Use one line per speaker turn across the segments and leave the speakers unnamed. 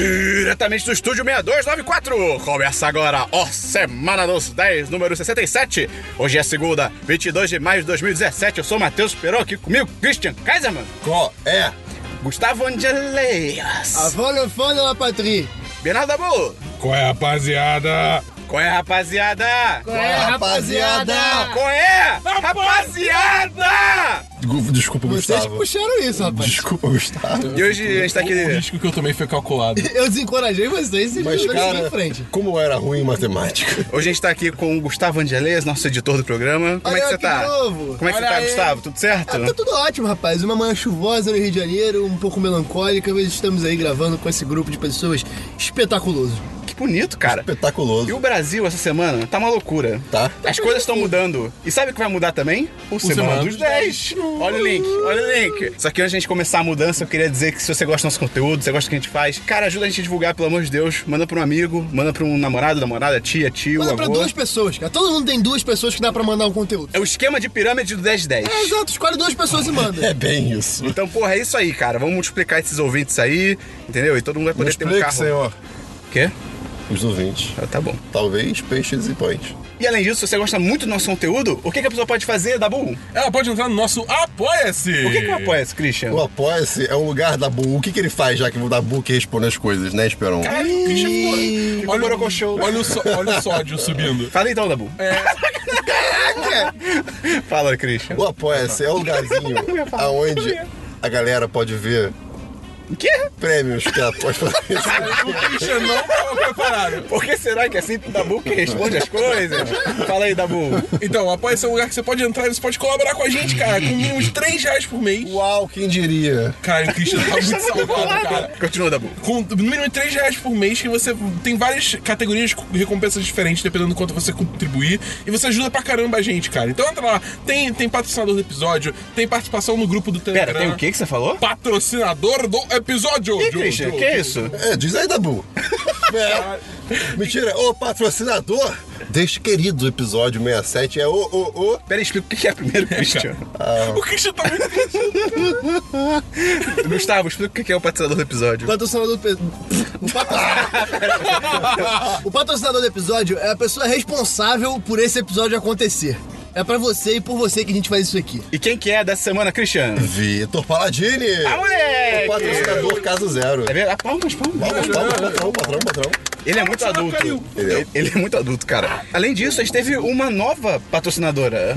diretamente do estúdio 6294. Começa agora, ó, Semana dos 10, número 67. Hoje é segunda, 22 de maio de 2017. Eu sou o Matheus Peró, aqui comigo, Christian Kaiserman,
Co é
Gustavo Angeleias,
Avant le fond de la patrie.
Bernardo Dabu.
Qual é, rapaziada?
Qual é, rapaziada?
Qual é,
rapaziada?
Qual é, rapaziada?
Gu- Desculpa,
Vocês
Gustavo.
puxaram É. isso, rapaz.
Desculpa, Gustavo.
E hoje a gente tá aqui...
O risco que eu tomei foi calculado.
Eu desencorajei vocês e
Mas,
vocês
cara, né?
em frente.
como eu era ruim em matemática.
Hoje a gente tá aqui com o Gustavo Angeles, nosso editor do programa. Como
Olha
é que
eu
você
aqui
tá?
de novo.
Como é que
Olha
você tá,
aí.
Gustavo? Tudo certo?
Ah, tá tudo ótimo, rapaz. Uma manhã chuvosa no Rio de Janeiro, um pouco melancólica, mas estamos aí gravando com esse grupo de pessoas espetaculoso.
Que bonito, cara. E
Espetaculoso.
o Brasil essa semana tá uma loucura.
Tá.
As coisas estão mudando. E sabe o que vai mudar também? O, Semana,
Semana
dos
dos
10. Olha o link, olha o link. Só que antes de a gente começar a mudança, eu queria dizer que se você gosta do nosso conteúdo, se você gosta do que a gente faz, cara, ajuda a gente a divulgar, pelo amor de Deus. Manda pra um amigo, manda pra um namorado, namorada, tia, tio,
Manda
avô.
pra duas pessoas, cara. Todo mundo tem duas pessoas que dá pra mandar um conteúdo.
É o esquema de pirâmide do 1010.
É, exato. Escolhe duas pessoas e manda.
É bem isso.
Então, porra, é isso aí, cara. Vamos multiplicar esses ouvintes aí, entendeu? E todo mundo vai
Me
poder ter um
explique,
carro.
senhor.
Quê?
Os ouvintes.
Ah, tá bom.
Talvez peixes e pães.
E além disso, se você gosta muito do nosso conteúdo, o que, que a pessoa pode fazer, Dabu?
Ela pode entrar no nosso é Apoia-se!
O que, que eu apoio esse, Christian?
O Apoia-se é um lugar da Bu. O que, que ele faz, já que o Dabu que responde as coisas, né, Esperon?
Caralho, o Christian ficou-
Ficou
Olha,
Morocco
o-
Show.
olha, o só- olha o sódio subindo.
Fala então, Dabu. É.
Caraca!
Fala, Christian.
O Apoia-se é um lugarzinho aonde a galera pode ver
O quê?
prêmios que ela pode fazer.
O Christian não estava preparado.
Por que será que é sempre o Dabu que responde as coisas? Fala aí, Dabu.
Então, o Apoia-se é um lugar que você pode entrar e você pode colaborar com a gente, cara, com um mínimo de 3 reais por mês.
Uau, quem diria?
Cara, o Christian tá muito salvado, cara.
Continua, Dabu.
Com no mínimo de 3 reais por mês, que você tem várias categorias de recompensas diferentes, dependendo do quanto você contribuir. E você ajuda pra caramba a gente, cara. Então entra lá, tem, tem patrocinador do episódio, tem participação no grupo do Telegram.
Pera, tem o que que você falou?
Patrocinador do episódio!
Ih,
Joe,
Christian,
Joe,
que é
Joe.
isso?
É, diz aí, Dabu. É. Mentira, o patrocinador deste querido episódio 67 é o, o, o...
Pera, explica o que que é primeiro, Christian.
O Christian tá muito perdido.
Gustavo, explica o que que é o patrocinador do
O
episódio.
patrocinador do. pe- O patrocinador... o patrocinador do episódio é a pessoa responsável por esse episódio acontecer. É pra você e por você que a gente faz isso aqui.
E quem que é dessa semana, Christian?
Vitor Paladini.
Ah, moleque!
O patrocinador Caso Zero.
É verdade? Palmas, palmas.
Palmas, palmas, patrão, patrão, patrão.
Ele é muito adulto.
caiu.
Ele, ele é muito adulto, cara. Além disso, a gente teve uma nova patrocinadora.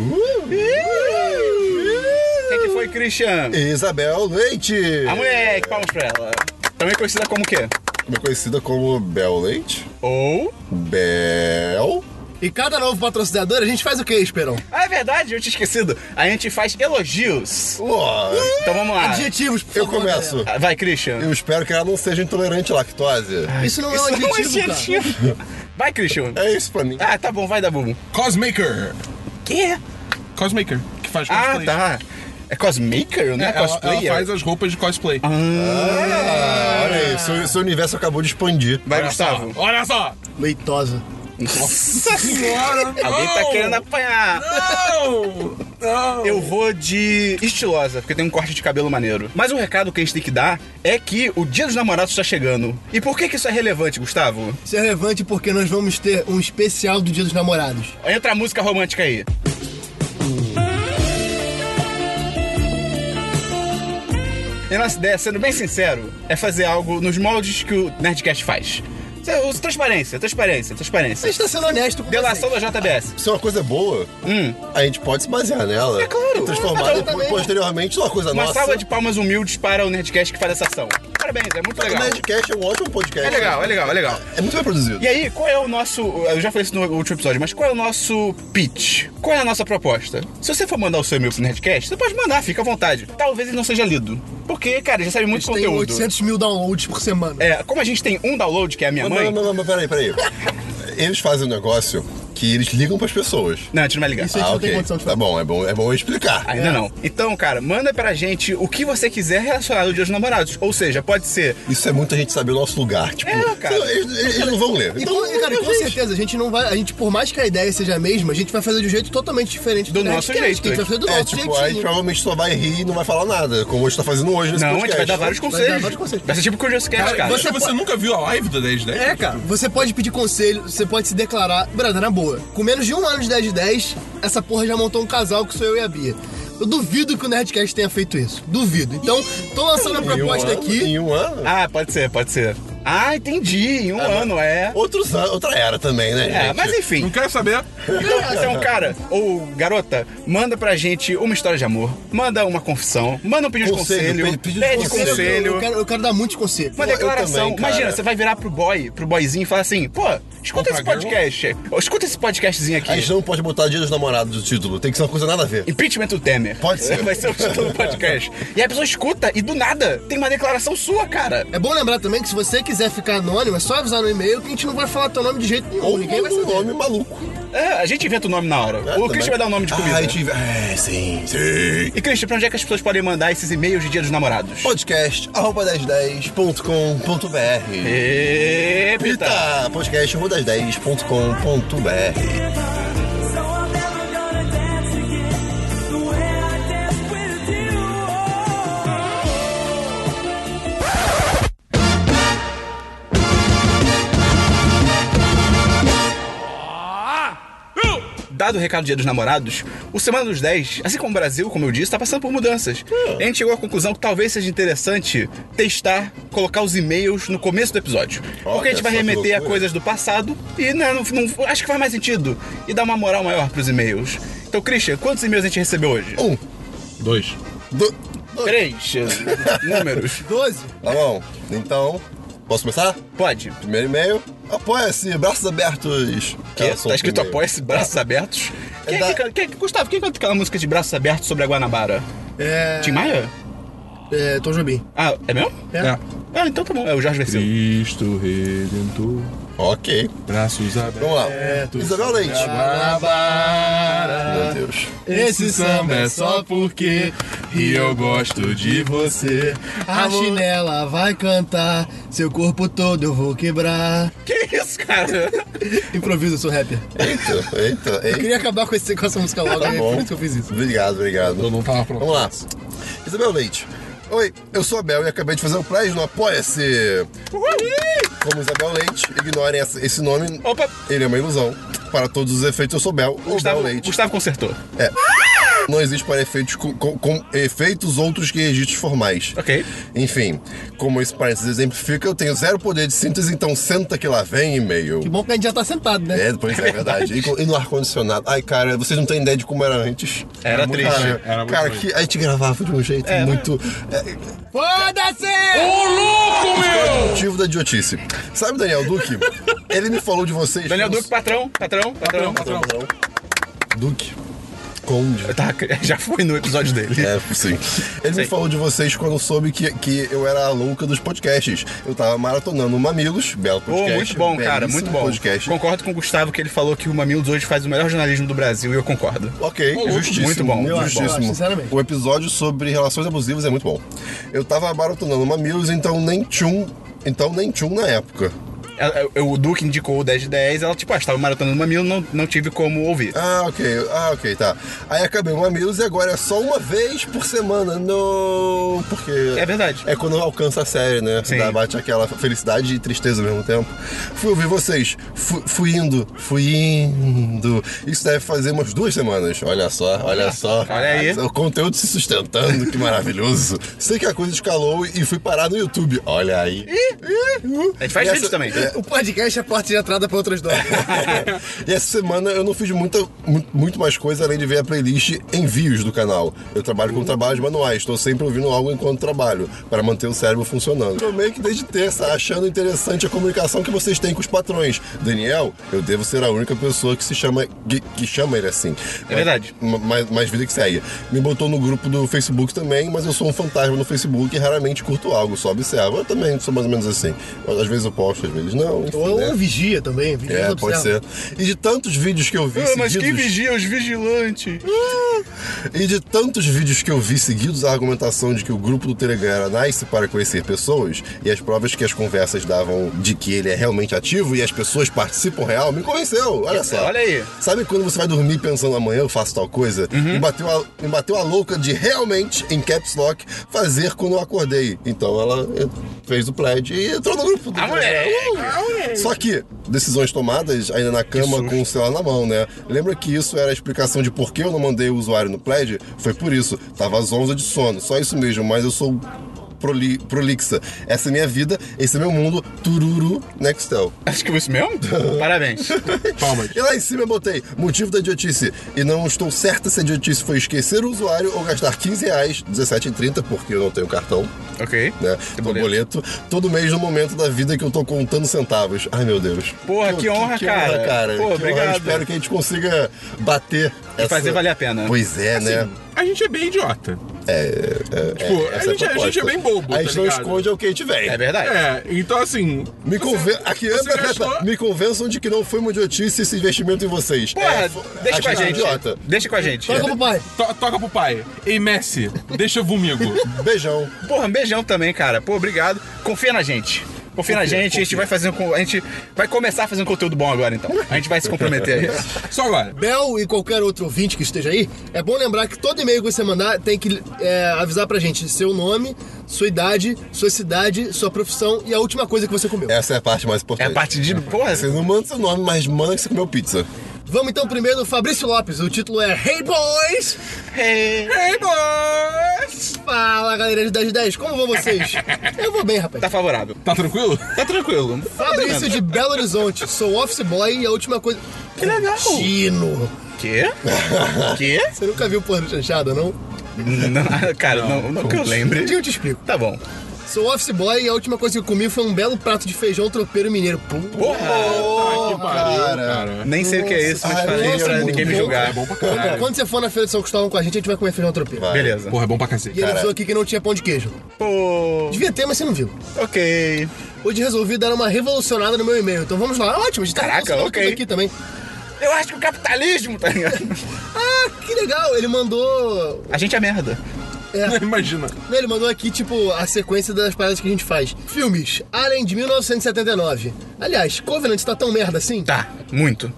Quem que foi, Christian?
Isabel Leite.
A moleque, palmas pra ela. Também conhecida como o quê?
Também conhecida como Bel Leite.
Ou.
Bel...
E cada novo patrocinador, a gente faz o quê, Esperão?
Ah, é verdade, eu tinha esquecido. A gente faz elogios.
Ó,
Então vamos lá.
Adjetivos, por
eu
favor,
começo.
Ah, Vai, Christian.
Eu espero que ela não seja intolerante à lactose.
galera. Isso não é um
Isso não é
adjetivo, cara.
adjetivo. Vai, Christian.
É isso pra mim.
Ah, tá bom, vai dar bubo.
Cosmaker.
Quê?
Cosmaker, que faz
Ah,
cosplay.
tá. É cosmaker, né?
É,
é
ela, ela
cosplayer.
faz as roupas de cosplay.
Olha aí, seu, seu universo acabou de expandir.
Vai,
Olha só,
Gustavo.
Olha só!
Leitosa.
Nossa
Senhora!
Alguém tá
não!
querendo apanhar.
Não! Não!
Eu vou de estilosa, porque tem um corte de cabelo maneiro. Mas um recado que a gente tem que dar é que o Dia dos Namorados está chegando. E por que, que isso é relevante, Gustavo?
Isso é relevante porque nós vamos ter um especial do Dia dos Namorados.
Entra a música romântica aí. E a nossa ideia, sendo bem sincero, é fazer algo nos moldes que o Nerdcast faz. Isso é Transparência, transparência,
Você
transparência.
está tá sendo honesto com
Delação
vocês.
da JBS.
Se uma coisa é boa, a gente pode se basear nela.
Hum. É claro.
E transformar
Exatamente.
posteriormente numa coisa
Uma
nossa.
salva de palmas humildes para o Nerdcast que faz essa ação. Parabéns, é muito
O
legal.
Nerdcast é um ótimo podcast.
É legal, é legal, é legal.
É muito bem produzido.
E aí, qual é o nosso. Eu já falei isso no último episódio, mas qual é o nosso pitch? Qual é a nossa proposta? Se você for mandar o seu e-mail pro Nerdcast, você pode mandar, fica à vontade. Talvez ele não seja lido. Porque, cara, já sabe muito
Tem
conteúdo.
800 mil downloads por semana.
É, como a gente tem um download, que é a minha
Não,
mãe.
não, não, não, peraí, peraí. Eles fazem um negócio que eles ligam pras pessoas.
Não, a gente não vai ligar.
Isso a gente não tem condição de
Tá
fazer.
bom, é bom, é bom eu explicar.
Ainda não. Então, cara, manda pra gente o que você quiser relacionado ao Dia dos Namorados. Ou seja, pode ser.
Isso é muita gente saber o nosso lugar. Tipo,
É, cara.
Eles, eles não vão ler.
E
Então,
com, e, cara,
não,
com
gente.
certeza, a gente não vai. A gente, por mais que a ideia seja a mesma, a gente vai fazer de um jeito totalmente diferente
Do
que a gente
nosso
quer,
jeito,
que A gente vai fazer do
É,
nosso
tipo,
jeitinho.
a gente provavelmente só vai rir e não vai falar nada, como a gente tá fazendo hoje nesse
Não, a gente
podcast.
vai dar vários
Vai dar
conselhos.
vários conselhos.
Vai ser tipo Curious Cat, cara.
Você,
po-
você nunca viu a live do 10 10?
É, cara, você pode pedir conselho, você pode se declarar. Brother, na boa, com menos de um ano de 10 de 10, essa porra já montou um casal que sou eu e a Bia. Eu duvido que o Nerdcast tenha feito isso. Duvido. Então, tô lançando a
Em um
proposta
ano,
aqui.
Em um ano?
Ah, pode ser, pode ser. Ah, entendi. Em um ano, é.
Outros anos, outra era também, né?
É,
gente?
mas
Não
enfim.
quero saber.
Então, cara, ou garota, manda pra gente uma história de amor, manda uma confissão, manda um pedido de
Conselho,
conselho,
pe- pedido de
pede
conselho.
um conselho.
Eu quero, eu quero dar muitos conselhos.
Uma
Pô, eu
declaração.
também, cara.
Imagina, você vai virar pro boy, pro boyzinho e falar assim, pô, escuta
Opa,
esse podcast. Ou Escuta esse podcastzinho aqui.
A gente não pode botar Dia dos Namorados no título, tem que ser uma coisa nada a ver.
Impeachment do Temer.
Pode ser.
Vai ser o título do podcast. E aí a pessoa escuta e do nada tem uma declaração sua, cara.
É bom lembrar também que se você quiser ficar anônimo, é só avisar no e-mail que a gente não vai falar teu nome de jeito nenhum.
Ou
ninguém vai
um
saber.
nome maluco. né,
É, a gente inventa o nome na hora.
É,
o Christian vai dar o nome de comida.
Ah, tive... É, sim, sim.
E Christian, pra onde é que as pessoas podem mandar esses e-mails de Dia dos Namorados?
Podcast, arroba 1010.com.br
Repita!
Pita, podcast, arroba 1010.com.br
So I'm never gonna dance again the way I danced with you.
Dado o recado do Dia dos Namorados, o Semana dos 10, assim como o Brasil, como eu disse, tá passando por mudanças.
Hum.
E a gente chegou à conclusão que talvez seja interessante testar, colocar os e-mails no começo do episódio. porque
Olha
a gente vai
só que
remeter a
loucura.
coisas do passado e né, não, não- acho que faz mais sentido. E dar uma moral maior pros e-mails. Então, Christian, quantos e-mails a gente recebeu hoje?
Um,
Dois.
dois...
Três eh, números.
12?
Tá bom, então, posso começar?
Pode.
Primeiro e-mail, apoia-se, braços abertos.
Que?
Cara, sou
Tá escrito
o primeiro.
apoia-se, braços abertos.
É
Quem é
da-
que, can- quem é que- Gustavo, quem canta aquela música de braços abertos sobre a Guanabara?
É.
Tim Maia?
É, Tom Jobim.
Ah, é mesmo?
É.
Ah, então tá bom. É o Jorge Versil.
Cristo Redentor,
Ok,
braços abertos.
vamos lá. Isabel Leite. Meu
Guanabara,
Deus.
esse samba é só porque e eu gosto de você.
A chinela vai cantar, seu corpo todo eu vou quebrar.
Que isso, cara?
Improvisa, eu sou rapper.
Eita, eita,
Eu
eita.
queria acabar com, esse, com essa música logo,
Tá
é
bom.
por isso que eu fiz isso.
Obrigado, obrigado.
Eu não tava pronto.
Vamos lá. Isabel Leite. Oi, eu sou a Bel e acabei de fazer um prédio no Apoia-se. Como Isabel Leite, ignorem essa- esse nome.
Opa!
Ele é uma ilusão. Para todos os efeitos, eu sou Bel ou Bel
Gustavo,
Leite.
Gustavo consertou.
Não existe para efeitos com, com- com efeitos outros que registros formais.
Ok.
Enfim, como esse parênteses exemplifica, eu tenho zero poder de síntese, então senta que lá vem e-mail.
Que bom que a gente já tá sentado, né?
É, pois é, é verdade. E, com- e no ar-condicionado. Ai, cara, vocês não têm ideia de como era antes.
Era
muito
triste. né?
Cara,
Era muito
cara
ruim.
que a gente gravava de um jeito muito. É,
Foda-se!
motivo da idiotice. Sabe, o Daniel Duque? Ele me falou de vocês.
Daniel
com-
é Duque, patrão, patrão, patrão.
Patrão, patrão. Duque. Conde.
Tá, já foi no episódio dele.
É, sim. Ele me
Sei.
falou de vocês quando soube que, que eu era a louca dos podcasts. Eu tava maratonando o Mamilos, belo
Pô,
podcast.
muito bom, cara,
belíssimo
muito bom.
podcast.
Concordo com o Gustavo que ele falou que o Mamilos hoje faz o melhor jornalismo do Brasil e eu concordo.
Ok, justíssimo.
Muito bom.
Eu acho,
justíssimo.
sinceramente.
o episódio sobre relações abusivas é muito bom. Eu tava maratonando Mamilos, então nem tchum. Então nem tchum na época.
Ela- eu- É, O Duque indicou o 10 de 10, ela tipo, ah, estava maratonando o Mamilo, não, não tive como ouvir.
Ah, ok. Ah, ok, tá. Aí acabei o Mamilos e agora é só uma vez por semana. Não, porque...
É verdade.
É quando alcança a série, né?
Sim.
Dá, bate aquela felicidade e tristeza ao mesmo tempo. Fui ouvir vocês. Fu- fui indo. Fui indo. Isso deve fazer umas duas semanas. Olha só, olha só.
Olha aí.
O conteúdo se sustentando, que maravilhoso. Sei que a coisa escalou e fui parar no YouTube. Olha aí.
A gente faz
E
vídeo
essa-
também.
é.
O podcast é porta de entrada pra outras dores.
E essa semana eu não fiz muita, mu- muito mais coisa além de ver a playlist envios do canal. Eu trabalho com trabalhos manuais, estou sempre ouvindo algo enquanto trabalho, para manter o cérebro funcionando. Eu meio que desde terça, achando interessante a comunicação que vocês têm com os patrões. Daniel, eu devo ser a única pessoa que se chama. que, que chama ele assim.
É verdade.
Ma- Mas, mas vida que segue. Me botou no grupo do Facebook também, mas eu sou um fantasma no Facebook e raramente curto algo, só observo. Eu também sou mais ou menos assim. Às vezes eu posto, às vezes Não, enfim,
Ou
né?
um vigia também, vigia
É,
observa.
pode ser. E de tantos vídeos que eu vi
Ah, mas quem
seguidos-
vigia os vigilantes?
E de tantos vídeos que eu vi seguidos a argumentação de que o grupo do Telegram era nice para conhecer pessoas e as provas que as conversas davam de que ele é realmente ativo e as pessoas participam real, me convenceu. Olha só.
Olha aí. Uhum.
Sabe quando você vai dormir pensando amanhã eu faço tal coisa? Me, bateu a, me bateu a louca de realmente, em caps lock, fazer quando eu acordei. Então ela eh, fez o pledge e entrou no grupo do
Ah, moleque!
Uh! Só que decisões tomadas ainda na cama com o celular na mão, né? Lembra que isso era a explicação de por que eu não mandei o usuário no pledge? Foi por isso. Tava zonza de sono, só isso mesmo, mas eu sou proli- prolixa. Essa é minha vida, esse é meu mundo. Tururu, Nextel.
Acho que foi isso mesmo? Parabéns.
Palmas.
E lá em cima eu botei motivo da idiotice. E não estou certa se a idiotice foi esquecer o usuário ou gastar 15 reais, 17,30, porque eu não tenho cartão,
Ok.
né?
Tem
Tô boleto. Todo mês no momento da vida que eu tô contando centavos. Ai, meu Deus.
Porra, que honra, cara. Pô,
que
obrigado.
Espero que a gente consiga bater.
E fazer valer a pena. Assim,
Pois é, né?
A gente é bem idiota. É. tipo,
Essa
a,
é
gente, a
proposta.
gente é bem bobo.
A
tá
gente não
ligado?
esconde o que a gente vem.
É verdade.
É, então assim.
Me, conven... Aqui,
você gastou-
me convençam de que não foi uma idiotice esse investimento em vocês.
Porra,
É, fo-
deixa
a
com a
é
gente.
Idiota.
Deixa com a gente.
Toca pro pai.
to- toca pro pai. Ei, Messi, deixa comigo.
Beijão.
Porra, um beijão também, cara. Pô, obrigado. Confia na gente. Confia na gente, a gente vai fazer um, con- a gente vai começar a fazer um conteúdo bom agora então. A gente vai se comprometer a isso.
Só agora.
Bel e qualquer outro ouvinte que esteja aí, é bom lembrar que todo e-mail que você mandar tem que é, avisar pra gente seu nome, sua idade, sua cidade, sua profissão e a última coisa que você comeu.
Essa é a parte mais
É
importante.
a parte de, porra,
Você não manda seu nome, mas manda que você comeu pizza.
Vamos então primeiro do Fabrício Lopes, o título é Hey Boys!
é,
Ei, boys!
Fala galera de 10 de 10, como vão vocês? Eu vou bem, rapaz.
tá favorável.
Tá tranquilo?
Tá tranquilo.
Fabrício de Belo Horizonte, sou office boy e a última coisa.
Que legal.
Tino!
Quê? Quê?
Você nunca viu porra do chanchada, não?
Não, cara, não, não que eu
Um
lembre.
dia eu te explico.
Tá bom.
Sou office boy e a última coisa que eu comi foi um belo prato de feijão tropeiro mineiro. Pô,
Porra,
Ah, que
cara.
nem sei o que é isso, mas
Ai,
falei
nossa,
pra
muito
ninguém me
bom.
julgar.
É bom pra
Quando,
caralho.
quando você for na Feira de São Cristóvão com a gente, a gente vai comer feijão tropeiro.
Vai.
Beleza.
Porra, é bom pra cacete.
E ele
Cara.
falou aqui que não tinha pão de queijo.
Pô,
Devia ter, mas você não viu.
ok.
Hoje resolvi dar uma revolucionada no meu e-mail. Então vamos lá. Ótimo, a gente tá
Caraca,
revolucionando
ok.
tudo aqui também.
Eu acho que o capitalismo, tá ligado?
Ah, que legal. Ele mandou...
A gente é merda.
Imagina.
né, Ele mandou aqui, tipo, a sequência das paradas que a gente faz. Filmes. Além de 1979. Aliás, Covenant tá tão merda assim?
Tá, muito.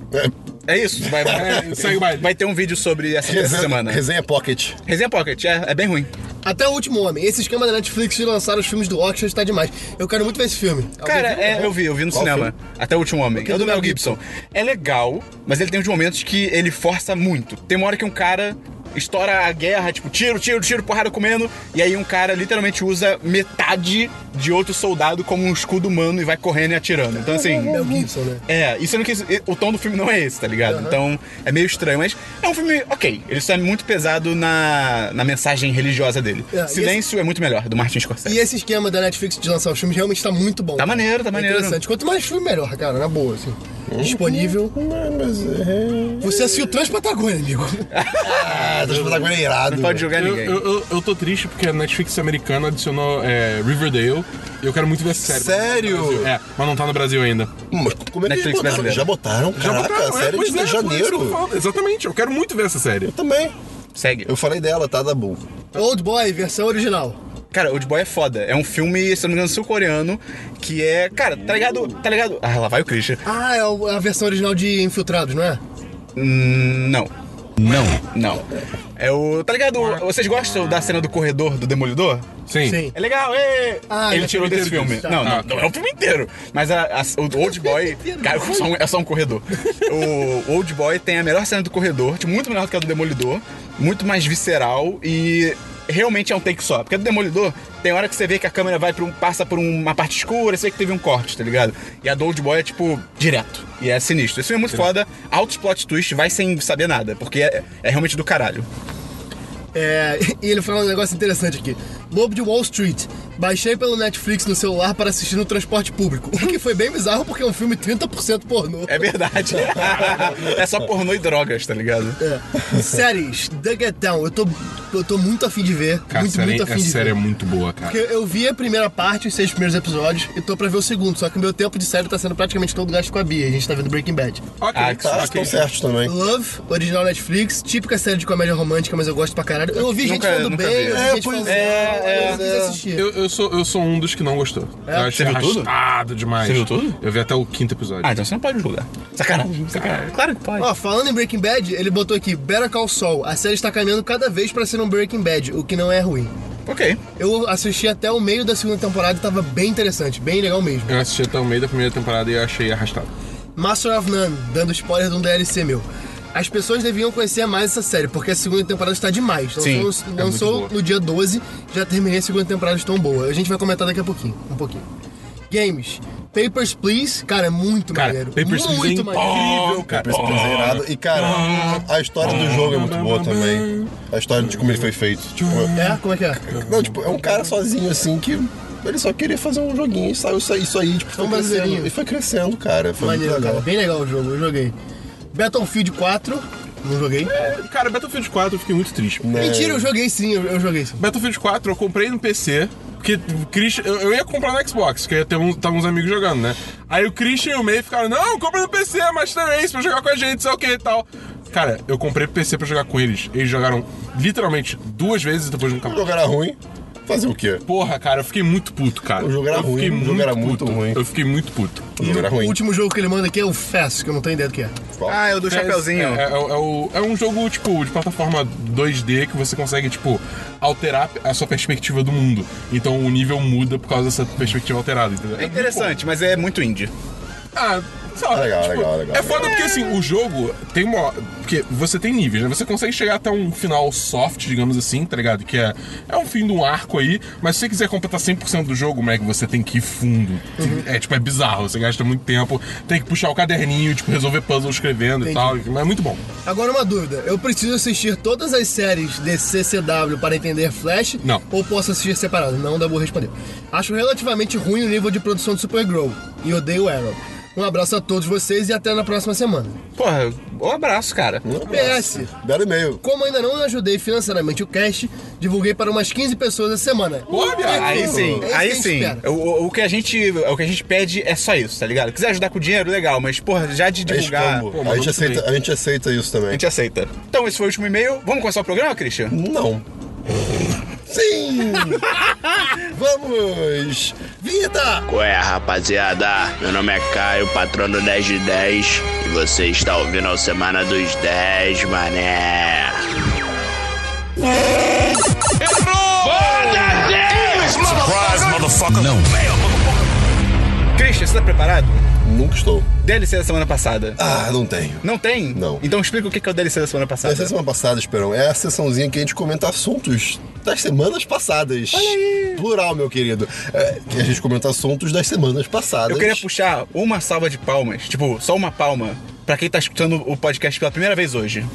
É isso. Vai,
É, segue o
vai,
baile.
vai ter um vídeo sobre essa, essa
Resenha,
semana.
resenha Pocket.
Resenha Pocket, é, é bem ruim.
Até o último homem. Esse esquema da Netflix de lançar os filmes do Oxford tá demais. Eu quero muito ver esse filme. Alguém
Cara,
viu?
é, eu vi, eu vi no
Qual
cinema. Até o último homem. É o do Mel Gibson. É legal, mas ele tem uns momentos que ele força muito. Tem uma hora que um cara estoura a guerra, tipo, tiro, tiro, tiro, porrada comendo, e aí um cara literalmente usa metade de outro soldado como um escudo humano e vai correndo e atirando. Então assim,
Mel Gibson, né?
É, e sendo que esse- o tom do filme não é esse, tá ligado? Então é meio estranho, mas é um filme, ok. Ele só é muito pesado na, na mensagem religiosa dele.
É, e
Silêncio é muito melhor, do Martin Scorsese.
E esse esquema da Netflix de lançar os filmes realmente tá muito bom.
Tá maneiro, tá maneiro.
Interessante. Quanto mais filme, melhor, cara. Na boa, assim. Disponível. Você assistiu Transpatagônia, amigo.
Ah, tá jogando agora irado.
Não pode julgar
Eu,
ninguém.
eu, eu- eu tô triste porque a Netflix americana adicionou é, Riverdale e eu quero muito ver essa série.
Sério?
É, mas não tá no Brasil ainda.
Hum, Como é que
Netflix
eles botaram?
brasileira.
Já botaram?
Já
Caraca,
botaram,
série
é, pois
de
é, por isso que eu tô
janeiro.
falando. Exatamente, eu quero muito ver essa série.
Eu também.
Segue.
Eu falei dela, tá, Dabu?
Old Boy, versão original.
Cara, Old Boy é foda. É um filme, se eu não me engano, sul-coreano, que é. Cara, tá ligado? Tá ligado? Ah, lá vai o Christian.
Ah, é o- a versão original de Infiltrados, não é?
Hum, Não. Não. Não. É o. Tá ligado? Vocês gostam da cena do corredor do Demolidor?
Sim.
Sim.
É legal, ê!
Ah,
ele
é
tirou
o filme
desse
inteiro
filme.
disso, tá.
Não, não,
Ah,
não é o filme inteiro. Mas a- a- o Old Boy. cara, é só, um, é só um corredor. O Old Boy tem a melhor cena do corredor, tipo, muito melhor do que a do Demolidor, muito mais visceral e. Realmente é um take só. Porque a do Demolidor, tem hora que você vê que a câmera vai pra um, passa por uma parte escura, você vê que teve um corte, tá ligado? E a do Old Boy é, tipo, direto. E é sinistro. Esse filme é muito foda, altos plot twist, vai sem saber nada, porque é, é realmente do caralho.
É, e ele falou um negócio interessante aqui. Lobo de Wall Street. Baixei pelo Netflix no celular para assistir no transporte público. O que foi bem bizarro porque é um filme 30% pornô.
É verdade. é só pornô e drogas, tá ligado?
É. Séries, The Get Down. Eu tô, eu tô muito afim de ver.
Cara,
muito,
a série,
muito afim
a
de
série é
ver.
muito boa, cara.
Porque eu vi a primeira parte, os seis primeiros episódios, e tô pra ver o segundo. Só que o meu tempo de série tá sendo praticamente todo gasto com a Bia. A gente tá vendo Breaking Bad.
Ok,
Ah, que
Tá,
ok.
estão certos também.
Love, original Netflix, típica série de comédia romântica, mas eu gosto pra caralho. Eu ouvi gente
Nunca-
falando
nunca
bem,
vi.
eu ouvi
É,
gente
pois
falando
é,
mal,
é,
eu quis assistir.
Eu, eu sou, eu sou um dos que não gostou. Eu achei
Você viu tudo?
arrastado demais.
Você viu tudo?
Eu vi até o quinto episódio.
Ah, então você não pode julgar. Sacanagem, sacanagem. Claro que pode.
Ó, falando em Breaking Bad, ele botou aqui, Better Call Saul. A série está caminhando cada vez pra ser um Breaking Bad, o que não é ruim.
Ok.
Eu assisti até o meio da segunda temporada e tava bem interessante, bem legal mesmo.
Eu assisti até o meio da primeira temporada e eu achei arrastado.
Master of None, dando spoiler de um DLC meu. As pessoas deviam conhecer mais essa série, porque a segunda temporada está demais.
Sim,
Lançou,
é
lançou
muito boa.
no dia 12, já terminei a segunda temporada de tão boa. A gente vai comentar daqui a pouquinho, um pouquinho. Games. Papers, Please, cara, é muito
Cara,
maneiro.
Papers, Please é
muito
incrível, cara.
Príncipe Zerado. E, cara, a história do jogo é muito boa também. A história de como ele foi feito. Tipo,
É? Como é que é?
não, tipo, é um cara sozinho, assim, que ele só queria fazer um joguinho e saiu isso aí, isso aí, tipo, foi
um
crescendo.
brasileirinho.
E foi crescendo, cara. Foi
Maneiro,
muito
cara.
legal.
Bem legal o jogo, eu joguei. Battlefield 4, não joguei.
É, Cara, Battlefield 4 eu fiquei muito triste.
Né?
Mentira, eu joguei sim, eu, eu joguei sim.
Battlefield 4 eu comprei no PC, porque o Christian, eu, eu ia comprar no Xbox, que eu ia ter um, tava uns amigos jogando, né? Aí o Christian e o May ficaram, não, compra no PC, mas também, pra jogar com a gente, sei o que e tal. Cara, eu comprei pro PC pra jogar com eles. Eles jogaram literalmente duas vezes e depois nunca
O
mais.
jogo era ruim. Fazer o quê?
Porra, cara, eu fiquei muito puto, cara.
O jogo era
eu
ruim,
fiquei
o jogo era muito
puto.
ruim.
Eu fiquei muito puto.
O jogo era
O
ruim.
último jogo que ele manda aqui é o Fast, que eu não tenho ideia do que é.
Ah, é o do Chapeuzinho.
É, é- é o- é um jogo, tipo, de plataforma 2D que você consegue, tipo, alterar a sua perspectiva do mundo. Então o nível muda por causa dessa perspectiva alterada, entendeu?
É
muito
interessante, mas é muito indie.
bom. Ah, sei lá,
Legal,
tipo,
legal, legal,
É foda
legal.
porque, assim, o jogo tem uma... Porque você tem níveis, né? Você consegue chegar até um final soft, digamos assim, tá ligado? Que é, é um fim de um arco aí, mas se você quiser completar 100% do jogo, Mac, você tem que ir fundo.
Uhum.
É, tipo, é bizarro. Você gasta muito tempo, tem que puxar o caderninho, tipo, resolver puzzle escrevendo e
Entendi.
tal. Mas é muito bom.
Agora uma dúvida, eu preciso assistir todas as séries de CCW para entender Flash?
Não.
Ou posso assistir separado? Não, Dabu respondeu. Acho relativamente ruim o nível de produção de Supergirl e odeio Arrow. Um abraço a todos vocês e até na próxima semana.
Porra, um abraço, cara.
PS,
Belo e-mail.
como ainda não ajudei financeiramente o cast, divulguei para umas 15 pessoas essa semana.
Porra, viado.
Aí sim,
É isso
aí
que a gente
sim.
espera.
O, o- o que a gente, o que a gente pede é só isso, tá ligado? Quiser ajudar com dinheiro, legal, mas porra, já de
É
divulgar,
escambo.
Pô,
a,
mas
gente
tudo
aceita, a gente aceita isso
a
também.
gente aceita. Então esse foi o último e-mail. Vamos começar o programa, Christian?
Uhum.
Não. Sim! Vamos! Vinheta!
Qual é, rapaziada? Meu nome é Caio, patrono 10 de 10, e você está ouvindo a Semana dos 10, mané.
Christian, você tá preparado?
Nunca estou.
DLC da semana passada.
Ah, não tenho.
Não tem?
Não.
Então explica o que que é o DLC da semana passada.
Essa semana passada, Esperão, é a sessãozinha que a gente comenta assuntos das semanas passadas. Plural, meu querido. É, que a gente comenta assuntos das semanas passadas.
Eu queria puxar uma salva de palmas, tipo, só uma palma, pra quem tá escutando o podcast pela primeira vez hoje.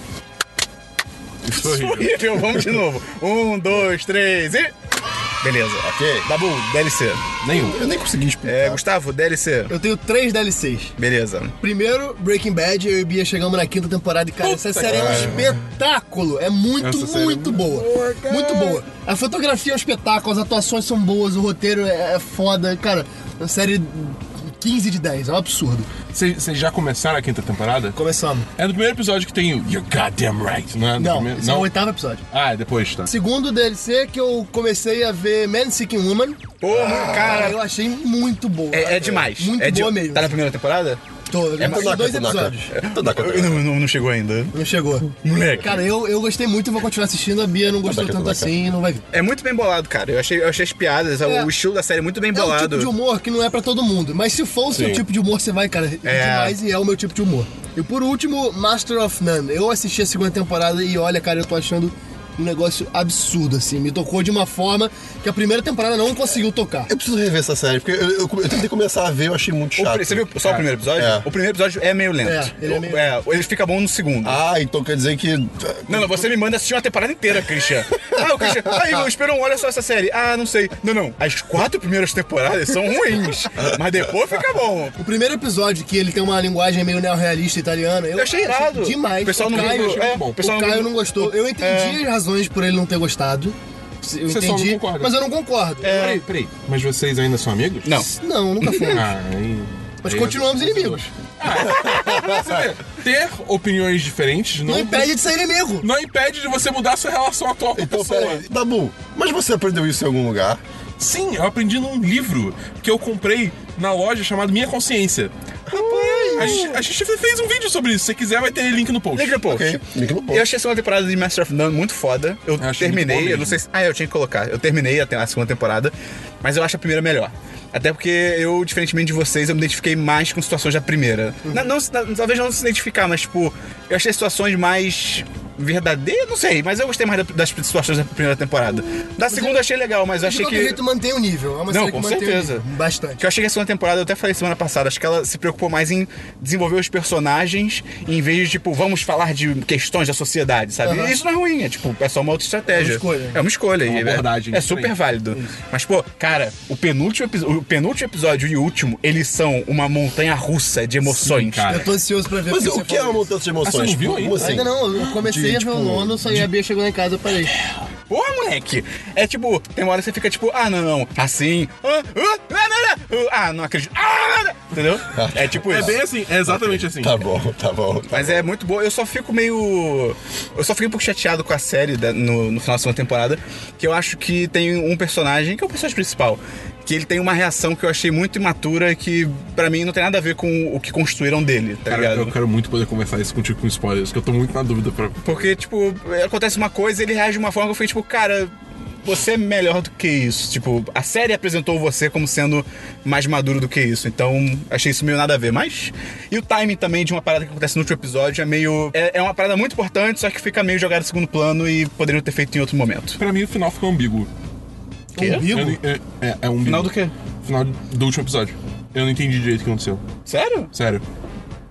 Isso é horrível.
Horrível, vamos de novo. Um, dois, três e. Beleza.
Ok.
Dabu, DLC.
Nenhum.
Eu nem consegui explicar.
Tá.
É, Gustavo, DLC.
Eu tenho três DLCs.
Beleza.
Primeiro, Breaking Bad, eu e Bia chegamos na quinta temporada e, cara, essa série é um espetáculo. É muito,
Essa série é
muito boa. muito boa. A fotografia é um espetáculo, as atuações são boas, o roteiro é, é foda. Cara, é uma série 15 de 10, é um absurdo.
Vocês vocês já começaram a quinta temporada?
Começamos.
É no primeiro episódio que tem o You're Goddamn Right, não é? No
Não,
primeiro-
esse é o oitavo episódio.
Ah, é depois, tá.
Segundo DLC que eu comecei a ver Man Seeking Woman.
Porra,
Cara,
cara.
eu achei Ah, muito boa.
É, é demais.
Muito
é de-
boa mesmo.
Tá na É primeira temporada?
Tô, eu
Tô
assisti
na-
dois
tô na-
episódios.
tô na-
Não, não, não chegou ainda.
Não chegou.
Moleque.
Cara, eu, eu gostei muito, vou continuar assistindo. A Bia não gostou
Taca,
tanto
taca.
assim, não vai vir.
É muito bem bolado, cara. Eu achei, eu achei as piadas,
É.
o estilo da série é muito bem
É um
bolado.
tipo de humor que não é pra todo mundo. Mas se for o seu
Sim.
tipo de humor, você vai, cara,
É.
é. demais e é o meu tipo de humor. E por último, Master of None. Eu assisti a segunda temporada e olha, cara, eu tô achando um negócio absurdo, assim. Me tocou de uma forma que a primeira temporada não conseguiu tocar.
Eu preciso rever essa série, porque eu, eu- eu tentei começar a ver, eu achei muito
O
chato.
pri- você viu só o primeiro episódio?
É.
O primeiro episódio é meio lento.
É, ele é meio-
É, ele fica bom no segundo.
Ah, então quer dizer que.
Não, não, você me manda assistir uma temporada inteira, Christian. Ah, o Christian. Aí, o Esperon, olha só essa série. Ah, não sei. Não, não. As quatro primeiras temporadas são ruins. Mas depois fica bom.
O primeiro episódio, que ele tem uma linguagem meio neorrealista italiana, eu,
Eu achei irado.
demais.
O pessoal não
Caio-
gostou. É,
bom.
o pessoal
o Caio não gostou. Eu entendi as razões por ele não ter gostado. Eu
Você só não
entendi,
concorda. É.
mas eu não concordo.
Peraí, peraí. Mas vocês ainda são amigos?
Não.
Não, nunca fomos.
Ah, aí-
Mas
aí-
continuamos inimigos.
Ah, Você vê, Ter opiniões diferentes não,
Não impede de ser inimigo.
não impede de você mudar a sua relação atual com a
Então,
pessoa.
peraí. Dabu, mas você aprendeu isso em algum lugar?
Sim, eu aprendi num livro que eu comprei na loja chamado Minha Consciência. Rapaz! A gente, a gente fez um vídeo sobre isso. Se quiser, vai ter link no post.
Liga post.
Ok, link no post.
Eu achei a segunda temporada de Master of None muito foda. Eu
Eu achei muito
terminei,
bom
eu não sei se. Ah, eu tinha que colocar. Eu terminei a, te- a segunda temporada, mas eu acho a primeira melhor. Até porque eu, diferentemente de vocês, eu me identifiquei mais com situações da primeira. Na- não, se- na- talvez não se identificar, mas tipo, eu achei situações mais verdadeiras, não sei, mas eu gostei mais da- das situações da primeira temporada. Da segunda eu achei legal, mas eu
De
achei
qualquer
que.
um jeito, mantém o nível. É uma
Não,
série que
com
mantém o
certeza.
nível. Bastante.
Que eu achei que a segunda temporada, eu até falei semana passada, acho que ela se preocupou mais em desenvolver os personagens em vez de, tipo, vamos falar de questões da sociedade, sabe?
Aham.
Isso não é ruim, é tipo, é só uma outra estratégia.
É uma escolha.
É uma escolha. e
uma
é-
abordagem
é,
diferente.
super válido. Mas, pô, cara, o penúltimo, epi- o penúltimo episódio e o último, eles são uma montanha russa de emoções.
cara.
Eu tô ansioso pra ver
Mas
porque
o
você
que é
falou
uma mudança de emoções?
Ah, você não viu ainda?
Como assim?
Ainda não, eu comecei
De,
a ver
tipo,
o nono, só aí a Bia chegou lá em casa, eu parei.
Porra, moleque! É tipo, tem uma hora que você fica tipo, ah, não, não, assim, ah, ah, ah, não, não, ah, não acredito, ah, não, não, entendeu? É tipo
É
isso.
bem assim, é exatamente assim.
Tá bom, tá bom. tá
Mas é muito boa. Eu só fico meio. Eu só fiquei um pouco chateado com a série da- no, no final da segunda temporada. Que eu acho que tem um personagem, que é o personagem principal, que ele tem uma reação que eu achei muito imatura, que pra mim não tem nada a ver com o que construíram dele, tá
Cara,
ligado?
eu quero muito poder conversar isso contigo com spoilers, que eu tô muito na dúvida pra.
Porque, tipo, acontece uma coisa e ele reage de uma forma que eu fiquei, tipo, cara, você é melhor do que isso. Tipo, a série apresentou você como sendo mais maduro do que isso. Então, achei isso meio nada a ver. Mas. E o timing também de uma parada que acontece no último episódio é meio. É, é uma parada muito importante, só que fica meio jogada em segundo plano e poderiam ter feito em outro momento.
Pra mim, o final ficou ambíguo.
Quê?
Eu não- É, é, é um
Final do quê?
Final do último episódio. Eu não entendi direito o que aconteceu.
Sério?
Sério.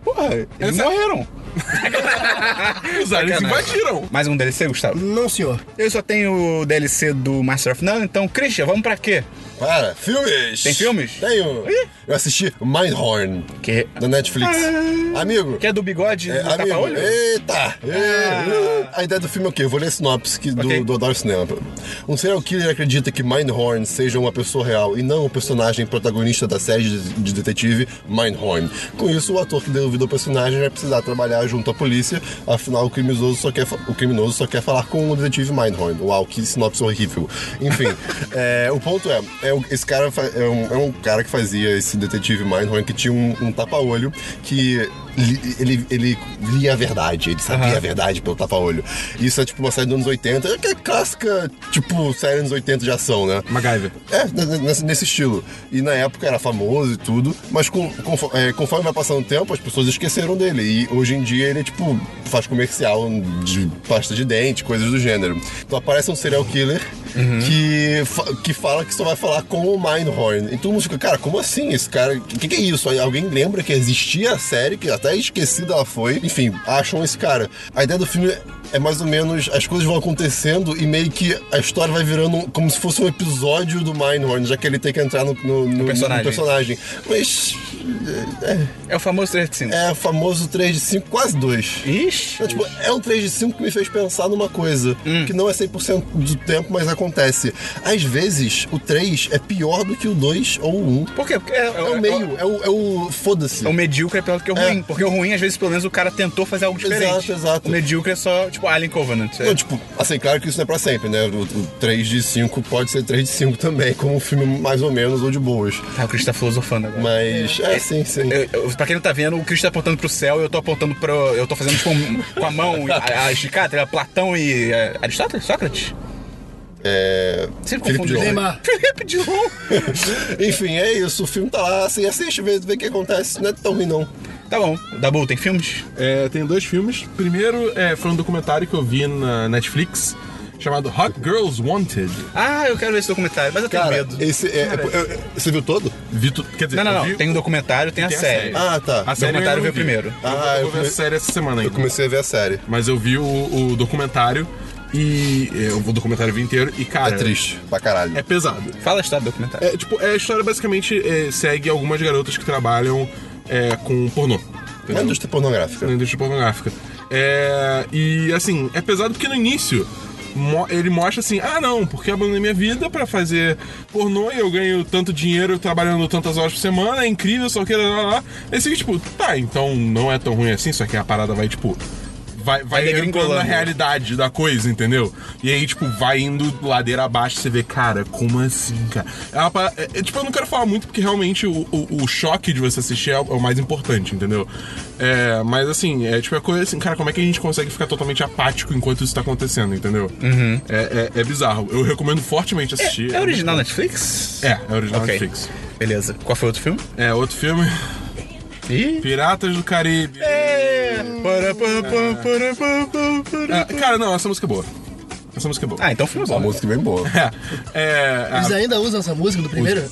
Porra, eles
Essa-
morreram.
Os aliens
Sacanagem.
invadiram!
Mais um DLC, Gustavo?
Não, senhor.
Eu só tenho o DLC do Master of None, então, Christian, vamos pra quê?
bom. Para, filmes!
Tem filmes?
Tenho.
Ih.
Eu assisti Mindhorn,
Que,
da Netflix.
Ah.
Amigo.
que é do bigode
É,
do tapa-olho?
Eita! É. A ideia do filme é o quê? Eu vou ler a sinopse que do,
Ok.
do Adoro Cinema. Um serial killer acredita que Mindhorn seja uma pessoa real e não o personagem protagonista da série de, de detetive Mindhorn. Com isso, o ator que deu vida ao personagem vai precisar trabalhar junto à polícia, afinal o criminoso só quer, fa- o criminoso só quer falar com o detetive Mindhorn. Uau, que sinopse horrível. Enfim, é, o ponto é, é o- esse cara fa- é um, é um cara que fazia esse detetive Mindhorn que tinha um, um tapa-olho que li- ele, ele lia a verdade, ele sabia a verdade pelo tapa-olho. Isso é tipo uma série dos anos 80, é aquela clássica, tipo, série dos anos 80 de ação, né?
MacGyver.
É, n- n- nesse, nesse estilo. E na época era famoso e tudo, mas com- confo- é, conforme vai passando o tempo, as pessoas esqueceram dele. E hoje em dia ele, tipo, faz comercial de pasta de dente, coisas do gênero. Então aparece um serial killer que, fa- que fala que só vai falar com o Mindhorn. E todo mundo fica, cara, como assim? Esse cara, o que, que é isso? Aí alguém lembra que existia a série, que até esquecida ela foi. Enfim, acham esse cara. A ideia do filme é mais ou menos as coisas vão acontecendo e meio que a história vai virando um- como se fosse um episódio do Mindhorn, já que ele tem que entrar no, no- no- no
personagem.
personagem. Mas
É o famoso 3 de 5.
é famoso 3 de 5, quase 2.
Ixi.
É, tipo, é um 3 de 5 que me fez pensar numa coisa, que não é 100% do tempo, mas acontece. Às vezes, o 3 é pior do que o 2 ou o 1.
Por quê? Porque é, é-
É o meio, é o, é o foda-se.
é o medíocre é pior do que o
É.
ruim. Porque o ruim, às vezes, pelo menos o cara tentou fazer algo diferente.
Exato, exato.
O medíocre é só, tipo, Alien Covenant. É.
Não, tipo, assim, claro que isso não é pra sempre, né? O, o 3 de 5 pode ser 3 de 5 também, como um filme mais ou menos, ou de boas.
Tá, o Chris tá filosofando agora.
Mas, é, sim, sim.
Eu, eu- pra quem não tá vendo, o Chris tá apontando pro céu e eu tô apontando pro. Eu tô fazendo tipo, um, com, com a mão a, a esticada, tá ligado? Platão e. é, Aristóteles? Sócrates?
É...
Sempre
Felipe
confundo.
Dilon.
Neymar.
Felipe Dilon.
Enfim, é isso. O filme tá lá, assim, assiste, vê, vê o que acontece. Não é tão ruim, não.
tá bom. Dabu, tem filmes?
É, tem dois filmes. Primeiro é, foi um documentário que eu vi na Netflix chamado Hot Girls Wanted.
Ah, eu quero ver esse documentário, mas eu tenho
Cara,
medo.
esse é, é- você viu todo?
Vito, quer dizer,
Não, não,
eu
não.
vi-
Tem um documentário, tem a
tem a
série.
série.
Ah, tá.
a série eu
documentário
não
veio
vi.
primeiro.
Ah, eu
eu vou ver a
come-
série essa semana
Eu
ainda.
comecei a ver a série.
Mas eu vi o, o documentário e é, eu- o documentário vi inteiro e
É
cara,
triste pra caralho.
é pesado.
Fala a história do documentário.
É, tipo, é, a história basicamente é, segue algumas garotas que trabalham é, com pornô. tá
é Uma
entendeu?
indústria pornográfica.
na indústria pornográfica. É, e assim, é pesado porque no início mo- ele mostra assim: ah, não, porque eu abandonei minha vida pra fazer pornô e eu ganho tanto dinheiro trabalhando tantas horas por semana, é incrível, só que lá, lá, lá. Aí você fica tipo, tá, então não é tão ruim assim, só que a parada vai tipo. Vai, vai entrando
degringolando.
na realidade da coisa, entendeu? E aí, tipo, vai indo ladeira abaixo, você vê, cara, como assim, cara? É uma parada- é- é, tipo, eu não quero falar muito, porque realmente o, o- o choque de você assistir é o, é o mais importante, entendeu? É, mas assim, é tipo, é coisa assim, cara, como é que a gente consegue ficar totalmente apático enquanto isso tá acontecendo, entendeu? É, é- é bizarro. Eu recomendo fortemente assistir.
Uhum. É original Netflix?
É, é original
Ok.
Netflix.
Beleza. Qual foi o outro filme?
É, outro filme,
Ih.
Piratas do Caribe.
Para, para, para, para, para, para.
Ah, cara, não, essa música é boa. Essa música é boa.
Ah, então o filme é
Uma
bom.
música bem boa.
É, é, a-
Eles ainda usam essa música do primeiro?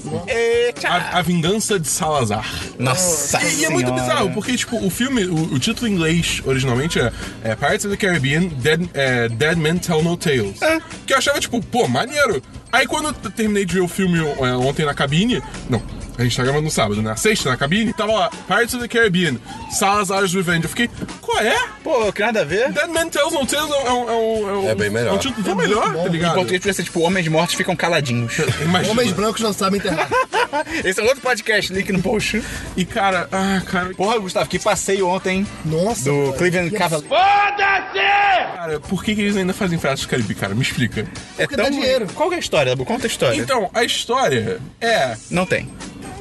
A, a Vingança de Salazar.
Nossa
E, e é muito
Senhora.
bizarro, porque, tipo, o filme, o, o título em inglês originalmente é, é Pirates of the Caribbean, Dead, é, Dead Men Tell No Tales. Que eu achava, tipo, pô, maneiro. Aí quando eu t- terminei de ver o filme é, ontem na cabine. Não. A gente tá gravando no sábado, na sexta, na cabine, tava lá, Pirates of the Caribbean, Salazar's Revenge. Eu fiquei, qual é?
Pô, que nada a ver.
Dead Man Tells No Tales é um. É, um- um-
É bem melhor.
É um título bem melhor, tá
Em
ligado?
português podia ser tipo Homens Mortos Ficam Caladinhos.
Imagina.
Homens brancos não sabem enterrar.
Esse é outro podcast, link no post.
E cara, ah, cara,
Porra, Gustavo, que passeio ontem
Nossa. É
do
cara.
Cleveland Cavaliers.
Cara, por que, que eles ainda fazem Piratas do Caribe, cara? Me explica.
É
Porque dá dinheiro.
Qual que é a história, Dabu? Conta a história.
Então, a história é.
Não tem.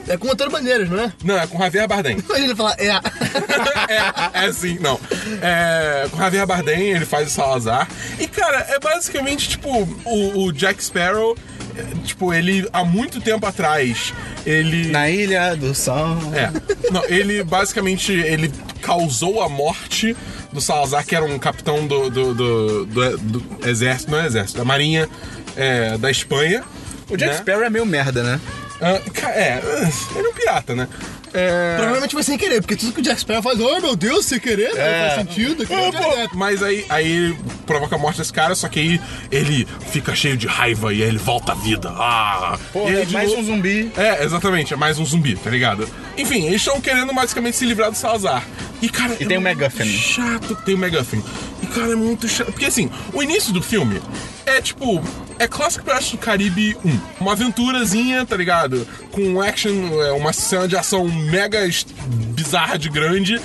É com o Antônio Bandeiras, não é?
Não, é com Javier Bardem.
Mas ele fala, é.
é, é assim, não. É, com Javier Bardem, ele faz o Salazar. E, cara, é basicamente tipo o, o Jack Sparrow. é, Tipo, ele há muito tempo atrás, ele.
Na Ilha do Sol.
É. Não, ele basicamente ele causou a morte do Salazar, que era um capitão do, do, do- do- do exército, não é exército, da marinha é, da Espanha.
O Jack
né?
Sparrow é meio merda, né?
Ah, ca- é, ele é um pirata, né? É,
Provavelmente vai sem querer, porque tudo que o Jack Sparrow faz, oh meu Deus, sem querer,
É.
não faz sentido. que
Ah,
não tem
pô, Mas aí, aí provoca a morte desse cara, só que aí ele fica cheio de raiva e aí ele volta à vida. Ah!
Pô,
e aí
é
de
mais
novo-
um zumbi.
É, exatamente, é mais um zumbi, tá ligado? Enfim, eles estão querendo basicamente se livrar do Salazar. E, cara,
E tem
é
o
muito
MacGuffin. né?
Chato, tem o MacGuffin. E, cara, é muito chato. Porque, assim, o início do filme é tipo. É clássico Piratas do Caribe 1. Uma aventurazinha, tá ligado? Com um action, é, uma cena de ação mega est- bizarra de grande.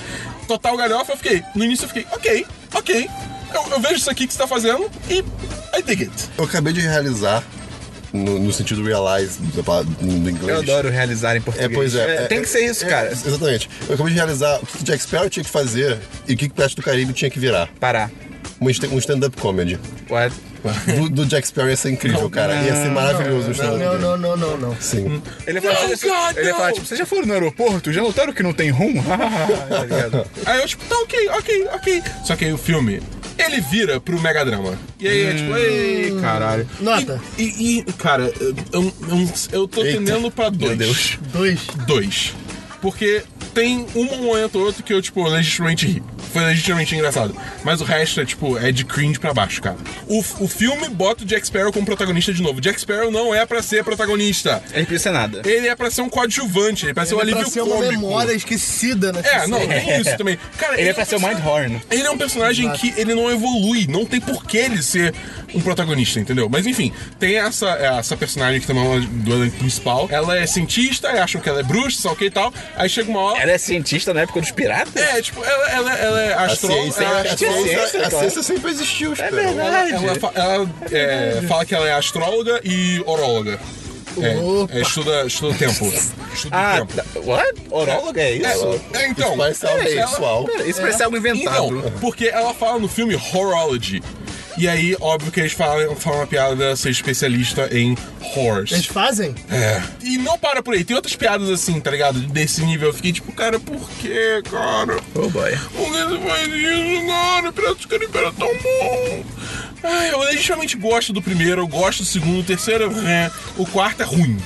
Total galhofa, eu fiquei. No início eu fiquei, ok, ok. Eu, eu vejo isso aqui que você tá fazendo e. I dig it.
Eu acabei de realizar, no, no sentido realize da palavra- do inglês.
Eu adoro realizar em
É,
português.
pois é.
tem
É,
que ser isso,
é,
cara.
Exatamente. Eu acabei de realizar o que o Jack Sparrow tinha que fazer e o que o Piratas do Caribe tinha que virar.
Parar.
Um stand- um stand-up comedy.
What?
Do, do Jack Sparrow ia ser incrível, cara. Ia ser maravilhoso o stand-up.
Não, não, não, não, não.
Sim.
Ele fala,
Não,
"Vocês já-
God,
ele
não."
fala, tipo, vocês já foram no aeroporto? Já notaram que não tem rum? tá ligado?
Aí eu, tipo, tá ok, ok, ok. Só que aí o filme, ele vira pro megadrama. E aí é tipo, ei, caralho.
Hum, Nota.
E, e- e, cara, eu, eu, eu- eu tô
Eita,
tendendo pra dois.
Deus.
Dois.
Dois. Porque tem um momento ou outro que eu, tipo, legitimamente ri. Foi legitimamente engraçado. Mas o resto é, tipo, é de cringe pra baixo, cara. O, o filme bota o Jack Sparrow como protagonista de novo. Jack Sparrow não é pra ser protagonista.
Ele não precisa nada.
Ele é pra ser um coadjuvante, ele é pra ser um
Ele é
alívio
pra ser uma
cômico.
memória esquecida, né?
É, não, tem isso também. Cara,
Ele é pra ser o
mais
Mindhorn.
ele é um personagem que ele não evolui, não tem por que ele ser um protagonista, entendeu? Mas enfim, tem essa, essa personagem que também é uma do elenco principal. Ela é cientista, aí acham que ela é bruxa, sei lá o que e tal. Aí chega uma hora.
Ela é cientista na época dos piratas?
É, tipo, ela, ela, ela é
A
astro-
ciência,
ela
a
é astróloga.
ciência-
ciência,
a
claro.
ciência sempre existiu,
É
Sparrow.
verdade.
Ela, fa- ela, é, fala que ela é astróloga e oróloga.
Opa.
É, é, estuda, estuda o tempo. Estuda o
Ah,
tempo.
tá- what? Oróloga é isso?
É, então.
Isso parece algo
ela-
sexual.
Pera, Isso parece algo inventado.
Então, porque ela fala no filme Horology. E aí, óbvio que eles falam, falam a piada de ela ser especialista em
Eles
horse.
fazem?
É. E não para por aí. Tem outras piadas assim, tá ligado? Desse nível. Eu fiquei tipo, cara, por que, cara?
Oh boy.
Por que você faz isso, cara? Piratas do Caribe era tão é bom. Ah, eu legitimamente gosto do primeiro, eu gosto do segundo, o terceiro é. O quarto é ruim.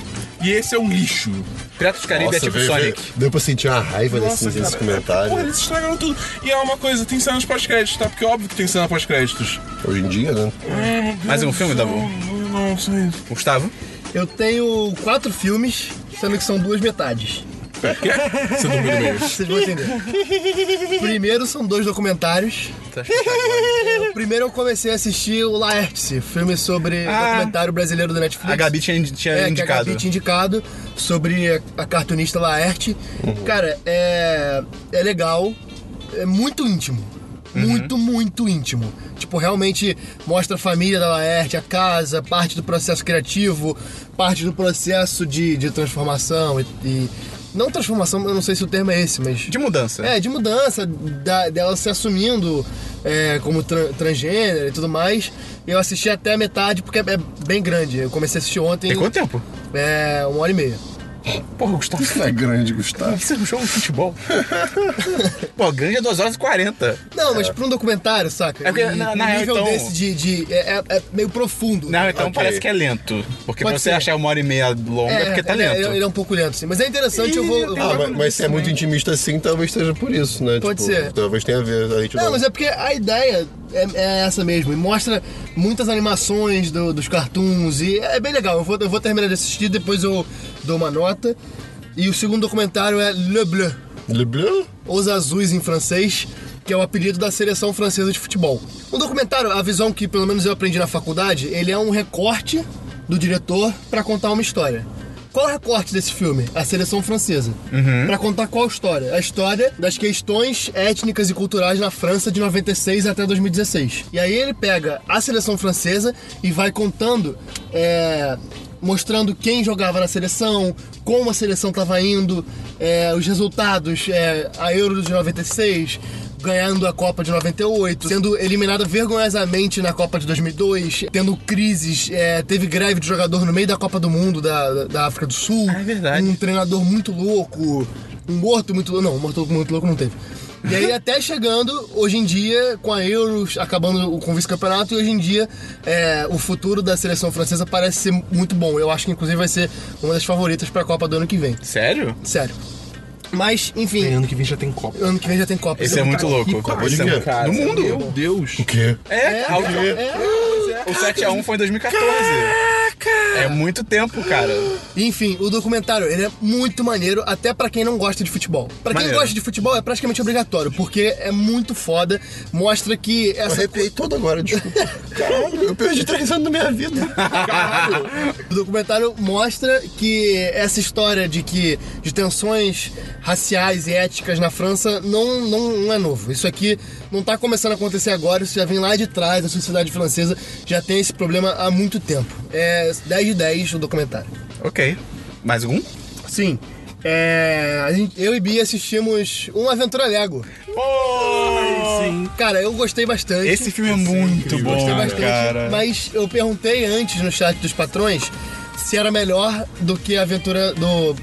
E esse é um lixo.
Piratas do Caribe é tipo
veio-
Sonic.
veio- Deu pra sentir uma raiva
Nossa,
desses, desses
cara.
comentários.
Porra, eles estragaram tudo. E é uma coisa, tem cenas pós-créditos, tá? Porque óbvio que tem cena pós-créditos.
Hoje em dia, né?
Mais um filme, Dabu?
Não, sei.
Gustavo?
Eu tenho quatro filmes, sendo que são duas metades.
Você dormiu no meio.
Vocês vão entender. Primeiro são dois documentários.
Tá,
O primeiro eu comecei a assistir o Laertes, filme sobre
Ah.
documentário brasileiro da Netflix.
A Gabi tinha, tinha
É, que a
indicado.
Gabi tinha indicado sobre a cartunista Laerte.
Uhum.
Cara, é, é legal, é muito íntimo.
Uhum.
Muito, muito íntimo. Tipo, realmente mostra a família da Laerte, a casa, parte do processo criativo, parte do processo de, de transformação e, e- Não transformação, eu não sei se o termo é esse, mas.
De mudança.
É, de mudança, da- dela se assumindo é, como tran- transgênero e tudo mais. Eu assisti até a metade porque é, é bem grande. Eu comecei a assistir ontem.
Tem quanto tempo?
É, uma hora e meia.
Porra, Gustavo,
Tá grande, Gustavo.
isso é um jogo de futebol. Pô, grande é 2 horas e 40.
Não, mas pra um documentário, saca?
É porque,
E
na-
um
na real,
nível
então-
desse de. de- é, é- é meio profundo.
Não, então
Ok.
parece que é lento. Porque
Pode
pra você
ser.
achar uma hora e meia longa é, porque tá
ele,
lento.
Ele, ele é um pouco lento, sim. Mas é interessante, eu vou. eu vou-
Ah, mas, mas se é muito intimista assim, talvez seja por isso, né?
Pode
Tipo,
ser.
Talvez tenha a ver. A gente
Não, mas é porque a ideia é, é essa mesmo. E mostra muitas animações do- dos cartoons. E é bem legal. Eu vou, eu vou terminar de assistir, depois eu dou uma nota. E o segundo documentário é Le Bleu,
Le Bleu?
Os Azuis em francês, que é o apelido da seleção francesa de futebol. Um documentário, a visão que pelo menos eu aprendi na faculdade, ele é um recorte do diretor para contar uma história. Qual é o recorte desse filme? A seleção francesa. Pra contar qual história? A história das questões étnicas e culturais na França de 96 até 2016. E aí ele pega a seleção francesa e vai contando é, mostrando quem jogava na seleção, como a seleção estava indo, é, os resultados, é, a Euro de 96, ganhando a Copa de 98, sendo eliminada vergonhosamente na Copa de 2002, tendo crises, é, teve greve de jogador no meio da Copa do Mundo da, da África do Sul,
Ah, é verdade.
um treinador muito louco, um morto muito louco, não, um morto muito louco não teve. E aí até chegando, hoje em dia, com a Euro acabando o- com o vice-campeonato, e hoje em dia é, o futuro da seleção francesa parece ser muito bom. Eu acho que inclusive vai ser uma das favoritas para a Copa do ano que vem.
Sério?
Sério. Mas, enfim,
Ano que vem já tem Copa.
ano que vem já tem Copa.
Esse é muito louco.
Onde
Esse é
que é?
muito- No mundo.
Meu Deus.
O quê?
É, a última-
É.
o 7x1 foi em 2014. É muito tempo, cara.
Enfim, o documentário, ele é muito maneiro, até pra quem não gosta de futebol. Pra quem
Maneiro.
gosta de futebol, é praticamente obrigatório, porque é muito foda, mostra que
Eu
essa
arrepiei todo agora, desculpa. Caralho, eu perdi três anos da minha vida.
O documentário mostra que essa história de que de tensões raciais e éticas na França não, não, não é novo. Isso aqui não está começando a acontecer agora, isso já vem lá de trás, a sociedade francesa já tem esse problema há muito tempo. É 10 de 10 o documentário.
Ok. Mais algum?
Sim. é, a gente- eu e Bia assistimos Um Aventura Lego.
Sim.
Cara, eu gostei bastante.
Esse filme é muito bom,
Gostei bastante,
cara.
mas eu perguntei antes no chat dos patrões se era melhor do que a aventura do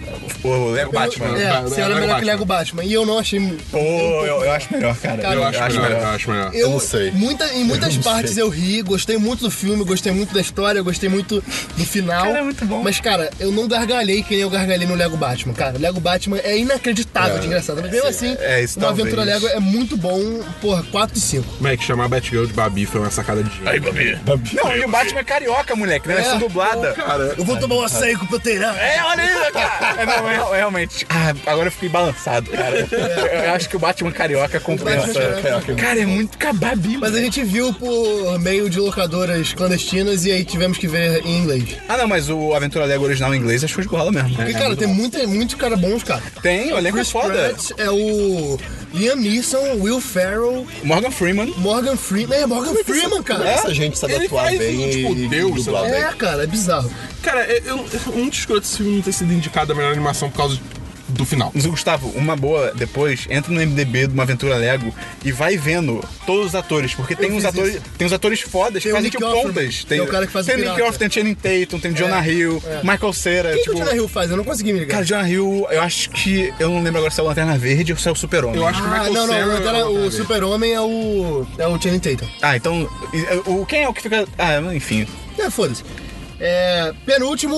O Lego Batman.
É,
Ba-
você era melhor
Lego
que
Batman.
Lego Batman. E eu não achei.
Pô, eu, eu acho melhor, cara.
Cara,
Eu acho, melhor, eu acho melhor.
Eu,
não sei.
Muita, em muitas
não
partes
sei.
eu ri, gostei muito do filme, gostei muito da história, gostei muito do final.
Cara, é muito bom.
Mas, cara, eu não gargalhei que nem eu gargalhei no Lego Batman, cara. Lego Batman é inacreditável de engraçado. Mas mesmo assim,
É, isso
uma aventura
talvez.
Lego é muito bom, porra, 4 e 5.
Como é que chamar a Batgirl de Babi foi uma sacada de gênio.
Não, e o Batman é carioca, moleque. Né? É.
É.
Versão dublada.
Eu vou tomar um açaí com proteína.
É, olha isso, cara. É, não, é, realmente. Ah, agora eu fiquei balançado, cara. Eu, eu acho que o Batman carioca compensa.
Batman
Cara, é muito cababi,
Mas é- a gente viu por meio de locadoras clandestinas e aí tivemos que ver em inglês.
Ah, não, mas o Aventura Lego original em inglês é show de bola mesmo.
Porque, cara, tem muita, muito cara bons, cara.
Tem, o elenco é
Chris
foda.
Pratt é o Liam Neeson, Will Ferrell,
Morgan Freeman.
Morgan Freeman. É Morgan Freeman, cara.
Essa gente sabe
Ele
atuar
faz
bem
um, tipo,
e
Deus,
dublar
sabe?
bem.
É, cara, é bizarro.
Cara, eu, eu, eu- um desconto esse filme não ter sido indicado a melhor animação por causa do final.
Mas, Gustavo, uma boa depois, entra no MDB de uma aventura Lego e vai vendo todos os atores, porque tem
Eu
uns
fiz
atores,
isso.
tem uns atores fodas que
Tem o
fazem
Nick
tipo
Offerman,
pontas.
que é o cara que faz o
tem Nick
pirata. É.
Offered, tem Channing Tatum, tem Jonah Hill, Michael Cera,
Quem
tipo.
que o Jonah Hill faz? Eu não consegui me ligar.
Cara, Jonah Hill, eu acho que. Eu não lembro agora se é o Lanterna Verde ou se é o Super-Homem.
Eu acho que o
ah,
Michael
não, não,
Cera-
o Lanterna- o Super-Homem é o. É o Channing Tatum.
Ah, então. e- O, quem é o que fica. Ah, enfim.
É, foda-se. É, penúltimo,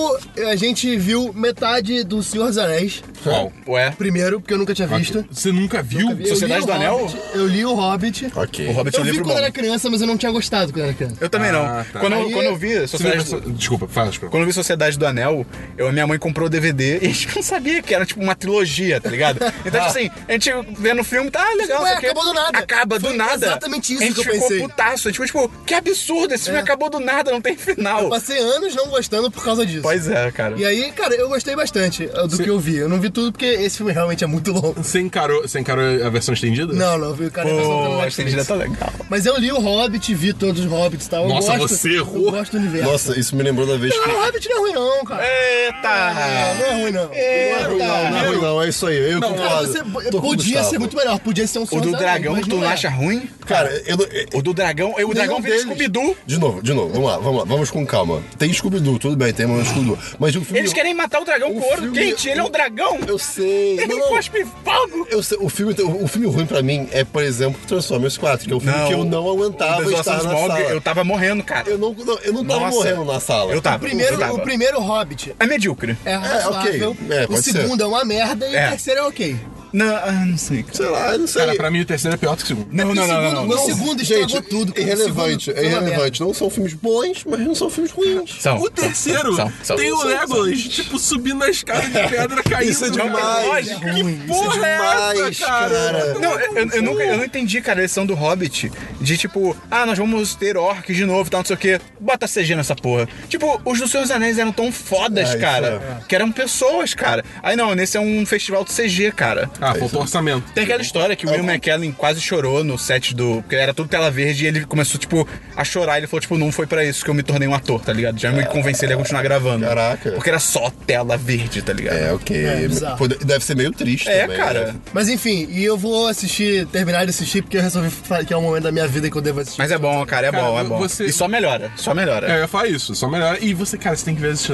a gente viu metade do Senhor dos Anéis.
Qual?
Ué.
Primeiro, porque eu nunca tinha visto.
Você é nunca viu?
Eu li
Sociedade
o
do Anel?
Hobbit, Eu li o Hobbit.
Ok.
O Hobbit é
Eu
um
vi
livro
quando
bom.
era criança, mas eu não tinha gostado quando era criança.
Eu também
Ah,
não.
tá.
Quando, eu-
Aí-
quando eu vi
Você nunca-
Sociedade do...
Desculpa, fala, desculpa.
Quando eu vi Sociedade do Anel, eu, minha mãe comprou o DVD e a gente não sabia que era tipo uma trilogia, tá ligado? Então, tipo assim, a gente vendo o filme, tá ah, legal.
Ué,
sei o quê.
acabou do nada.
Acaba
Foi
do nada.
exatamente isso
a gente
que eu
ficou
pensei. É.
putaço. A gente ficou tipo, que absurdo, esse filme acabou do nada, não tem final.
Passei anos não gostando por causa disso.
Pois é, cara.
E aí, cara, eu gostei bastante uh, do que eu vi. Eu não vi tudo porque esse filme realmente é muito longo.
Você encarou, você encarou a versão estendida?
Não, não, vi o cara é passando pelo
Pô, a
tá Netflix.
estendida tá legal.
Mas eu li o Hobbit, vi todos os Hobbits e tal. Eu
Nossa,
gosto-
você errou.
Eu gosto do universo.
Nossa, isso me lembrou da vez que.
Não, o Hobbit não é ruim não, cara. Não, não
Eita!
é ruim não.
Não, é ruim, não, é isso aí. Eu
tá Cara,
concordo.
você
Tô com o
podia
Gustavo.
ser muito melhor. Podia ser um
O
Senhor
do
dos Anéis,
dragão
mas
tu não
é.
acha ruim?
Cara, eu não-
O do dragão, eu, o dragão vira
deles.
Scooby-Doo.
De novo, de novo, vamos lá, vamos lá, vamos com calma. Tem Scooby-Doo, tudo bem, tem um Scooby-Doo. Mas o filme.
Eles querem matar o dragão
O
com ouro
filme-
quente, ele é um dragão.
Eu sei.
Ele
não, não.
cospe fogo.
Eu sei, o, filme, o filme ruim pra mim é, por exemplo, Transformers 4, que é um filme que eu não aguentava
o
estar na
Smog,
sala.
Eu tava morrendo, cara.
Eu não, não, eu não tava
Nossa.
morrendo na sala.
Eu tava.
O primeiro,
eu tava.
o primeiro Hobbit
É medíocre.
é razoável.
ok. É,
o
pode ser.
segundo é uma merda e
É.
o terceiro é ok.
Não, ah, não sei. cara.
Sei lá, eu não sei.
Cara, pra mim o terceiro é pior do que o segundo.
Não, não,
O
não,
segundo-
não, não.
o segundo estragou
Gente,
tudo.
é
cara. O
irrelevante,
segundo
é
foi uma
irrelevante. Não são filmes bons, mas não são filmes ruins.
São,
O
são,
terceiro
são, são,
tem
são,
o
são,
Legolas, tipo, subindo na escada de pedra, caindo.
Isso é
cara.
demais.
Lógico,
merda. Ruim.
Porra, é
é demais,
essa, cara.
cara.
Não, eu, eu- eu nunca, eu não entendi, cara, a lição do Hobbit de tipo, ah, nós vamos ter orcs de novo e tal, não sei o quê. Bota CG nessa porra. Tipo, os do Senhor dos Anéis eram tão
É,
fodas,
isso
cara, que eram pessoas, cara. Aí não, nesse é um festival de CG, cara.
Ah, faltou orçamento.
Tem aquela história que o Will McKellen quase chorou no set do. Porque era tudo tela verde e ele começou, tipo, a chorar. Ele falou, tipo, não foi pra isso que eu me tornei um ator, tá ligado? Já me convenci ele a continuar gravando.
Caraca.
Porque era só tela verde, tá ligado?
É, ok.
É, bizarro.
Pô, Deve ser meio triste
É,
também,
cara.
né?
Mas enfim, e eu vou assistir, terminar de assistir, porque eu resolvi fa- que é um momento da minha vida que eu devo assistir.
Mas é bom, cara, é
Cara,
bom, é bom.
você-
E só melhora, só
É,
melhora.
eu ia falar isso, só melhor. E você, cara, você tem que ver as,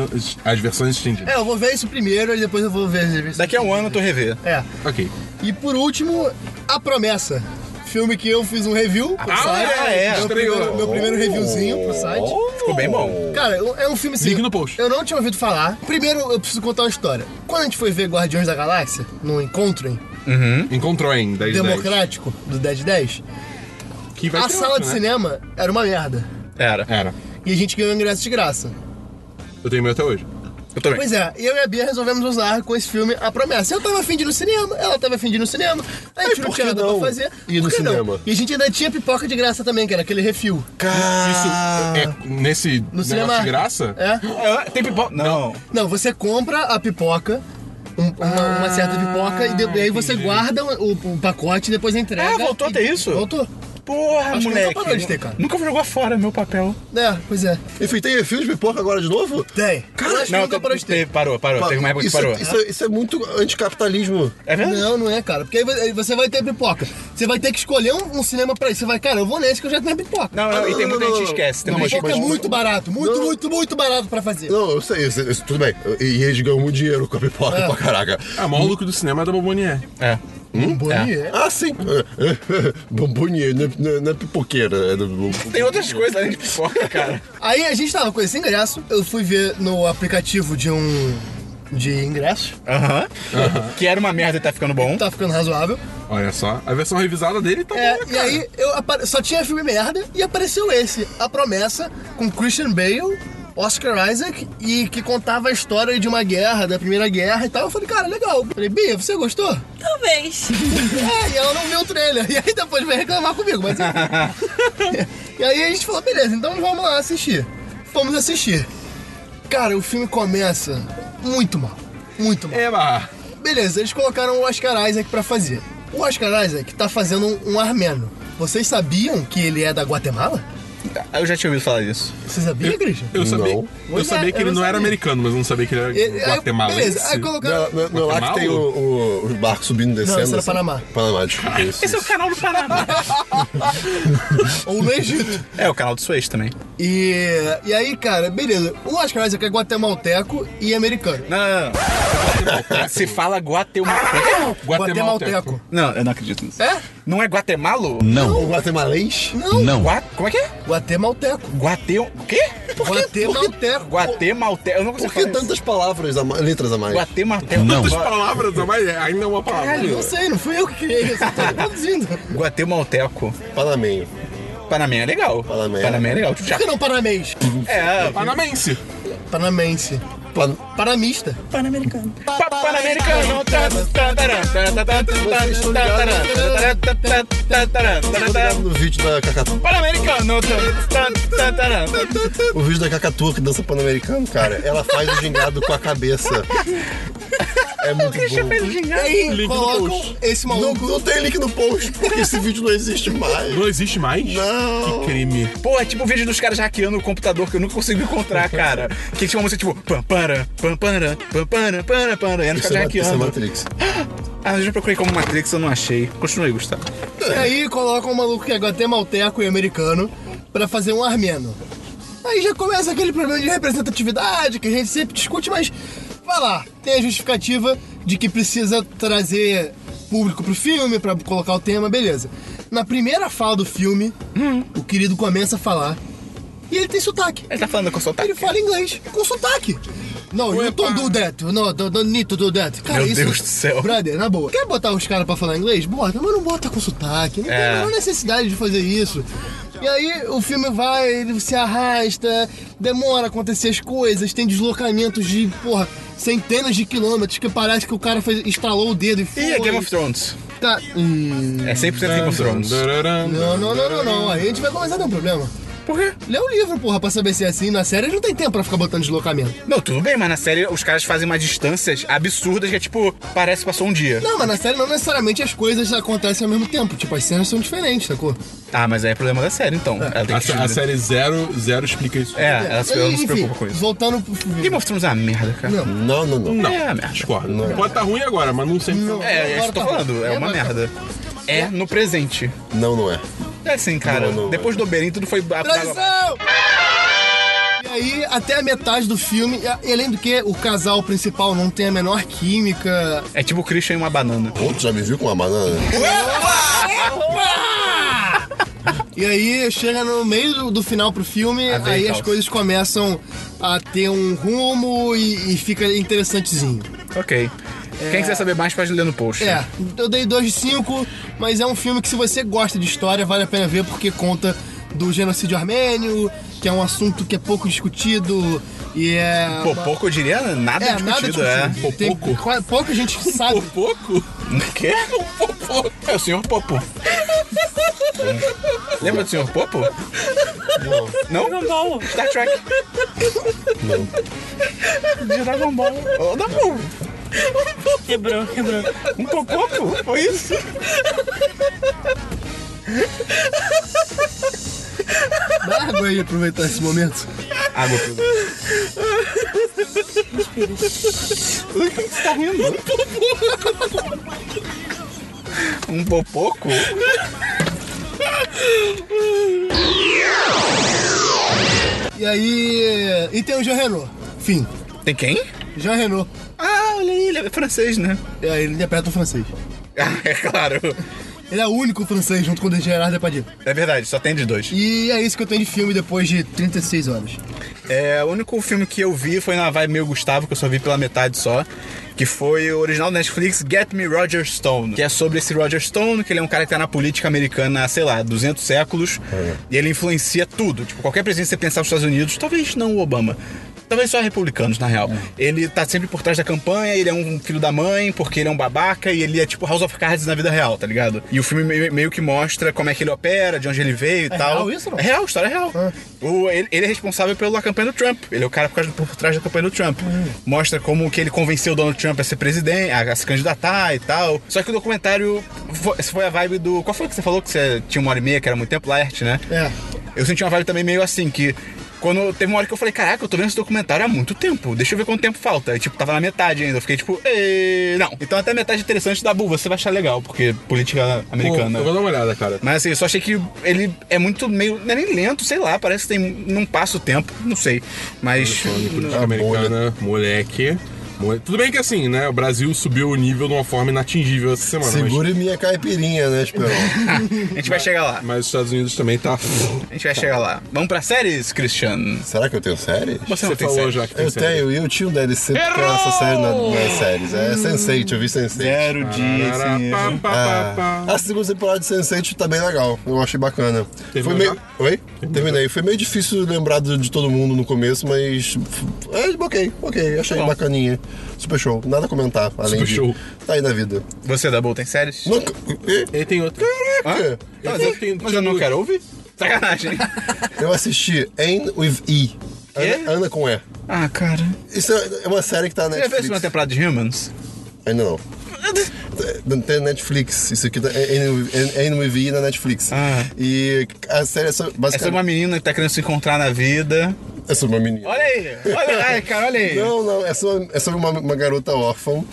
as versões estendidas.
É, eu vou ver isso primeiro e depois eu vou ver as revistas.
Daqui a um ano tu revê.
É.
Ok.
E por último, A Promessa. Filme que eu fiz um review pro
Ah,
site.
é, Oh.
meu,
estreou.
primeiro, meu primeiro reviewzinho pro site.
Ficou bem bom.
Cara, eu- é um filme assim.
Link no post.
Eu não tinha ouvido falar. Primeiro, eu preciso contar uma história. Quando a gente foi ver Guardiões da Galáxia, no encontro hein, Hum?
Encontrou em 10
democrático do 1010,
Que vai
a
ter
sala
outro,
de
né?
cinema era uma merda.
Era.
Era.
E a gente ganhou ingresso de graça.
Eu tenho meu até hoje.
Eu também.
Pois é, eu e a Bia resolvemos usar com esse filme a promessa. Eu tava afim de ir no cinema, ela tava afim de ir no cinema, a gente não
por
tinha
que
nada
não
pra fazer.
ir no
Por que não?
cinema?
E a gente ainda tinha pipoca de graça também, que era aquele refil.
Isso é nesse
Ah. No
negócio
cinema.
de graça?
É.
Ah, Tem pipoca? Não.
Não, você compra a pipoca. um- uma, uma certa pipoca e, de- e aí você guarda o, o pacote e depois entrega.
Ah, voltou
e-
a ter isso?
Voltou.
Porra,
Acho que
moleque.
nunca parou de ter, cara.
Nunca jogou fora meu papel.
É, pois é.
Enfim, tem refil de pipoca agora de novo?
Tem. Cara,
Não,
nunca
te-
parou de ter.
teve- Parou, parou. Teve uma época que
isso,
parou.
Isso, isso é muito anticapitalismo.
É verdade?
Não, não é, cara. Porque aí vo- aí você vai ter pipoca. Você vai ter que escolher um, um cinema pra isso. Você vai, cara, eu vou nesse que eu já tenho pipoca.
Não, não, e tem muita gente
não, não,
que
não.
esquece. Tem
Não,
muita
mas
gente
pipoca
que
é
esquece.
muito barato. Muito,
Não. Hum?
muito, muito barato pra fazer.
Não, eu sei, isso, isso- tudo bem. E eles ganham muito dinheiro com a pipoca
É.
pra caraca.
Ah, o maior lucro do cinema é da Bobonier.
É.
Bonnie, é.
Ah, sim. Bombonier, não é, não é- não é pipoqueira. É do...
Tem outras coisas além de pipoca, cara.
Aí a gente tava com esse ingresso. Eu fui ver no aplicativo de um. de ingresso.
Aham. Que era uma merda e tá ficando bom.
Tá ficando razoável.
Olha só, a versão revisada dele tá
É,
boa, cara.
e aí eu apare- só tinha filme merda e apareceu esse, A Promessa, com Christian Bale, Oscar Isaac, e que contava a história de uma guerra, da primeira guerra e tal. Eu falei, cara, legal. Eu falei, Bia, você gostou?
Talvez.
é, e ela não viu o trailer. E aí depois veio reclamar comigo, mas. e aí a gente falou, beleza, então vamos lá assistir. Vamos assistir. Cara, o filme começa muito mal. Muito
É.
mal.
Eba!
Beleza, eles colocaram o Oscar Isaac pra fazer. O Oscar Isaac tá fazendo um, um armênio. Vocês sabiam que ele é da Guatemala?
Ah, Eu já tinha ouvido falar disso.
Você sabia, Christian?
Eu sabia,
Não.
eu
Pois é,
sabia que
eu
ele
não
não era
sabia.
americano, mas eu não sabia que ele
E-
era
aí-
guatemalense.
Beleza, aí colocaram.
Não, não, não é lá que tem o, o, os barcos subindo e descendo. assim.
isso era Panamá.
Panamá, desculpa. Isso,
Esse é o
isso.
canal do Panamá.
Ou no Egito.
É, o canal do Suez também.
E, e aí, cara, beleza. O Oscar Isaac é guatemalteco e americano.
Não, não, não. Se fala Guatemala.
Guatemalteco.
Não, eu não acredito nisso.
É?
é? Não é Guatemalo?
O guatemalês?
Não.
Gua- Como é que é?
Guatemalteco.
Guateu. O quê?
Guatemalteco.
Guatemalteco. Eu não
Por
consigo
que
falar isso.
tantas palavras, a mais, letras a mais?
Guatemalteco. Não.
Quantas palavras, mas ainda é uma palavra.
Não sei, não fui eu que criei isso. eu Tô produzindo. Por
Guatemalteco.
Panamenho.
Panamé é legal.
Panamé.
é legal. Tipo, já-
que não panamês?
É.
Panamense.
Panamense.
Pan...
Panamista.
Pan-americano.
Pa- Panamericano. tá, tá, tará, tá, tá, tá, tá,
estão
tá, tará, tá, tá, tá, tá, tá, tá,
Tô
tá,
ligado no vídeo da Cacatua.
Panamericano. tá, tá, tá, tará.
O vídeo da Cacatua que dança pan-americano, cara. Ela faz o gingado com a cabeça. É muito bom.
E aí,
Link no
colocam
post.
esse
Não,
maluco.
não tem link no post, porque esse vídeo não existe mais.
Não existe mais?
Não.
Que crime.
Pô, é tipo o vídeo dos caras hackeando o computador que eu nunca consigo encontrar, cara. Que tinha uma música tipo. Pam, para, pam, para, pam, para, para, para. E eram os
Isso é,
caras
ma- isso é
hackeando.
Matrix.
Ah, eu já procurei como Matrix, eu não achei. Continue, Gustavo.
E aí colocam um maluco que é guatemalteco e americano pra fazer um armeno. Aí já começa aquele problema de representatividade que a gente sempre discute, mas vai lá, tem a justificativa de que precisa trazer público pro filme pra colocar o tema, beleza. Na primeira fala do filme, o querido começa a falar e ele tem sotaque.
Ele tá falando com o sotaque?
Ele fala inglês, com sotaque. Não, you don't do that. No, don't, don't need to do that. Cara,
Meu
isso,
Deus do céu.
Brother, na boa. Quer botar os caras pra falar inglês? Bota, mas não bota com sotaque. Não tem
É.
a menor necessidade de fazer isso. E aí o filme vai, ele se arrasta, demora a acontecer as coisas, tem deslocamentos de, porra, centenas de quilômetros que parece que o cara fez, estalou o dedo e foi.
Ih, é Game of Thrones.
Tá, hum,
É 100% Game of Thrones.
não, não, não, não, não. Aí a gente vai começar a ter um problema.
Por quê?
Lê o livro, porra, pra saber se é assim. Na série não tem tempo pra ficar botando deslocamento.
Não, tudo bem, mas na série os caras fazem umas distâncias absurdas que é tipo, parece que passou um dia.
Não, mas na série não necessariamente as coisas acontecem ao mesmo tempo. Tipo, as cenas são diferentes, sacou?
Ah, mas aí é problema da série, então. Ela tem
A,
que te-
sé- a série zero, zero explica isso.
É, ela, se- ela não se
Enfim,
preocupa com isso.
Voltando pro filme.
Game of Thrones é uma merda, cara.
Não.
Não, não, não.
Não,
É, merda.
discordo. Pode estar ruim agora, mas não sempre.
Não.
É, é isso
Agora
que eu tô
tá
falando.
bom.
É uma
Agora tá
merda. É no presente.
Não, não é.
É assim, cara.
Não, não,
Depois do Oberyn, tudo foi...
Tradição! E aí, até a metade do filme, e a- e além do que, o casal principal não tem a menor química.
É tipo o Christian e uma banana.
Outro já me viu com uma banana?
E aí, chega no meio do, do final pro filme,
Ah, bem,
aí as
calça.
coisas começam a ter um rumo e, e fica interessantezinho.
Ok. Quem quiser saber mais, pode ler no post.
É, eu dei 2 de 5, mas é um filme que se você gosta de história, vale a pena ver porque conta do genocídio armênio, que é um assunto que é pouco discutido e é...
Pô,
uma-
pouco eu diria nada
É, nada
discutido,
discutido.
é.
Tem-
Pouco?
qua- pouca gente que sabe.
Popoco?
O quê?
Um popoco.
É o senhor Popo. Lembra do senhor Popo? Não. Não?
Dragon Ball.
Star Trek.
De Dragon Ball.
Ô, dá bom.
Quebrou, quebrou.
Um Popoco? Foi isso?
Dá água aí, aproveitar esse momento.
Água tudo. Você tá rindo? Um Popoco?
E aí... E tem o Jean Renault. Fim.
Tem quem?
Jean Renault.
Ah, olha aí, ele é francês, né?
E aí ele interpreta o francês.
Ah, é claro.
Ele é o único francês junto com o Gerard Depardieu.
É verdade, só tem de dois.
E é isso que eu tenho de filme depois de 36 horas.
É, o único filme que eu vi foi na vibe meu Gustavo, que eu só vi pela metade só, que foi o original do Netflix Get Me Roger Stone, que é sobre esse Roger Stone, que ele é um cara que tá na política americana há, sei lá, 200 séculos,
É.
e ele influencia tudo, tipo, qualquer presidente que você pensar nos Estados Unidos, talvez não o Obama, Talvez só republicanos, na real.
É.
Ele tá sempre por trás da campanha, ele é um filho da mãe, porque ele é um babaca, e ele é tipo House of Cards na vida real, tá ligado? E o filme meio, meio que mostra como é que ele opera, de onde ele veio e tal.
real isso, não?
É real, história real. O, ele, ele é responsável pela campanha do Trump. Ele é o cara por, causa- por trás da campanha do Trump. Mostra como que ele convenceu o Donald Trump a ser presidente, a, a se candidatar e tal. Só que o documentário foi, essa foi a vibe do. Qual foi que você falou que você tinha uma hora e meia, que era muito tempo, Laerte, né?
É.
Eu senti uma vibe também meio assim, que. Quando teve uma hora que eu falei, caraca, eu tô vendo esse documentário há muito tempo. Deixa eu ver quanto tempo falta. E, tipo, tava na metade ainda. Eu fiquei, tipo, "Ê, não. Então até a metade interessante da Bu, você vai achar legal, porque política
Pô,
americana.
eu vou dar uma olhada, cara.
Mas assim, eu só achei que ele é muito meio. Não é nem lento, sei lá, parece que tem, não passa o tempo, não sei. Mas.
Política americana, moleque. Mole- Tudo bem que assim, né? O Brasil subiu o nível de uma forma inatingível essa semana. mas-
Segure minha caipirinha, né, Esperão?
A gente vai chegar lá.
Mas, os Estados Unidos também tá.
A gente vai chegar lá. Vamos pra séries, Christian?
Será que eu tenho séries?
Você, não
Você
tem
falou
séries.
já que tem
Eu
série.
tenho, e eu tinha um DLC porque era essa série na, nas séries. É Sense8, eu vi Sense8.
Zero dia,
Pá,
senhor.
pá, pá,
Ah.
pá.
É. A segunda temporada de Sense8 tá bem legal, eu achei bacana. Foi
Terminou
meio...
já?
Oi? Terminei. Foi meio difícil lembrar do- de todo mundo no começo, mas... É, ok, ok, achei
Tá bom.
bacaninha. Super show, nada a comentar, além
Super
de...
show.
Tá aí na vida.
Você, Dabu, tem séries?
Nunca... Ih,
Ele tem outro.
Hã?
Eu
Mas eu,
tenho-
mas eu não quero ouvir? Sacanagem.
Eu assisti Anne with E. Ana, Ana com E.
ah, cara.
Isso é uma série que tá
Você
na
já viu a
Netflix.
segunda temporada de Humans?
Ainda não. Não Tem Netflix, isso aqui tá NMV na Netflix.
Ah.
E a série é só-
É sobre uma
basicamente.
menina que tá querendo se encontrar na vida.
É sobre uma menina.
Olha aí, olha aí, cara, olha aí.
Não, não, é sobre, é sobre uma, uma garota órfã.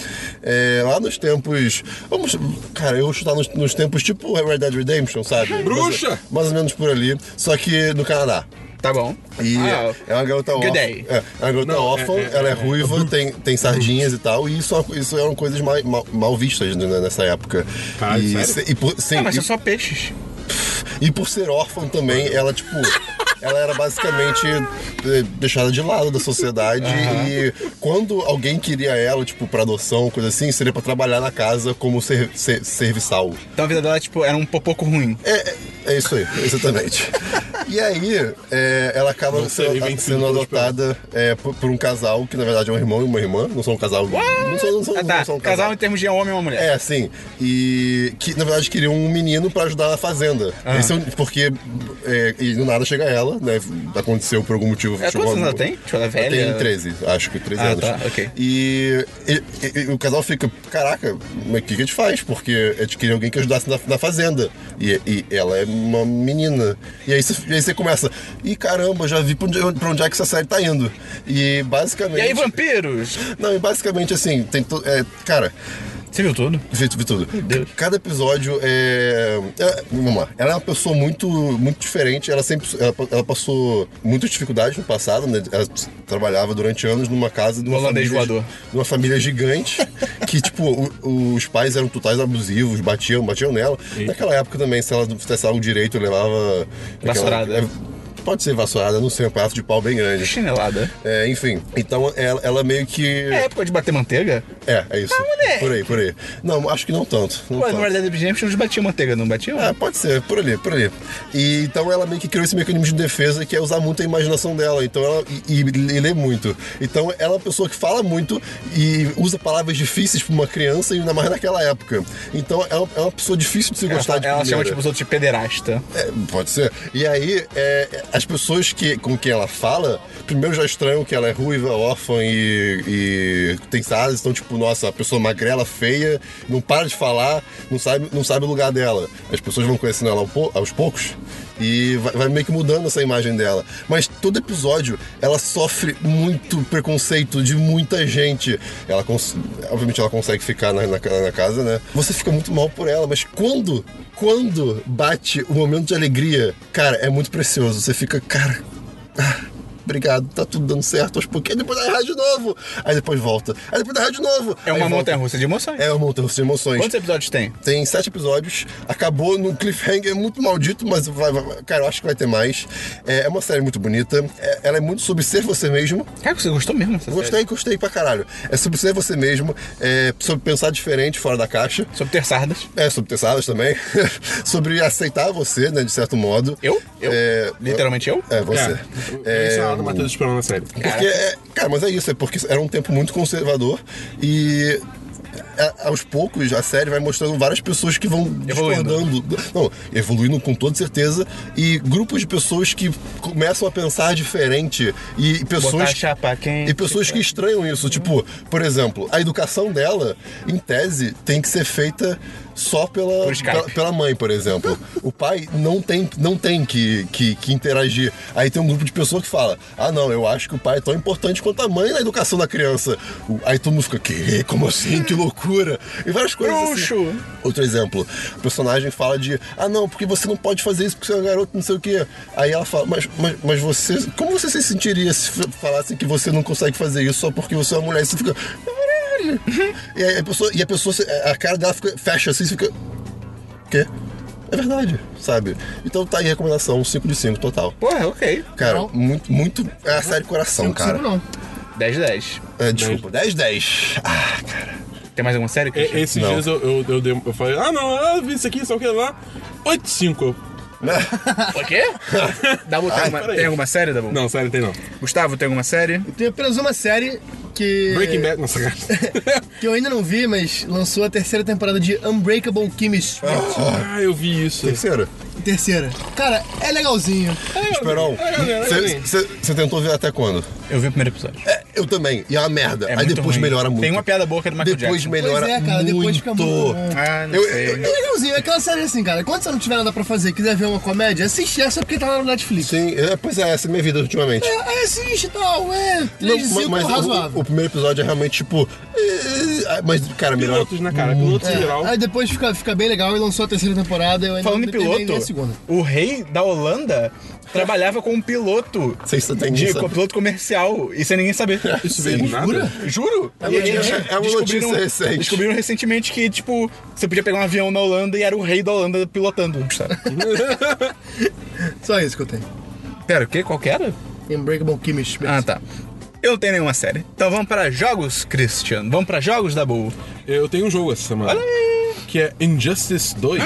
É, lá nos tempos. Vamos. Cara, eu vou chutar nos, nos tempos tipo Red Dead Redemption, sabe?
Bruxa!
Mais, mais ou menos por ali. Só que no Canadá.
Tá bom.
E
Ah,
é uma garota
Good
órfã.
day.
É, é uma garota
Não,
órfã,
é, é,
ela é,
é.
ruiva, tem, tem sardinhas e tal, e isso, é uma co- isso eram coisas mal, mal- mal vistas né, nessa época.
Caralho,
e,
sério?
se- e por, sim,
Ah, mas
e,
são só peixes.
e por ser órfã também, ela, tipo. Ela era basicamente eh, deixada de lado da sociedade e quando alguém queria ela, tipo, pra adoção, coisa assim, seria pra trabalhar na casa como ser, ser- serviçal.
Então a vida dela, tipo, era um pouco ruim.
É, é- é isso aí, exatamente. e aí, é, ela acaba
serei
sendo,
vencido
sendo
pelos
adotada é, por, por um casal, que na verdade é um irmão e uma irmã, não são um casal. Não são, não são,
Ah, tá.
não são um
Casal em termos de homem ou mulher.
É, sim. E que na verdade queriam um menino pra ajudar na fazenda.
Ah.
Esse é um- porque. é, e do nada chega ela, né? Aconteceu por algum motivo.
É,
chegou
quantos
uma-
anos ela tem? Tipo, ela é velha?
tem 13, acho que 13
Ah,
anos.
tá, ok.
E, e- e- e o casal fica, caraca, mas o que, que a gente faz? Porque a gente queria alguém que ajudasse na, na fazenda. E, e ela é uma menina. E aí, você- e aí você começa, e caramba, já vi pra onde, pra onde é que essa série tá indo. E basicamente.
E aí, vampiros?
Não, e basicamente assim, tem. to- É, cara.
Você viu tudo?
Vi, vi tudo.
Deus.
Cada episódio é... é- Vamos lá. Ela é uma pessoa muito, muito diferente. Ela sempre... Ela, pa- ela passou muitas dificuldades no passado, né? Ela t- trabalhava durante anos numa casa de uma
Holandês
família...
voador.
de uma família gigante. que, tipo, o- os pais eram totais abusivos, batiam, batiam nela. Naquela época também, se ela não fizesse algo direito, levava... aquela-
Vassourada.
é, Pode ser vassourada, não sei, um pedaço de pau bem grande.
Chinelada.
É, enfim, então ela, ela meio que.
É época de bater manteiga?
É, é isso.
moleque.
por aí, por aí. Não, acho que não tanto. Não
Pô,
tanto.
no Red Dead Redemption eles batiam manteiga, não batiam?
É, pode ser, por ali, por ali. E, então ela meio que criou esse mecanismo de defesa que é usar muito a imaginação dela. Então ela e, e- e lê muito. Então ela é uma pessoa que fala muito e usa palavras difíceis pra uma criança, ainda mais naquela época. Então é uma, é uma pessoa difícil de se
ela
gostar de
ela chama
primeira.
tipo, os outros de pederasta.
É, pode ser. E aí, é, as pessoas que, com quem ela fala, primeiro já estranham que ela é ruiva, órfã e, e tem sardas, então, tipo, nossa, a pessoa magrela, feia, não para de falar, não sabe, não sabe o lugar dela. As pessoas vão conhecendo ela ao pou- aos poucos e vai, vai meio que mudando essa imagem dela. Mas todo episódio ela sofre muito preconceito de muita gente. Ela cons- obviamente ela consegue ficar na, na ca- na casa, né? Você fica muito mal por ela, mas quando quando bate o momento de alegria, cara, é muito precioso. Você fica, cara, ah, obrigado, tá tudo dando certo aos pouquinhos, depois dá errado de novo. Aí depois volta. Aí depois dá errado de novo.
É
Aí
uma
volta.
montanha russa de emoções.
É uma montanha de emoções.
Quantos episódios tem?
Tem sete episódios. Acabou no cliffhanger é muito maldito, mas vai, vai- cara, eu acho que vai ter mais. É, é uma série muito bonita. É- ela é muito sobre ser você mesmo.
Cara, você gostou mesmo dessa série?
Gostei, gostei pra caralho. É sobre ser você mesmo, é sobre pensar diferente fora da caixa.
Sobre ter sardas.
É, sobre ter salas também. sobre aceitar você, né, de certo modo.
Eu? Eu?
É,
Literalmente eu?
É, você. É,
É, é, do Matheus Esperão na série.
porque, é, cara, mas é isso, é porque era um tempo muito conservador e a- aos poucos, a série vai mostrando várias pessoas que vão
Evoluindo.
discordando. Não, evoluindo com toda certeza. E grupos de pessoas que começam a pensar diferente. E pessoas.
Botar chapa quente.
E pessoas que estranham isso. Tipo, por exemplo, a educação dela, em tese, tem que ser feita só pela,
Por Skype.
pela, pela mãe, por exemplo. O pai não tem, não tem que, que, que interagir. Aí tem um grupo de pessoas que fala: Ah, não, eu acho que o pai é tão importante quanto a mãe na educação da criança. O- Aí todo mundo fica: Que? Como assim? Que loucura! E várias coisas. assim.
Bruxo!
Outro exemplo: o personagem fala de: Ah, não, porque você não pode fazer isso porque você é um garoto, não sei o quê. Aí ela fala: Mas, mas, mas você. Como você se sentiria se f- falassem que você não consegue fazer isso só porque você é uma mulher? E você fica. "Caralho." E aí a pessoa, e a pessoa, se- a cara dela fica, fecha assim, fica. Quê? É verdade, sabe? Então tá aí a recomendação, 5 de 5 total.
Porra, ok.
Cara,
Não.
muito, muito. É a série coração, cara.
Cinco, não.
10 de 10.
É, desculpa, 10 10. Ah, cara.
Tem mais alguma série,
É,
Christian?
esses
Não.
dias eu, eu, eu, dei- eu falei, ah não, ah, vi isso aqui, só o que lá. 8,5.
né?
O quê? Dabu, tem, alguma,
peraí.
tem alguma série, Dabu?
Não, sério, tem não.
Gustavo, tem alguma série?
Tem apenas uma série que.
Breaking Bad, nossa, cara.
Que eu ainda não vi, mas lançou a terceira temporada de Unbreakable Kimmy Schmidt.
ah, eu vi isso.
Terceiro.
Terceira. Cara, é legalzinho.
Esperão,
é, é, é, é.
você tentou ver até quando?
Eu vi o primeiro episódio.
É, eu também. E é uma merda.
É
Aí
muito
depois
ruim.
melhora
Tem
muito.
uma piada boa que é do Michael
Depois
Jackson.
melhora
Pois é, cara,
muito.
depois fica muito bom.
Ah, não
Eu-
sei.
eu-
É legalzinho, é aquela série assim, cara. Quando você não tiver nada pra fazer e quiser ver uma comédia, assiste essa porque tá lá no Netflix.
Sim, é, pois é, essa é a minha vida ultimamente.
É, aí assiste e tal, é. 3 de
Não,
5
mas o-
razoável.
o, primeiro episódio é realmente tipo. eh, eh, Mas, cara, melhor.
Pilotos, né, cara? Pilotos em geral.
É, aí depois fica, fica bem legal e lançou a terceira temporada. Eu ainda
Falando em
não terminei
piloto,
nem a segunda.
o rei da Holanda trabalhava com um piloto.
Vocês só têm
de,
isso,
com
sabe?
piloto comercial e sem ninguém saber.
Isso veio do nada.
Juro?
É uma notícia- é uma
descobriram,
notícia recente.
descobriram recentemente que, tipo, você podia pegar um avião na Holanda e era o rei da Holanda pilotando.
Só isso que eu tenho.
Pera, o quê? Qual que era?
Unbreakable Kimmy Schmidt.
Ah, tá. Eu não tenho nenhuma série. Então vamos pra jogos, Christian. Vamos pra jogos da Bull.
Eu tenho um jogo essa semana. Que é Injustice 2.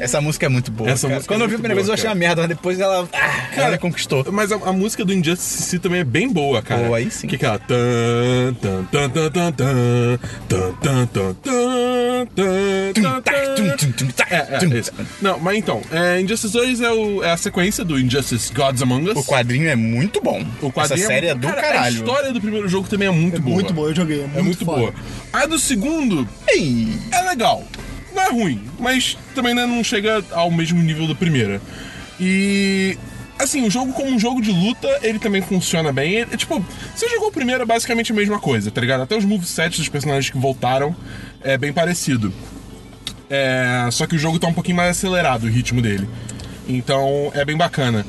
Essa música é muito boa.
Essa
cara.
música
Quando
é
eu vi a
muito
primeira vez eu
boa,
achei
cara.
uma merda, mas depois ela. Ah, cara, ela conquistou.
Mas a, a música do Injustice em si também é bem boa, cara.
Boa, aí sim.
Que que é ela? Tan, tan, tan, tan, tan, tan, tan, tan, tan, tan, tan, tan, tan. É, é, esse. Não, mas então, é, Injustice 2 é, o- é a sequência do Injustice Gods Among Us.
O quadrinho é muito bom.
O quadrinho
Essa série é do
cara, A
caralho.
história do primeiro jogo também é muito boa.
Muito boa, eu joguei. É muito,
É muito
foda.
boa. A do segundo
Ei,
é legal. Não é ruim, mas também né, não chega ao mesmo nível da primeira. E. Assim, o jogo como um jogo de luta, ele também funciona bem. É, tipo, você jogou o primeiro, é basicamente a mesma coisa, tá ligado? Até os movesets dos personagens que voltaram é bem parecido. É, só que o jogo tá um pouquinho mais acelerado, o ritmo dele. Então é bem bacana.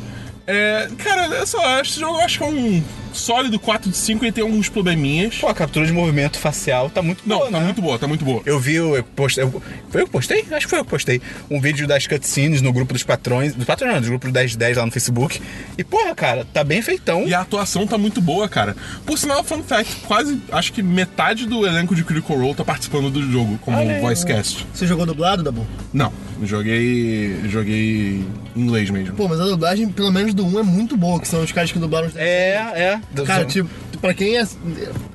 É, cara, eu só acho esse jogo eu acho que é um sólido 4 de 5 e tem alguns probleminhas.
pô, a captura de movimento facial tá muito
Não,
boa,
tá
né?
muito boa, tá muito boa.
Eu vi, eu postei. eu- foi eu que postei? Acho que foi eu que postei. Um vídeo das cutscenes no grupo dos patrões. Dos patrões, não, do grupo do 1010 lá no Facebook. E, porra, cara, tá bem feitão.
E a atuação tá muito boa, cara. Por sinal, fun fact, quase acho que metade do elenco de Critical Role tá participando do jogo como voice cast.
Você jogou dublado, Dabu?
Não, joguei. joguei em inglês mesmo.
Pô, mas a dublagem, pelo menos do 1, é muito boa, que são os caras que dublaram os
É, é.
Cara, tipo, pra quem é.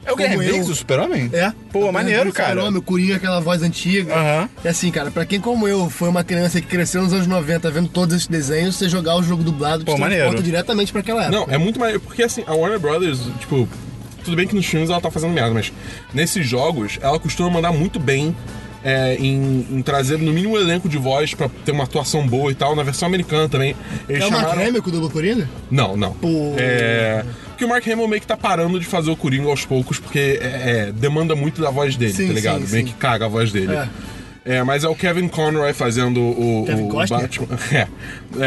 é o Guerra
como eu-
Briggs, o Super-Homem?
É.
Tá
Pô, maneiro, cara.
Meu Coringa, aquela voz antiga.
Aham.
E assim, cara, pra quem como eu foi uma criança que cresceu nos anos 90 vendo todos esses desenhos, você jogar o jogo dublado
Pô,
te
maneiro.
transporta diretamente pra aquela época.
Não, é muito mais. Porque assim, a Warner Brothers, tipo, tudo bem que nos filmes ela tá fazendo merda, mas nesses jogos ela costuma mandar muito bem. é, em, em trazer no mínimo um elenco de voz pra ter uma atuação boa e tal, na versão americana também. Eles
É o Mark
chamaram...
Hamill que dubla o Coringa?
Não, não.
Pô.
É. Porque o Mark Hamill meio que tá parando de fazer o Coringa aos poucos, porque é, é, demanda muito da voz dele,
Sim,
tá ligado?
sim,
meio
sim.
que caga a voz dele.
É.
É. mas é o Kevin Conroy fazendo o,
Kevin
o
Costner?
Batman. É.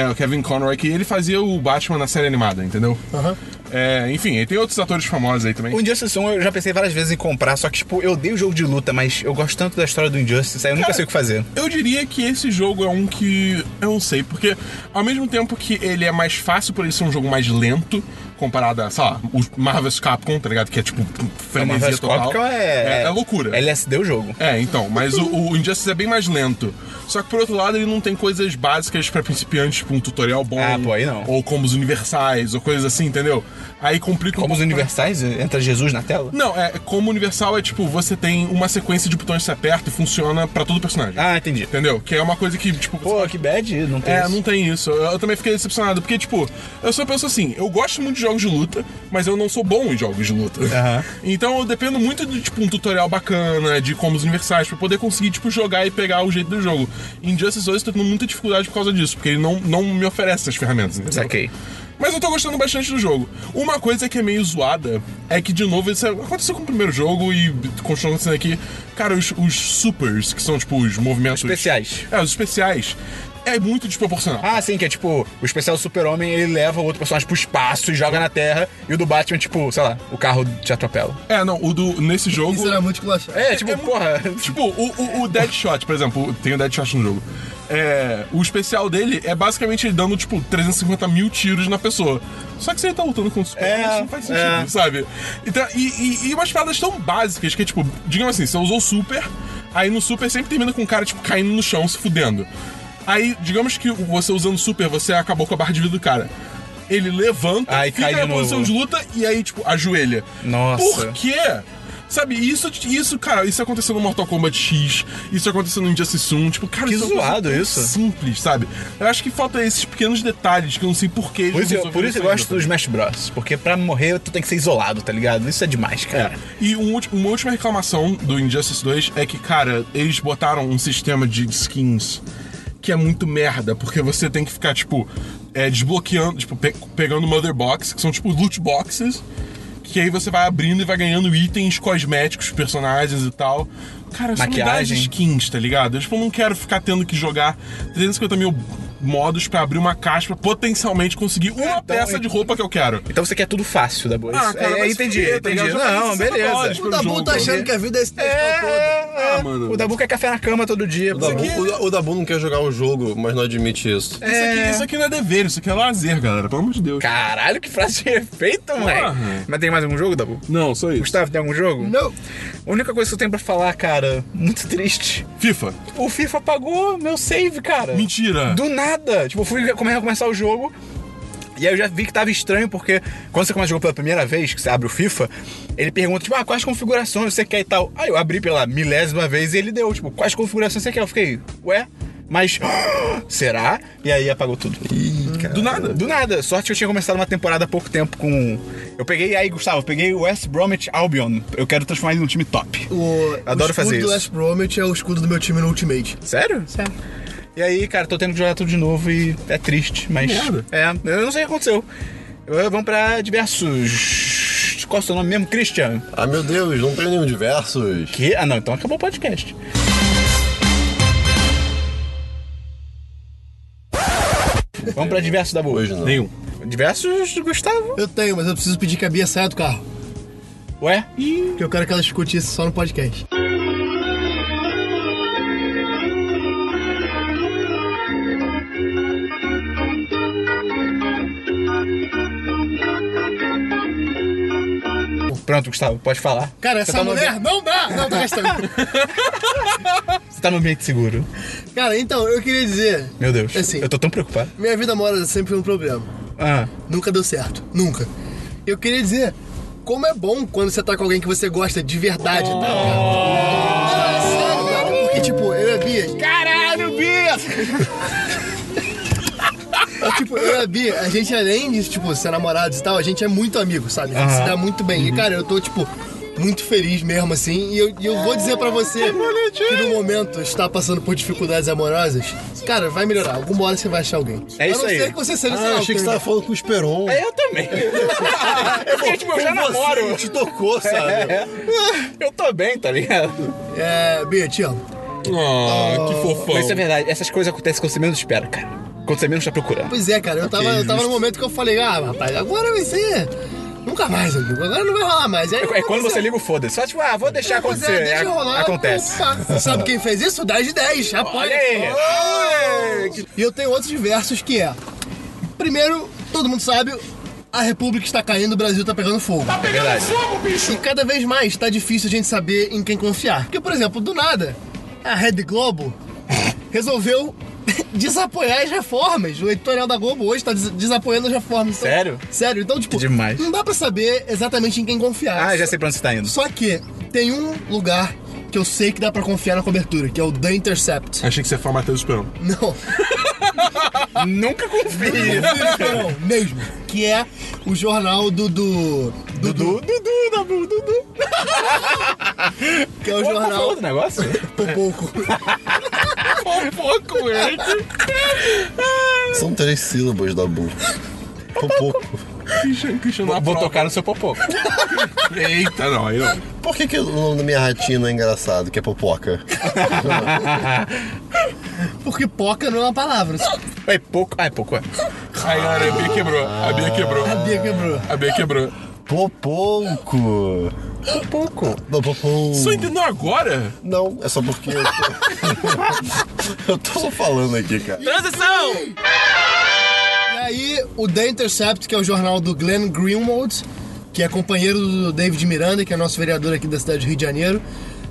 é, o Kevin Conroy que ele fazia o Batman na série animada, entendeu?
Aham.
É, enfim, e tem outros atores famosos aí também.
O Injustice 1 eu já pensei várias vezes em comprar, só que, tipo, eu odeio jogo de luta, mas eu gosto tanto da história do Injustice, aí eu nunca
Cara,
sei o que fazer.
Eu diria que esse jogo é um que. Eu não sei, porque ao mesmo tempo que ele é mais fácil por ele ser um jogo mais lento, comparado a, sei lá, o Marvel's Capcom, tá ligado? Que é tipo frenesia
Marvel's
total.
Capcom é-
é loucura.
LSD o jogo.
É, então, mas o, o Injustice é bem mais lento. Só que por outro lado, ele não tem coisas básicas pra principiantes, tipo um tutorial bom.
Ah, pô, aí não.
Ou combos universais, ou coisas assim, entendeu? Aí complica um
Como os
pouco pra-
universais? eh, Entra Jesus na tela?
Não, é como universal é tipo, você tem uma sequência de botões que você aperta e funciona pra todo personagem.
Ah, entendi.
Entendeu? Que é uma coisa que, tipo, você
Pô, que bad, não tem
é,
isso.
não tem isso. Eu, eu também fiquei decepcionado, porque, tipo, eu sou uma pessoa assim, eu gosto muito de jogos de luta, mas eu não sou bom em jogos de luta.
Aham.
Então eu dependo muito de, tipo, um tutorial bacana, de combos universais, pra poder conseguir, tipo, jogar e pegar o jeito do jogo. Em Justice 2 eu tô tendo muita dificuldade por causa disso, porque ele não, não me oferece essas ferramentas, entendeu?
Saquei.
Mas eu tô gostando bastante do jogo. Uma coisa que é meio zoada é que, de novo, isso aconteceu com o primeiro jogo e continua acontecendo aqui. Cara, os, os supers, que são, tipo, os movimentos...
Especiais.
É, os especiais. É muito desproporcional.
Ah, sim, que é tipo, o especial do Super-Homem, ele leva o outro personagem pro espaço e joga na terra, e o do Batman, tipo, sei lá, o carro te atropela.
É, não, o do. Nesse jogo.
Isso era muito esculachado.
É, tipo,
é muito-
porra.
Tipo, o, o, o Deadshot, por exemplo, tem o Deadshot no jogo. É, o especial dele é basicamente ele dando, tipo, 350 mil tiros na pessoa. Só que se ele tá lutando com o super,
É,
isso não faz sentido,
é.
sabe? Então, e, e, e umas paradas tão básicas que, tipo, digamos assim, você usou o super, aí no super sempre termina com o cara, tipo, caindo no chão, se fudendo. Aí, digamos que você usando o super, você acabou com a barra de vida do cara. Ele levanta,
Aí
fica
cai
na
de
posição
novo.
de luta e aí, tipo, ajoelha.
Nossa.
Por quê? Sabe, isso, isso, cara, isso aconteceu no Mortal Kombat X, isso aconteceu no Injustice 1, tipo, cara,
Que
isso é uma coisa
zoado
tão
isso.
Simples, sabe? Eu acho que falta esses pequenos detalhes que eu não sei porquê.
Por isso, eu- por isso eu gosto do Smash Bros. Porque pra morrer tu tem que ser isolado, tá ligado? Isso é demais, cara.
E um ulti- uma última reclamação do Injustice 2 é que, cara, eles botaram um sistema de skins que é muito merda, porque você tem que ficar, tipo, é, desbloqueando, tipo, pe- pegando Mother Box, que são, tipo, loot boxes, que aí você vai abrindo e vai ganhando itens cosméticos, personagens e tal. Cara, isso me dá as
Maquiagem.
skins, tá ligado? Eu, tipo, não quero ficar tendo que jogar 350 mil modos pra abrir uma caixa pra potencialmente conseguir uma
então,
peça
e-
de roupa que eu quero.
Então você quer tudo fácil da boa.
Ah,
Isso-
cara,
é,
mas
entendi,
fudeu, tá
entendi.
ligado? Já
Não,
faz 60 dólares
beleza.
pro
O Dabu
jogo,
tá
né?
achando que a vida é esse
É,
textão todo.
é.
Ah, mano.
O Dabu quer café na cama todo dia.
O
pô.
Dabu, o, Da- o Dabu não quer jogar o jogo, mas não admite isso.
Isso aqui, isso aqui não é dever, isso aqui é lazer, galera. Pelo amor de Deus.
Caralho, que frase perfeita, moleque.
Porra.
Mas tem mais algum jogo, Dabu?
Não, só isso.
Gustavo, tem algum jogo?
Não.
A única coisa que eu tenho pra falar, cara, muito triste.
FIFA.
O FIFA pagou meu save, cara.
Mentira.
Do nada. Tipo, eu fui come- começar o jogo. E aí eu já vi que tava estranho, porque quando você começa o jogo pela primeira vez, que você abre o FIFA, ele pergunta, tipo, ah, quais configurações você quer e tal. Aí eu abri pela milésima vez e ele deu, tipo, quais configurações você quer? Eu fiquei, ué, mas será? E aí apagou tudo.
Do nada.
Do nada. Sorte que eu tinha começado uma temporada há pouco tempo com. Eu peguei, aí, Gustavo, eu peguei o West Bromwich Albion. Eu quero transformar ele num time top.
O,
Adoro
o escudo
fazer
do
isso.
West Bromwich é o escudo do meu time no Ultimate.
Sério?
Sério.
E aí, cara, tô tendo que jogar tudo de novo e é triste, mas.
Merda.
É, eu não sei o que aconteceu. Eu- Vamos pra diversos. Qual é o seu nome mesmo? Christian?
Ah, meu Deus, não tem nenhum diversos.
Que? Ah, não, então acabou o podcast. Vamos pra diversos da boa.
Hoje não.
Nenhum.
Diversos do Gustavo?
Eu tenho, mas eu preciso pedir que a Bia saia do carro.
Ué?
Porque eu quero que ela escute isso só no podcast.
Pronto, Gustavo, pode falar.
Cara,
Você
essa
tá no
mulher não dá! Não, tá gastando.
Você tá no ambiente seguro.
Cara, então, eu queria dizer,
Meu Deus.
Assim.
Eu tô tão preocupado.
minha vida mora sempre foi um problema.
Ah,
Nunca deu certo. Nunca. Eu queria dizer, como é bom quando você tá com alguém que você gosta de verdade, tá? cara? Não, é sério, cara. Porque, tipo, eu e a Bia. Caralho, Bia! tipo, eu e a Bia, a gente além de, tipo, ser namorados e tal, a gente é muito amigo, sabe? A gente se dá muito
Uhum.
bem. E, cara, eu tô, tipo, muito feliz mesmo, assim. E eu, e eu vou dizer pra você que no momento está passando por dificuldades amorosas, cara, vai melhorar. Alguma hora você vai achar alguém.
É isso
A não
aí.
ser que você seja, sei
Ah,
lá, um
achei que
o
você tava falando com o Esperon.
eu também. eu fiquei tipo, É, eu já namoro.
assim? Te tocou, sabe?
É. Eu tô bem, tá ligado?
É, Bia, te amo.
Ah, que fofão.
Mas isso é verdade, essas coisas acontecem quando você menos espera, cara. Quando você menos tá procurando.
Pois é, cara, eu tava, eu tava no momento que eu falei, ah, rapaz, agora vai ser. Nunca mais, amigo. Agora não vai rolar mais. Aí,
É quando você liga o foda-se. Só tipo, ah, vou deixar
Pois
acontecer.
é, deixa
É,
rolar.
acontece.
opa. Você sabe quem fez isso? 10 de 10. Apoia.
Olha aí.
E eu tenho outros versos que é. Primeiro, todo mundo sabe, a República está caindo, o Brasil está Tá pegando fogo.
É verdade.
E cada vez mais tá difícil a gente saber em quem confiar. Porque, por exemplo, do nada, a Red Globo resolveu desapoiar as reformas. O editorial da Globo hoje tá des- desapoiando as reformas. Então-
Sério?
Sério. Então, tipo,
Que demais.
não dá pra saber exatamente em quem confiar.
Ah, já sei pra onde você tá indo.
Só que tem um lugar que eu sei que dá pra confiar na cobertura, que é o The Intercept.
Achei que você ia falar Matheus Esperão.
Não. Ah.
Nunca confie.
Não, mesmo. Que é o jornal do. do
Dudu, Dudu, Dabu, Dudu.
que é
Pô, tá
o
qual foi
jornal
outro negócio?
por pouco.
Um pouco, velho.
São três sílabas da Bu. Popoco.
Cristiano
Vou
Vou
tocar no seu popô.
Eita, não, aí não.
Por que, que o nome da minha ratina é engraçado, que é popoca?
Porque poca não é uma palavra.
É pouco. Ah, é pouco, é.
Aí, galera, a Bia quebrou. A Bia quebrou.
A Bia quebrou.
A Bia quebrou.
Poponco.
Pouco.
Não, popom.
Só entendeu agora?
Não, é só porque eu tô... eu tô só falando aqui, cara.
Transição!
E aí, o The Intercept, que é o jornal do Glenn Greenwald, que é companheiro do David Miranda, que é nosso vereador aqui da cidade do Rio de Janeiro,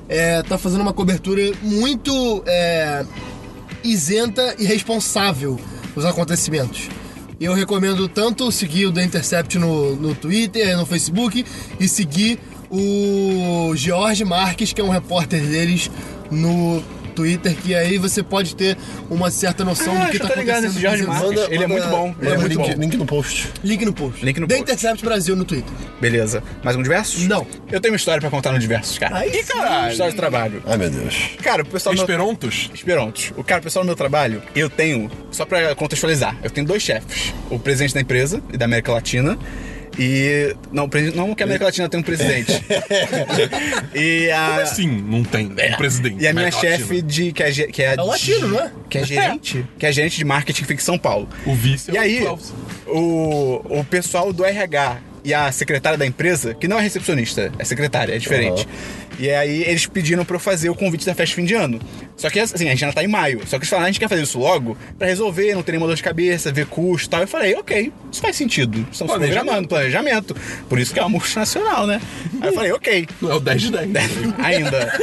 é, tá fazendo uma cobertura muito é, isenta e responsável dos acontecimentos. E Eu recomendo tanto seguir o The Intercept no, no Twitter, no Facebook e seguir o George Marques, que é um repórter deles, no Twitter, que aí você pode ter uma certa noção
Ah,
do que
acho
tá
que eu tô ligado nesse
acontecendo.
Jorge
Exato.
Marques. Ele é muito bom, ele é
manda
muito
link,
bom.
link no post.
Link no post.
Link no
The
post.
Intercept Brasil no Twitter.
Beleza. Mais um diversos?
Não.
Eu tenho uma história pra contar no diversos, cara.
Aí
Ih,
sim.
História de trabalho.
Ai, meu Deus.
Cara, o pessoal. do meu-
Esperontos?
Esperontos. O cara, o pessoal no meu trabalho, eu tenho, só pra contextualizar, eu tenho dois chefes. O presidente da empresa e da América Latina. E. Não, o presidente- não que a América Latina tem um presidente. e a.
Sim, não tem. assim? Um presidente.
É. E a minha
mas latino.
chefe de. Que é, ge- que é,
É o
de-
latino, não é?
Que é gerente. Que é gerente de marketing que fica em São Paulo.
O vice é
E
o
aí,
Klaus.
o, o pessoal do RH e a secretária da empresa, que não é recepcionista, é secretária, é diferente. E aí eles pediram pra eu fazer o convite da festa de fim de ano. Só que assim, a gente ainda tá em maio. Só que eles falaram, a gente quer fazer isso logo pra resolver, não ter nenhuma dor de cabeça, ver custo e tal. Eu falei, ok, isso faz sentido. Estamos se
Planejamento.
programando, planejamento. Por isso que é uma multinacional, né? Aí eu falei, ok.
Não é o 10 de 10.
Ainda.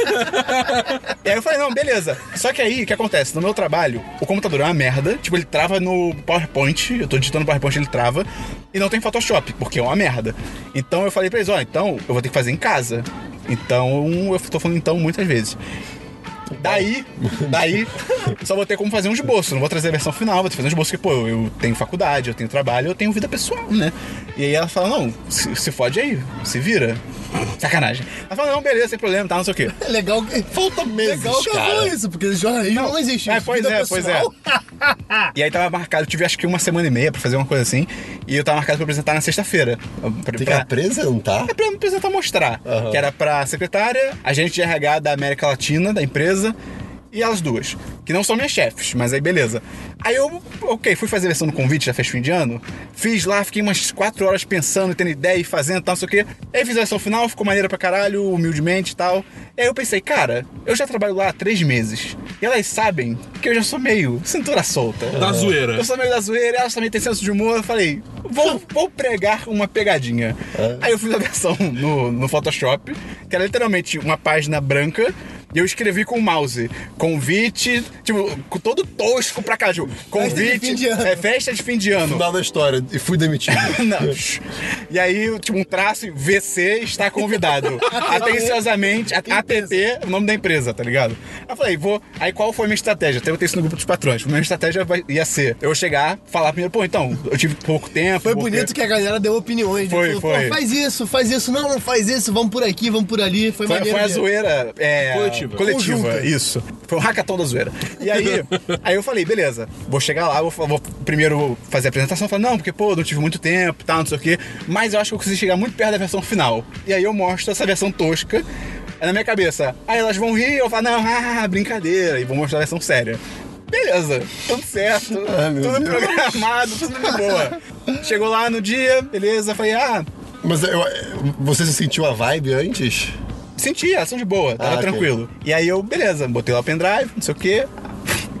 e aí eu falei, não, beleza. Só que aí, o que acontece? No meu trabalho, o computador é uma merda. Tipo, ele trava no PowerPoint. Eu tô digitando no PowerPoint, ele trava. E não tem Photoshop, porque é uma merda. Então eu falei pra eles, ó, então eu vou ter que fazer em casa. Então, eu tô falando então muitas vezes. Daí, daí, só vou ter como fazer um esboço. Não vou trazer a versão final, vou ter que fazer um esboço, porque, pô, eu tenho faculdade, eu tenho trabalho, eu tenho vida pessoal, né? E aí ela fala, não, se, se fode aí, se vira. Sacanagem. Ela fala, não, beleza, sem problema, tá, não sei o quê.
É legal que. Falta meses. Legal que
cara.
acabou isso, porque jornalismo não, existe.
é, pois é, pois é. E aí tava marcado, eu tive acho que uma semana e meia pra fazer uma coisa assim, e eu tava marcado pra apresentar na sexta-feira. Pra-
Tem que
pra-
apresentar?
É pra me apresentar mostrar. Que era pra secretária, agente de RH da América Latina, da empresa, e elas duas. Que não são minhas chefes, mas aí beleza. Aí eu, ok, fui fazer a versão do convite, já fez fim de ano. Fiz lá, fiquei umas quatro horas pensando, tendo ideia e fazendo tal, não sei o quê. Aí fiz a versão final, ficou maneira pra caralho, humildemente e tal. E aí eu pensei, cara, eu já trabalho lá há três meses. E elas sabem que eu já sou meio cintura solta.
Da Tá zoeira.
Eu sou meio da zoeira, elas também têm senso de humor. Eu falei, vou, vou pregar uma pegadinha.
É.
Aí eu fiz a versão no, no Photoshop, que era literalmente uma página branca. E eu escrevi com o mouse, convite, tipo, com todo tosco pra cá, tipo, convite,
fim de ano.
é festa de fim de ano.
Final da história. E fui demitido.
Não. E aí, tipo, um traço, VC está convidado. Atenciosamente, a- ATT, o nome da empresa, tá ligado? Aí eu falei, vou. Aí qual foi a minha estratégia? Até eu tenho isso no grupo dos patrões. Minha estratégia vai- ia ser eu chegar, falar primeiro, pô, então, eu tive pouco tempo.
Foi bonito que a galera deu opiniões. né?
Foi,
Falou,
foi.
"Pô, Faz isso, faz isso, não, não faz isso, vamos por aqui, vamos por ali. Foi,
Foi,
maneiro
foi a
mesmo.
zoeira é,
Coletiva.
coletiva,
Conjunta.
isso. Foi um hackathon da zoeira. E aí, aí eu falei, beleza, vou chegar lá, vou, fa- vou primeiro fazer a apresentação. Falei, não, porque, pô, não tive muito tempo, tá, não sei o quê. Mas eu acho que eu consegui chegar muito perto da versão final. E aí eu mostro essa versão tosca. é Na minha cabeça, aí elas vão rir, eu falo, não, ah, brincadeira, e vou mostrar a versão séria. Beleza, tudo certo,
meu
tudo
Deus.
programado, tudo de boa. Chegou lá no dia, beleza, falei, ah,
Mas eu- você se sentiu a vibe antes?
Senti, ação de boa, tava
Ah, ok.
tranquilo. E aí eu, beleza, botei lá o pendrive, não sei o quê.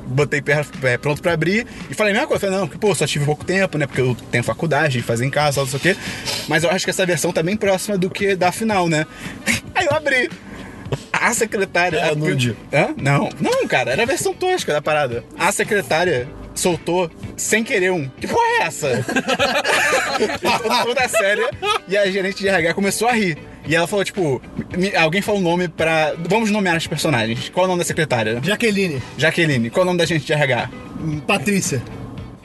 Botei per- é, pronto pra abrir e falei a mesma coisa. Falei, não, porque, pô, só tive pouco tempo, né? Porque eu tenho faculdade, fazer em casa, não sei o quê. Mas eu acho que essa versão tá bem próxima do que da final, né? Aí eu abri. a secretária.
Era
a-
nude.
Hã? Não. Não, cara, era a versão tosca da parada. A secretária soltou sem querer um. Que porra é essa? Ela toda séria. é E a gerente de RH começou a rir. E ela falou, tipo, me- alguém falou o nome pra. Vamos nomear os personagens. Qual é o nome da secretária?
Jaqueline,
Jaqueline. Qual é o nome da gente de RH?
Patrícia.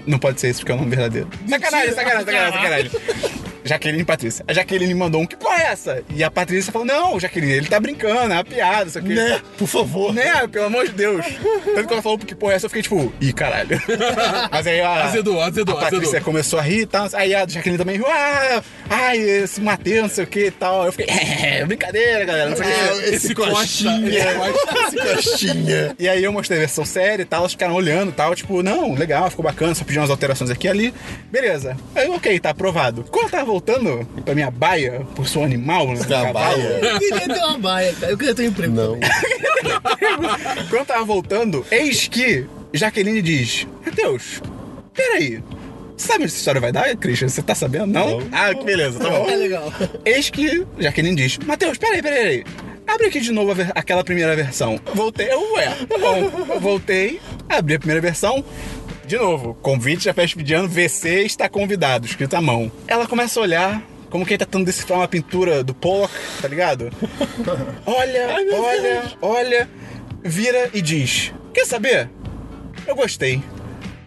Não pode ser isso porque é o nome verdadeiro. Sacanagem, sacanagem, sacanagem, sacanagem. Jaqueline e Patrícia. A Jaqueline mandou um, que porra é essa? E a Patrícia falou, não, Jaqueline, ele tá brincando, é uma piada, isso aqui.
Né? Por favor.
Né? Pelo amor de Deus. Tanto que ela falou que porra é essa, eu fiquei tipo, ih, caralho. Mas aí a.
Azedou, azedou,
a Patrícia
azedou.
começou a rir e tal. Aí a Jaqueline também riu, ah, ai, esse Matheus, não sei o que e tal. Eu fiquei, é, brincadeira, galera, não sei o
Ah,
que.
esse
é
coxinha.
é
Esse coxinha.
E aí eu mostrei a versão séria e tal, os caras olhando e tal, tipo, não, legal, ficou bacana, só pediu umas alterações aqui e ali. Beleza. Aí, ok, tá aprovado. Quando eu tava voltando pra minha baia, por sou animal, né?
Da
cavalo,
baia.
Eu queria ter uma baia, cara. Eu queria ter um emprego.
Não.
Quando eu tava voltando, eis que Jaqueline diz, Matheus, peraí. Sabe onde essa história vai dar, Christian? Você tá sabendo? Não? Ah, que beleza, tá bom.
É legal.
Eis que Jaqueline diz: Matheus, peraí, peraí, peraí. Abre aqui de novo a ver- aquela primeira versão. Voltei. Eu, ué. Bom, eu voltei, abri a primeira versão. De novo, convite da festa pedindo, VC está convidado, escrito à mão. Ela começa a olhar, como quem tá tentando decifrar uma pintura do Pollock, tá ligado? Olha, olha, olha, vira e diz: Quer saber? Eu gostei.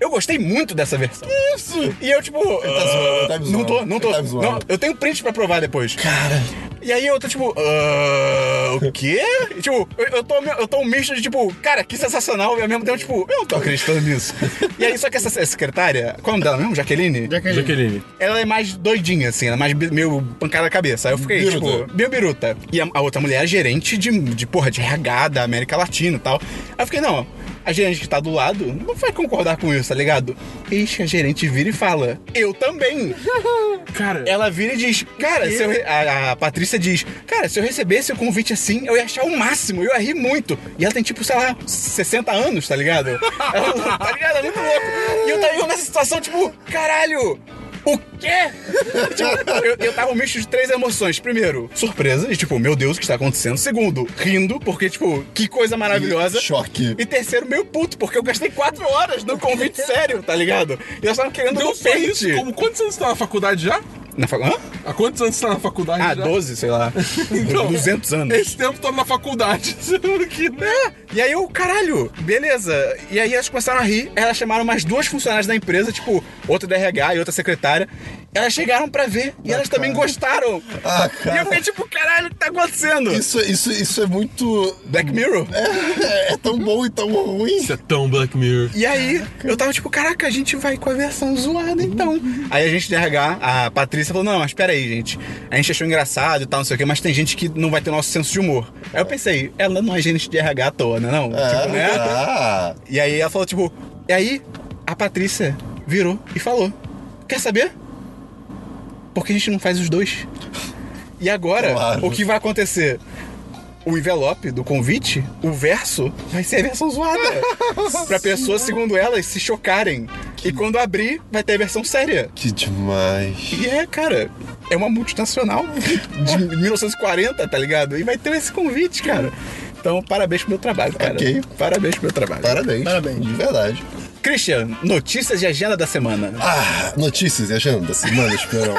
Eu gostei muito dessa versão. Isso! E eu, tipo.
tá zoando, ele tá me
não tô,
zoando.
não tô.
Ele tá me zoando.
não, eu tenho print pra provar depois. Cara. E aí eu tô tipo, ah, o quê? E, tipo, eu, eu tô, eu tô um misto de tipo, cara, que sensacional, e ao mesmo tempo, tipo, eu não tô acreditando nisso. e aí, só que essa secretária, qual é o nome dela mesmo? Jaqueline?
Jaqueline.
ela é mais doidinha, assim, ela é mais bi- meio pancada na cabeça. Aí eu fiquei,
Biruta.
tipo, meio biruta. E a, a outra mulher é gerente de, de, porra, de RH da América Latina e tal. Aí eu fiquei, não, a gerente que tá do lado não vai concordar com isso, tá ligado? Eis que a gerente vira e fala, eu também.
Cara,
Ela vira e diz, cara, se eu re- a, a Patrícia diz, cara, se eu recebesse o convite assim, eu ia achar o máximo, eu ia rir muito. E ela tem, tipo, sei lá, 60 anos, tá ligado? Ela- tá ligado? É muito louco. E eu tava eu nessa situação, tipo, caralho! O quê? tipo, eu, eu tava um misto de três emoções. Primeiro, surpresa, e tipo, meu Deus, o que está acontecendo? Segundo, rindo, porque, tipo, que coisa maravilhosa.
Choque.
E terceiro, meio puto, porque eu gastei quatro horas no convite sério, tá ligado? E elas estavam querendo
não
no
só isso,
peito.
como quantos anos você tá na faculdade já?
Na fa... Hã?
Há quantos anos você tá na faculdade
Ah,
já?
12, sei lá.
Então,
200 anos.
Esse tempo tá na faculdade. que, né?
É, E aí eu, caralho, beleza. E aí elas começaram a rir. Elas chamaram mais duas funcionárias da empresa, tipo, outra da RH e outra secretária. Elas chegaram pra ver e elas também gostaram.
Ah,
E eu
cara.
fiquei tipo, caralho, o que tá acontecendo?
Isso, isso, isso é muito.
Black Mirror?
É, é tão bom e tão ruim.
Isso é tão Black Mirror.
E aí, eu tava tipo, caraca, a gente vai com a versão zoada então. Aí a gente de RH, a Patrícia falou: não, mas peraí, gente. A gente achou engraçado e tal, não sei o quê, mas tem gente que não vai ter o nosso senso de humor. Aí eu pensei, ela não é gente de RH à toa, né? Não,
É.
tipo, né?
Ah,
E aí ela falou, tipo, e aí a Patrícia virou e falou: Quer saber? Por que a gente não faz os dois? E agora,
Claro.
o que vai acontecer? O envelope do convite, o verso, vai ser a versão zoada. pra pessoas, segundo elas, se chocarem. E quando abrir, vai ter a versão séria.
que demais.
E é, cara, é uma multinacional de 1940, tá ligado? E vai ter esse convite, cara. Então, parabéns pro meu trabalho, cara.
Ok.
Parabéns pro meu trabalho.
Parabéns.
Parabéns.
De verdade.
Christian, notícias de agenda da semana.
Ah, notícias e agenda da semana, Esperão.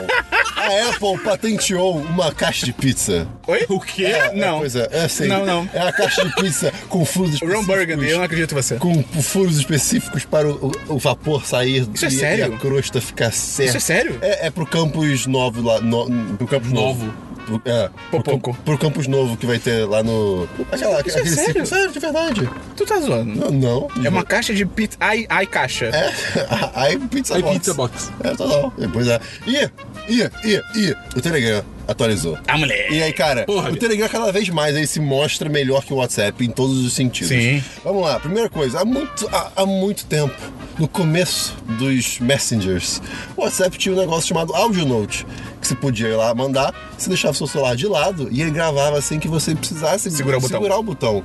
A Apple patenteou uma caixa de pizza.
Oi?
O quê?
É,
Não.
Pois é, é assim.
Não, não.
É a caixa de pizza com furos
Ron
específicos.
Burgundy, eu não acredito em você.
Com furos específicos para o, o- o vapor sair
Isso é
e,
sério?
e a crosta ficar
Isso
certa.
é sério?
É, é pro campus novo lá. No, pro campus novo. Pro- É, pro,
Popoco.
camp- pro campus novo que vai ter lá no. Aquela,
Isso é
aquele
sério?
ciclo- sério, de verdade.
Tu tá zoando.
Não, não.
É uma caixa de pizza. Ai, ai, caixa.
É, aí pizza
Aí
box.
pizza box.
É, total. Depois é. Ih, ih, ih, ih. O Telegram atualizou.
A Ah, mulher.
E aí, cara,
Porra,
o
Bia.
Telegram cada vez mais aí se mostra melhor que o WhatsApp em todos os sentidos.
Sim.
Vamos lá, primeira coisa, há muito, há, há muito tempo, no começo dos messengers, o WhatsApp tinha um negócio chamado Audio Note, que você podia ir lá mandar, você deixava o seu celular de lado e ele gravava sem que você precisasse
Segurar o botão.
segurar o botão.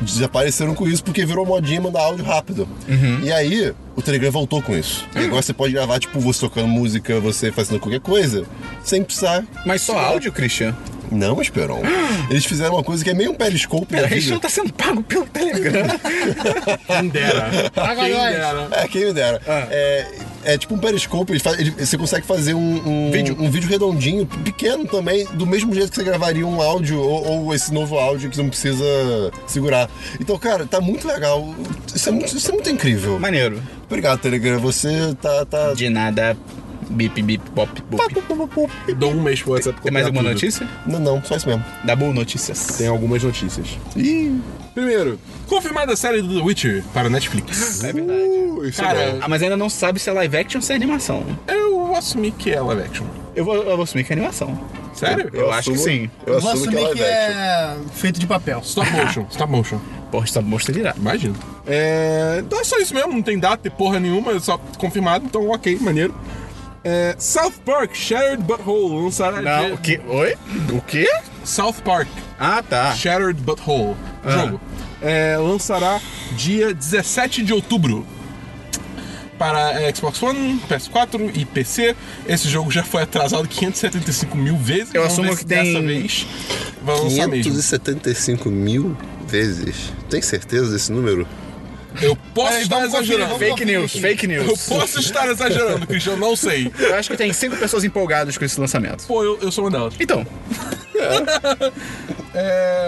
Desapareceram com isso porque virou modinha mandar áudio rápido.
Uhum.
E aí, o Telegram voltou com isso. E agora você pode gravar, tipo, você tocando música, você fazendo qualquer coisa, sem precisar
Mas só áudio, Christian?
Não, Esperon. Eles fizeram uma coisa que é meio um periscope da
Pera, a gente não
vida.
tá sendo pago pelo Telegram.
Quem dera.
Paga
Quem
nós.
dera.
É, quem me dera.
Ah.
É, é tipo um periscope, ele faz- ele- você consegue fazer um, um-
Vídeo.
um vídeo redondinho, pequeno também, do mesmo jeito que você gravaria um áudio ou, ou esse novo áudio que você não precisa segurar. Então, cara, tá muito legal. Isso é muito, isso é muito incrível.
Maneiro.
Obrigado, Telegram. Você tá. tá...
De nada, bip, bip, pop, bop.
Dou um mês pro WhatsApp
Tem mais
comprar
alguma
tudo.
notícia?
Não, não, só isso mesmo.
Da Boa Notícias.
Tem algumas notícias. Primeiro, confirmada a série do The Witcher para Netflix.
É verdade.
Uh, isso é
Cara,
bom.
Ah, mas ainda não sabe se é live action ou se é animação.
eu assumi que é live action.
Eu vou, eu vou assumir que é animação.
Sério?
Eu acho que sim.
Eu
Vou
assumo que é
assumir
live
que
action.
é feito de papel.
Stop motion, stop motion.
Porra, essa mostra de irado.
Imagino. É, então é só isso mesmo, não tem data e porra nenhuma, é só confirmado, então ok, maneiro. É, South Park, Shattered Butthole, lançará
Não,
dia-
o quê? Oi? O quê?
South Park,
Ah, tá.
Shattered Butthole,
Ah.
jogo. É, lançará dia 17 de outubro. Para é, Xbox One, PS4 e PC. Esse jogo já foi atrasado 575 mil vezes.
Eu
Vamos
assumo
ver
que
se
tem-
Dessa vez vai lançar mesmo.
é 575 mil vezes. Tem certeza desse número?
Eu posso
Aí,
estar
vamos conferir,
exagerando.
vamos
Fake news, fake
Eu
news.
posso estar exagerando, Cristian, não sei.
Eu acho que tem cinco pessoas empolgadas com esse lançamento.
Pô, eu, eu sou uma delas.
Então,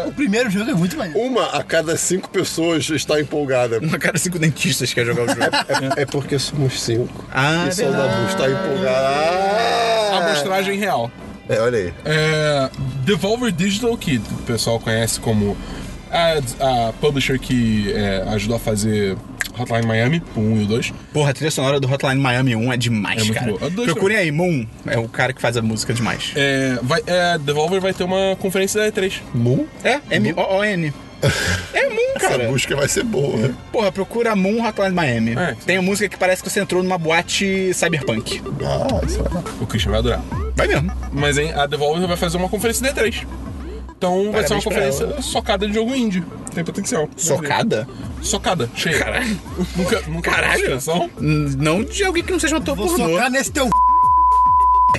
O primeiro jogo é muito maneiro.
Uma a cada cinco pessoas está empolgada.
uma cara cinco dentistas quer jogar o jogo.
É, é porque somos cinco.
Ah,
e só o Dabu está empolgado.
Amostragem real.
É, olha aí.
É, Devolver Digital, que o pessoal conhece como a, a publisher que é, ajudou a fazer Hotline Miami, o 1 e o 2.
Porra, a trilha sonora do Hotline Miami 1 é demais,
É muito
cara.
boa. Eu dou-
Procurem aí, Moon é o cara que faz a música demais.
É, vai, é, Devolver vai ter uma conferência da E3.
Moon?
É, M-O-O-N. É Moon,
Essa
cara.
busca vai ser boa.
é.
Porra, procura Moon Hotline Miami.
É.
Tem uma música que parece que você entrou numa boate cyberpunk.
Ah, isso vai.
O Christian vai adorar.
Vai mesmo.
Mas hein, a Devolver vai fazer uma conferência da E3. Então vai ser uma
Parabéns pra
conferência socada de jogo indie. Tem potencial.
Socada?
Socada, cheia. Caralho. Nunca, nunca
Caralho.
Expressão.
N- Não de alguém que não seja um ator
Vou
pornô.
socar nesse teu c****.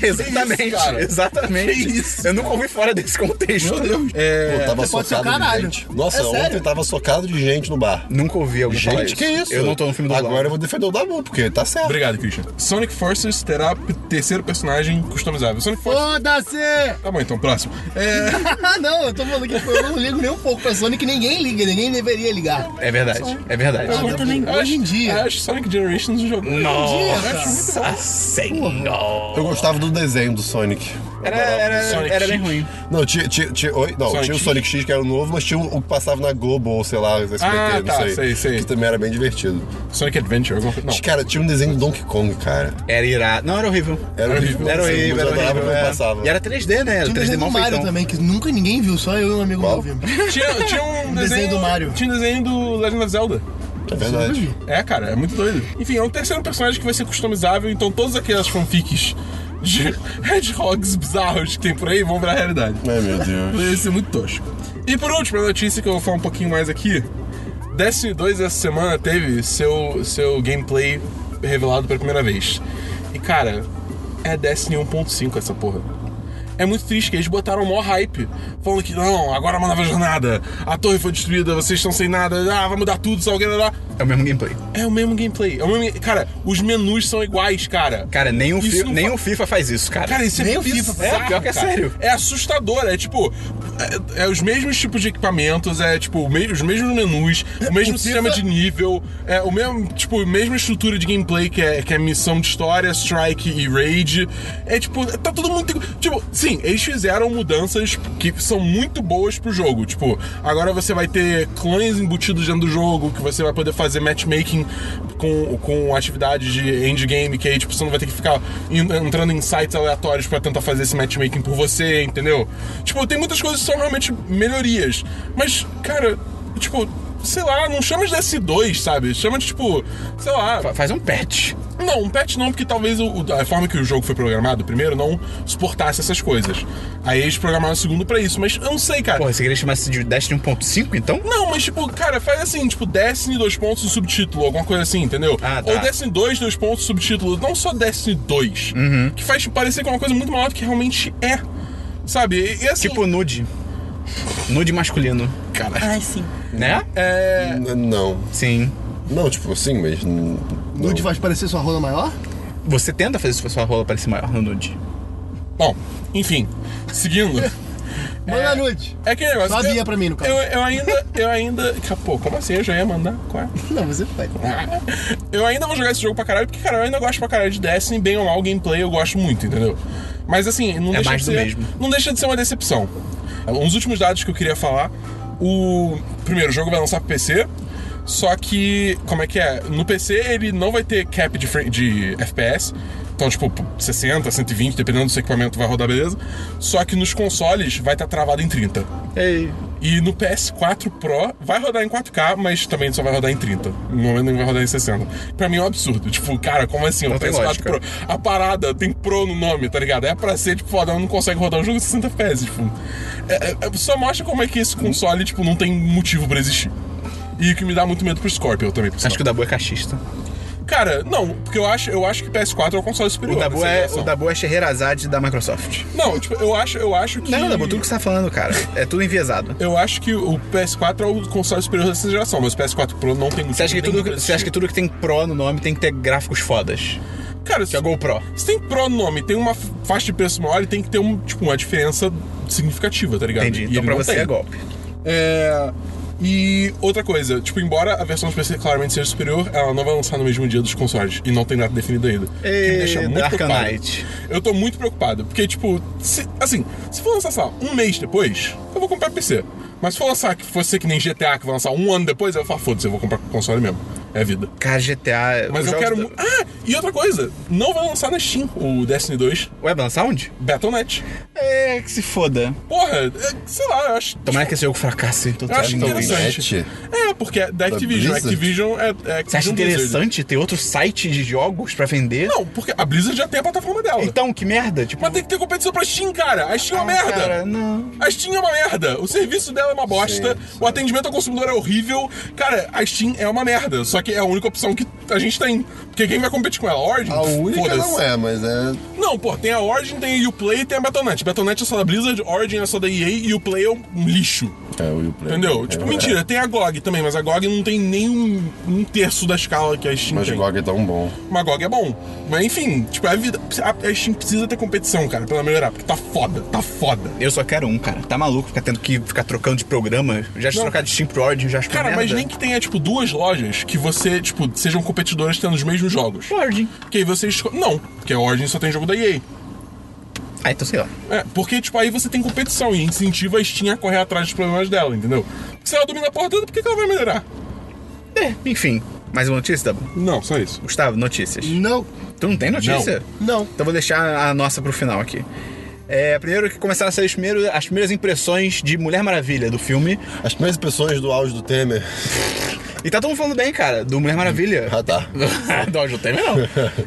Exatamente,
isso, cara?
exatamente.
Que isso?
Eu nunca ouvi fora desse contexto.
Meu Deus. É,
Pô, tava
você
socado
pode ser o
de
caralho.
gente. Nossa,
É
ontem
sério.
tava socado de gente no bar.
Nunca ouvi alguém falar
Gente, que isso?
Eu não tô no filme do
Agora
Lago.
eu vou defender o Dabu, porque tá certo.
Obrigado, Christian. Sonic Forces terá p- terceiro personagem customizável. Sonic Forces.
Foda-se!
Tá bom, então, próximo. É,
Ah, não, eu tô falando que eu não ligo nem um pouco pra Sonic, ninguém liga, ninguém deveria ligar.
É verdade, é verdade.
Eu também
Hoje em dia.
acho Sonic Generations um jogo.
Nossa senhora.
Eu gostava do desenho do Sonic.
Era, era,
Sonic
era bem
X.
ruim.
Não, tinha, tinha, tinha- oi? Não,
Sonic
tinha o
X?
Sonic X, que era o novo, mas tinha o o que passava na Globo, ou sei lá, SBT,
Ah,
não
tá,
sei.
sei, sei.
Que também era bem divertido.
Sonic Adventure, alguma coisa. Não.
Mas, cara, tinha um desenho do Donkey Kong, cara.
Era irado. Não, era horrível.
Era horrível.
Era
mas
horrível,
eu
era
adorava
horrível.
quando
é.
passava.
E era 3D, né? Era
Tinha um
3D
desenho do
mal
Mario
feitão.
também, que nunca ninguém viu, só eu e um amigo
Qual?
meu vimos.
Tinha, tinha um desenho,
desenho do Mario.
Tinha um desenho do Legend of Zelda.
É verdade.
É, cara, é muito doido. Enfim, é um terceiro personagem que vai ser customizável, então todas aquelas fanfics de hedgehogs bizarros que tem por aí vão virar realidade.
Ai, meu Deus.
Vai ser muito tosco. E por último, a notícia que eu vou falar um pouquinho mais aqui. Destiny 2 essa semana teve seu, seu gameplay revelado pela primeira vez. E cara, é Destiny 1.5 essa porra. É muito triste que eles botaram o maior hype, falando que não, agora é uma nova jornada, a torre foi destruída, vocês estão sem nada, ah, vai mudar tudo, só alguém lá.
É o mesmo gameplay.
É o mesmo gameplay. É o mesmo... Cara, os menus são iguais, cara.
Cara, nem o,
Isso
fi
não
nem
fa-
o FIFA faz isso, é cara.
Cara, isso é
Nem o
bizarro,
FIFA,
é, pior que é
cara.
sério.
É assustador, é tipo. É, é os mesmos tipos de equipamentos, é tipo, o me- os mesmos menus,
É
o mesmo sistema de nível, é o mesmo, tipo, a mesma estrutura de gameplay que é, que é missão de história, strike e raid. É tipo, tá todo mundo. Tipo, sim, eles fizeram mudanças que são muito boas pro jogo. Tipo, agora você vai ter clãs embutidos dentro do jogo, que você vai poder fazer matchmaking com, com atividades de endgame, que aí tipo, você não vai ter que ficar in- entrando em sites aleatórios pra tentar fazer esse matchmaking por você, entendeu? Tipo, tem muitas coisas que são realmente melhorias. Mas, cara, tipo, sei lá, não chama de S2, sabe? Chama de tipo, sei lá.
Fa- Faz um patch.
Não, um patch não, porque talvez o- o- a forma que o jogo foi programado, primeiro, não suportasse essas coisas. Aí eles programaram o segundo pra isso, mas eu não sei, cara.
Porra, você queria chamar isso de Destiny 1.5, então?
Não, mas tipo, cara, faz assim, tipo, Destiny dois pontos e subtítulo, alguma coisa assim, entendeu?
Ah, tá.
Ou Destiny 2, dois pontos,
Uhum.
subtítulo, não só Destiny 2, que faz parecer que é uma coisa muito maior do que realmente é. Sabe? E, e assim.
Tipo nude. Nude masculino. Cara.
Ai, sim.
Né?
é.
N- Não.
Sim.
Não, tipo, sim, mas. n- não.
Nude vai parecer sua rola maior?
Você tenta fazer isso pra sua rola parecer maior no nude.
Bom, enfim. Seguindo.
Manda nude.
É aquele negócio.
Só
eu-
dia pra mim, no caso.
Eu, eu ainda. Eu ainda. Pô, como assim? Eu já ia mandar? Qual é?
Não, você pode.
Eu ainda vou jogar esse jogo pra caralho, porque, cara, eu ainda gosto pra caralho de Destiny, bem ou mal, o gameplay eu gosto muito, entendeu? Mas assim, não,
É
deixa,
mais
de
do
ser,
mesmo.
não deixa de ser uma decepção. Um dos últimos dados que eu queria falar: o primeiro o jogo vai lançar pro PC. Só que, como é que é? No PC ele não vai ter cap de, fra- de FPS. Então, tipo, 60, 120, dependendo do seu equipamento, vai rodar beleza. Só que nos consoles vai estar travado em 30.
Ei.
E no PS4 Pro vai rodar em 4K, mas também só vai rodar em 30. No momento não vai rodar em 60. Pra mim é um absurdo. Tipo, cara, como assim? O
Não tem
PS4
lógica.
Pro. A parada tem Pro no nome, tá ligado? É pra ser, tipo, foda, não consegue rodar um jogo em 60 FPS. Tipo, é, é- só mostra como é que esse console, tipo, não tem motivo pra existir. E o que me dá muito medo pro Scorpio também. por
Acho
sinal.
que o Dabu é cachista.
Cara, não, porque eu acho, eu acho que PS4 é o console
O
superior.
Dabu
dessa
é,
geração.
o Dabu é Scheherazade da Microsoft.
Não, tipo, eu acho, eu acho que.
Não, Dabu, tudo que você tá falando, cara, é tudo enviesado.
Eu acho que o PS4 é o console superior dessa geração, mas o PS4 Pro não tem muito
Você acha, que tudo, você acha que tudo que tem Pro no nome tem que ter gráficos fodas?
Cara,
Que é
se,
GoPro.
se tem Pro no nome, tem uma faixa de preço maior e tem que ter um, tipo, uma diferença significativa, tá ligado?
Entendi.
E
Então
ele
pra
não
você
tem.
é golpe.
É. E outra coisa, tipo, embora a versão do PC claramente seja superior, ela não vai lançar no mesmo dia dos consoles. E não tem nada definido ainda. O que me deixa
Ei,
muito
Dark
preocupado.
Knight.
Eu tô muito preocupado, porque, tipo, se- assim, se for lançar, sei lá, um mês depois, eu vou comprar PC. Mas se for lançar que fosse que nem GTA, que vai lançar um ano depois, eu vou falar, foda-se, eu vou comprar console mesmo. É vida.
Cara, GTA.
Mas
os jogos
eu quero.
da-
mu- Ah, e outra coisa, não vai lançar na Steam o Destiny 2
Ué, vai lançar onde?
Battle.net.
É, que se foda.
Porra, é, sei lá, eu acho.
Tomara que esse jogo fracasse.
Eu acho
Então,
interessante.
net?
É, porque é da Activision.
Blizzard?
Activision é. é
Você acha
Activision Blizzard.
interessante ter outro site de jogos pra vender?
Não, porque a Blizzard já tem a plataforma dela.
Então, que merda? Tipo,
Mas tem que ter competição pra Steam, cara. A Steam é uma merda.
Cara, não.
A Steam é uma merda. O serviço dela é uma bosta. O atendimento ao consumidor é horrível. Cara, a Steam é uma merda. Só que é a única opção que a gente tem. Porque quem vai competir com ela? A Origin?
A única
Foda-se.
não é, mas é.
Não, pô, tem a Origin, tem a Uplay e tem a Battle.net. Battle.net é só da Blizzard, Origin é só da EA e Uplay é um lixo.
É o Uplay.
Entendeu?
É,
tipo,
é.
mentira, tem a GOG também, mas a GOG não tem nem um, um terço da escala que a Steam
Mas o
tem.
GOG é tão bom.
Mas a GOG é bom. Mas enfim, tipo, a vida. A, a Steam precisa ter competição, cara, pra ela melhorar, porque tá foda, tá foda.
Eu só quero um, cara. Tá maluco ficar tendo que ficar trocando de programa? Já de
Não.
trocar de Steam pro Origin, já acho que é
Cara, mas
merda.
nem que tenha, tipo, duas lojas que você, tipo, sejam competidoras tendo os mesmos jogos.
Origin.
Porque aí você escolhe. Não, porque a Origin só tem jogo da EA.
Ah, então sei lá.
É, porque, tipo, aí você tem competição e incentiva a Steam a correr atrás dos problemas dela, entendeu? Se ela domina a porta toda, por que que ela vai melhorar?
É, enfim. Mais uma notícia, Dabu?
Não, só isso.
Gustavo, notícias.
Não.
Tu não tem notícia?
Não.
Então vou deixar a nossa pro final aqui. É, primeiro que começaram a sair os primeiros- as primeiras impressões de Mulher Maravilha do filme.
As primeiras impressões do áudio do Temer.
E tá todo mundo falando bem, cara, do Mulher Maravilha.
Ah, tá.
Uhum.
não, não tem não.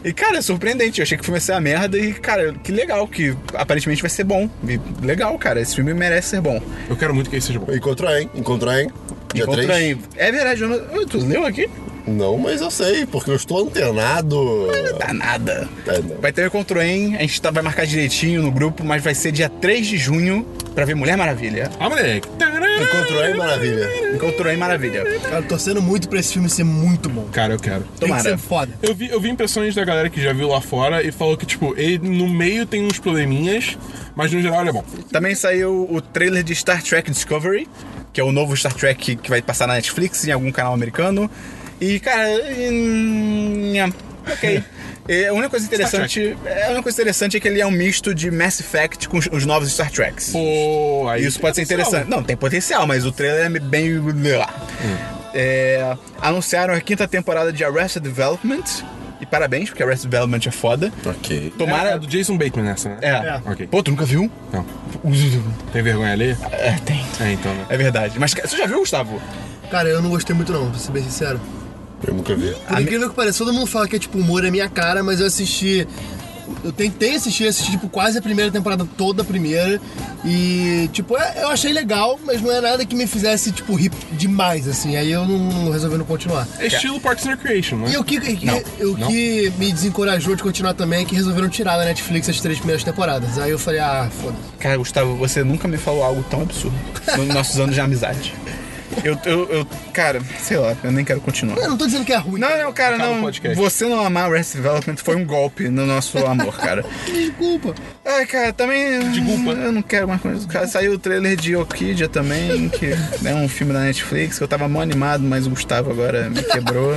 E, cara, é surpreendente. Eu achei que o filme ia ser a merda e, cara, que legal, que aparentemente vai ser bom. E legal, cara, esse filme merece ser bom.
Eu quero muito que isso seja bom.
Encontra em, encontra em. Dia
Encontra
3?
aí. É verdade, eu não- tu leu aqui?
Não, mas eu sei, porque eu estou antenado.
Tá nada.
É, não.
Vai ter o encontro em, a gente tá- vai marcar direitinho no grupo, mas vai ser dia 3 de junho pra ver Mulher Maravilha.
Ah, moleque!
Encontra em, maravilha.
Encontro em Maravilha.
Cara, eu tô torcendo muito pra esse filme ser muito bom.
Cara, eu quero.
Tem que
Tomara.
ser foda.
Eu vi, eu vi impressões da galera que já viu lá fora e falou que, tipo, ele no meio tem uns probleminhas, mas no geral ele é bom.
Também saiu o trailer de Star Trek Discovery, que é o novo Star Trek que- que vai passar na Netflix, em algum canal americano. E, cara. hum, nham. Ok. E a única coisa interessante. é, A única coisa interessante é que ele é um misto de Mass Effect com os, os novos Star Treks.
Pô, aí. é um.
Isso pode ser interessante. Não, tem potencial, mas o trailer é bem.
Hum.
É, anunciaram a quinta temporada de Arrested Development. E parabéns, porque Arrested Development é foda.
Ok.
Tomara.
É, é do Jason Bateman nessa, né?
É.
Ok.
Pô, tu nunca viu?
Não. Tem vergonha ali?
É, tem.
É, então, né?
É verdade. Mas cara, você já viu, Gustavo?
Cara, eu não gostei muito não, pra ser bem sincero.
Eu nunca vi.
Por incrível que pareça, todo mundo fala que é tipo humor é minha cara, mas eu assisti Eu tentei assistir, assisti tipo, quase a primeira temporada toda, a primeira. E, tipo, é- eu achei legal, mas não é nada que me fizesse, tipo, rir demais, assim. Aí eu não resolvi não continuar.
É estilo Parks and Recreation, né?
E o que, que-
Não,
o
não.
que me desencorajou de continuar também é que resolveram tirar da Netflix as três primeiras temporadas. Aí eu falei, ah, foda-se.
Cara, Gustavo, você nunca me falou algo tão absurdo nos nossos anos de amizade. Eu, eu, eu- cara, sei lá, eu nem quero continuar.
Eu não tô dizendo que é ruim.
Não, não, cara,
Acaba o
não.
podcast.
Você não amar Arrested Development foi um golpe no nosso amor, cara.
Desculpa.
Ai, É, cara, também.
culpa.
Eu não quero mais com isso. Cara, saiu o trailer de Orquídea também, que é um filme da Netflix, que eu tava mó animado, mas o Gustavo agora me quebrou.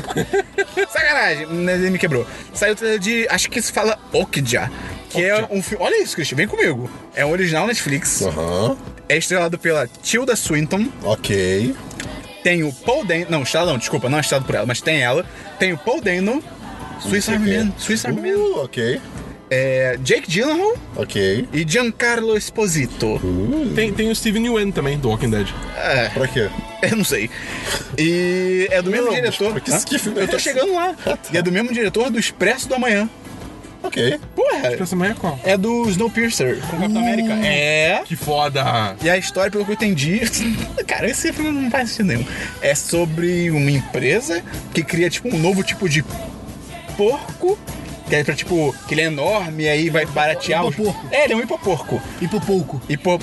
Sacanagem, mas ele me quebrou. Saiu o trailer de. Acho que se fala Orquídea. Que é um filme. Olha isso, Christian, vem comigo. É um original Netflix.
Aham.
É estrelado pela Tilda Swinton.
Ok.
Tem o Paul Dano. Não, estrelado não, desculpa, não é estrelado por ela, mas tem ela. Tem o Paul Dano. Swiss Army Man. Swiss Army Man.
Uh, ok.
É, Jake Gyllenhaal
Ok.
e Giancarlo Esposito. Ah,
Tem, tem o Steven Yeun também, do Walking Dead.
Pra quê?
Eu não sei. E é do mesmo
Não, mas
diretor.
pra que
Hã?
esse filme é
Eu tô
esse?
chegando lá. E é do mesmo diretor do Expresso do Amanhã.
Ok.
Pra
Porra,
essa manhã qual?
é do Snowpiercer com o Capitão América. É.
Que foda!
E a história, pelo que eu entendi, cara, esse filme não faz sentido nenhum. É sobre uma empresa que cria, tipo, um novo tipo de porco. Que é pra, tipo, que ele é enorme e aí vai baratear os-
Hipoporco.
É, ele é um hipoporco.
E por pouco.
Hipo...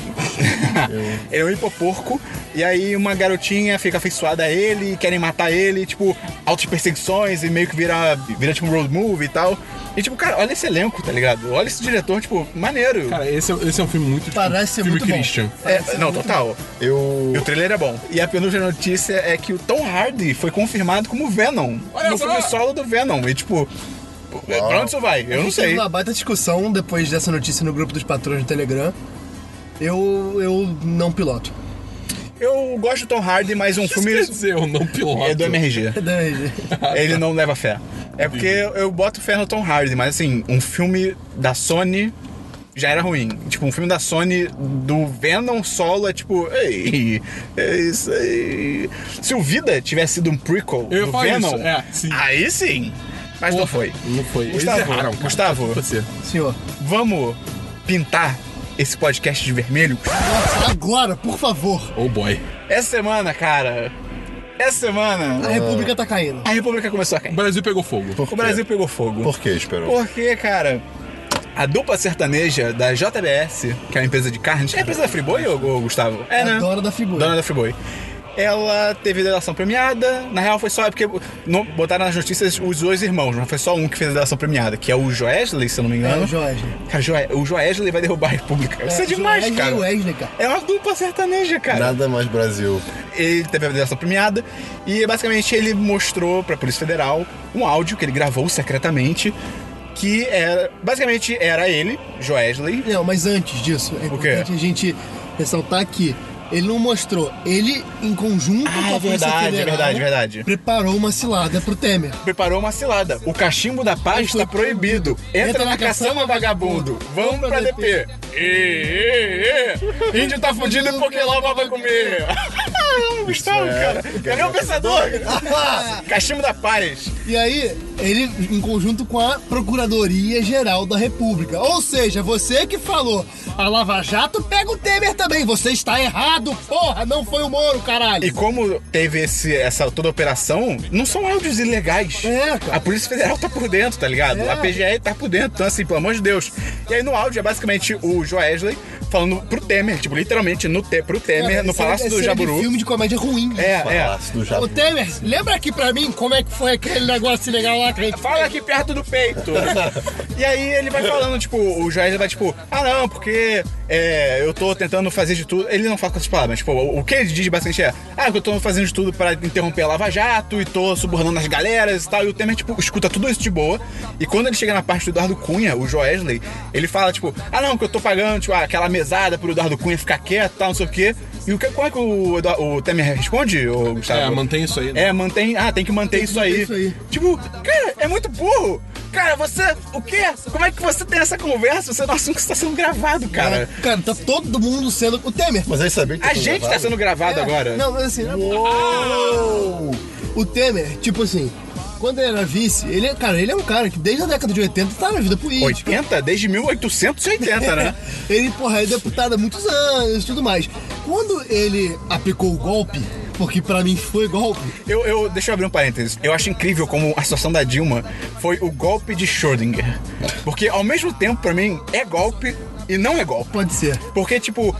ele é um hipoporco. E aí uma garotinha fica afeiçoada a ele, e querem matar ele, e, tipo, altas perseguições e meio que vira, vira tipo um road movie e tal. E tipo, cara, olha esse elenco, tá ligado? Olha esse diretor, tipo, maneiro.
Cara, esse é, esse é um filme muito. tipo,
Parece ser
filme
muito bom.
Christian.
É, não, total.
Eu.
E o trailer é bom. E a penúltima notícia é que o Tom Hardy foi confirmado como Venom.
Olha
no
só!
filme solo do Venom. E tipo, pra onde isso vai? Eu não sei.
Teve uma baita discussão depois dessa notícia no grupo dos patrões do Telegram. Eu, eu não piloto.
Eu gosto do Tom Hardy, mas um filme
Quer dizer, eu não piloto.
é do MRG. Ele não leva fé. É porque eu, eu boto fé no Tom Hardy, mas assim, um filme da Sony já era ruim. Tipo, um filme da Sony do Venom solo é tipo, ei, é isso aí. Se o Vida tivesse sido um prequel
Eu ia
do
falar
Venom,
isso, é, sim.
aí sim. Mas não foi.
Não foi.
Gustavo,
Eles erraram, cara.
Gustavo.
Você.
Senhor,
Vamos pintar esse podcast de vermelho?
nossa, agora, por favor,
Oh boy.
Essa semana, cara. Essa
a
semana,
República tá caindo.
a República começou a
O
cair.
Brasil pegou fogo.
Por
O
quê?
Brasil pegou fogo.
Por quê, Esperão?
Porque, cara, a dupla sertaneja da JBS, que é uma empresa de carnes, é a empresa da Friboi, ô, ô, Gustavo? É,
É
né?
a dona da Friboi.
Dona da Friboi. Ela teve delação premiada. Na real, foi só. é porque no- botaram nas notícias os dois irmãos, mas foi só um que fez a delação premiada, que é o Joesley, se eu não me engano.
É, o Joesley.
Cara, Joe- o Joesley vai derrubar a República. Isso é, demais,
Wesley
cara.
e Wesley, cara.
É uma dupla sertaneja, cara
Nada mais Brasil.
ele teve a delação premiada e basicamente ele mostrou pra Polícia Federal um áudio que ele gravou secretamente que era basicamente era ele, Joesley.
Não, mas antes disso, é
quê?
importante a gente ressaltar que ele não mostrou. Ele, em conjunto
Ah,
com
é
a Polícia
verdade, é
Federal,
verdade, verdade.
preparou uma cilada pro Temer.
Preparou uma cilada. O cachimbo da paz está proibido. Entra, na caçamba, vagabundo. Vamos pra DP. Ê, ê, ê. Índio tá fudido e Pokéló vai comer. Gustavo, cara. É meu pensador. Cachimbo da paz.
E aí, ele em conjunto com a Procuradoria Geral da República. Ou seja, você que falou, a Lava Jato pega o Temer também. Você está errado, porra! Não foi o Moro, caralho!
E como teve esse- essa toda a operação, não são áudios ilegais.
É, cara. É.
A Polícia Federal tá por dentro, tá ligado? A PGR tá por dentro, então assim, pelo amor de Deus. E aí no áudio é basicamente o Joesley falando pro Temer, tipo, literalmente no te, pro Temer,
Cara,
no
esse é-
Palácio
esse
do
é
Jaburu.
De filme de comédia ruim.
É, é.
Palácio do
Ô
Jabu.
Temer, lembra aqui pra mim como é que foi aquele negócio legal lá que a gente
Fala aqui perto do peito. e aí ele vai falando, tipo, o Joesley vai tipo, ah não, porque é, eu tô tentando fazer de tudo. Ele não fala com essas palavras, mas, tipo, o, o que ele diz bastante é, ah, que eu tô fazendo de tudo pra interromper a Lava Jato e tô subornando as galeras e tal. E o Temer, tipo, escuta tudo isso de boa. E quando ele chega na parte do Eduardo Cunha, o Joesley, ele fala, tipo, ah não, que eu tô pagando, tipo, ah, aquela mesada pro Eduardo Cunha ficar quieto e tal, não sei o quê. E o que, como é que o, Edu- o Temer responde, ô, Gustavo?
É, mantém isso aí. né?
É, mantém. Ah, tem que manter isso aí.
isso aí.
Tipo, cara, é muito burro. Cara, você. O quê? Como é que você tem essa conversa? Você é um assunto que está sendo gravado, cara.
Cara, tá todo mundo sendo. O Temer.
Mas aí sabia que
A gente tá está
É,
É. sendo gravado agora.
Não, mas assim. não- O Temer, tipo assim. Quando ele era vice, ele, é- cara, ele é um cara que desde a década de 80 tá na vida política.
80? Desde 1880, né?
Ele, porra, é deputado há muitos anos e tudo mais. Quando ele aplicou o golpe, porque pra mim foi golpe,
Eu, eu- deixa eu abrir um parênteses. Eu acho incrível como a situação da Dilma foi o golpe de Schrödinger. Porque ao mesmo tempo, pra mim, é golpe e não é golpe.
pode ser.
Porque, tipo,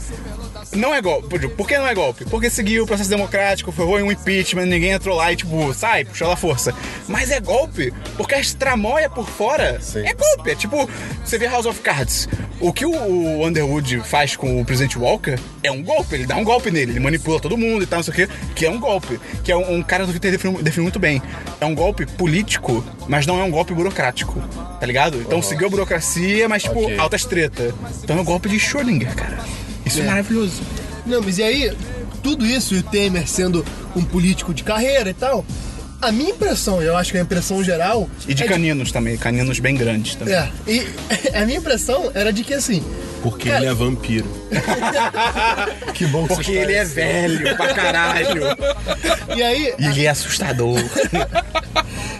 não é golpe. Por que não é golpe? Porque seguiu o processo democrático, foi um impeachment, ninguém entrou lá e, tipo, sai, puxou lá a força. Mas é golpe, porque a estramóia por fora é golpe. É tipo, você vê House of Cards. O que o- o Underwood faz com o presidente Walker é um golpe, ele dá um golpe nele, ele manipula todo mundo e tal, não sei o quê, que é um golpe. Que é um, um cara do Twitter definiu, definiu muito bem. É um golpe político, mas não é um golpe burocrático, tá ligado? Então seguiu a burocracia, mas, tipo,
Ok.
altas treta. Então é um golpe de Schrödinger, cara. Isso é, maravilhoso.
Não, mas e aí, tudo isso, e o Temer sendo um político de carreira e tal, a minha impressão, eu acho que a impressão geral.
E de
é
caninos também, caninos bem grandes também.
É, e a minha impressão era de que assim,
Porque
Cara-
ele é vampiro.
Que bom que
Porque ele é velho pra caralho.
e aí
E ele é assustador.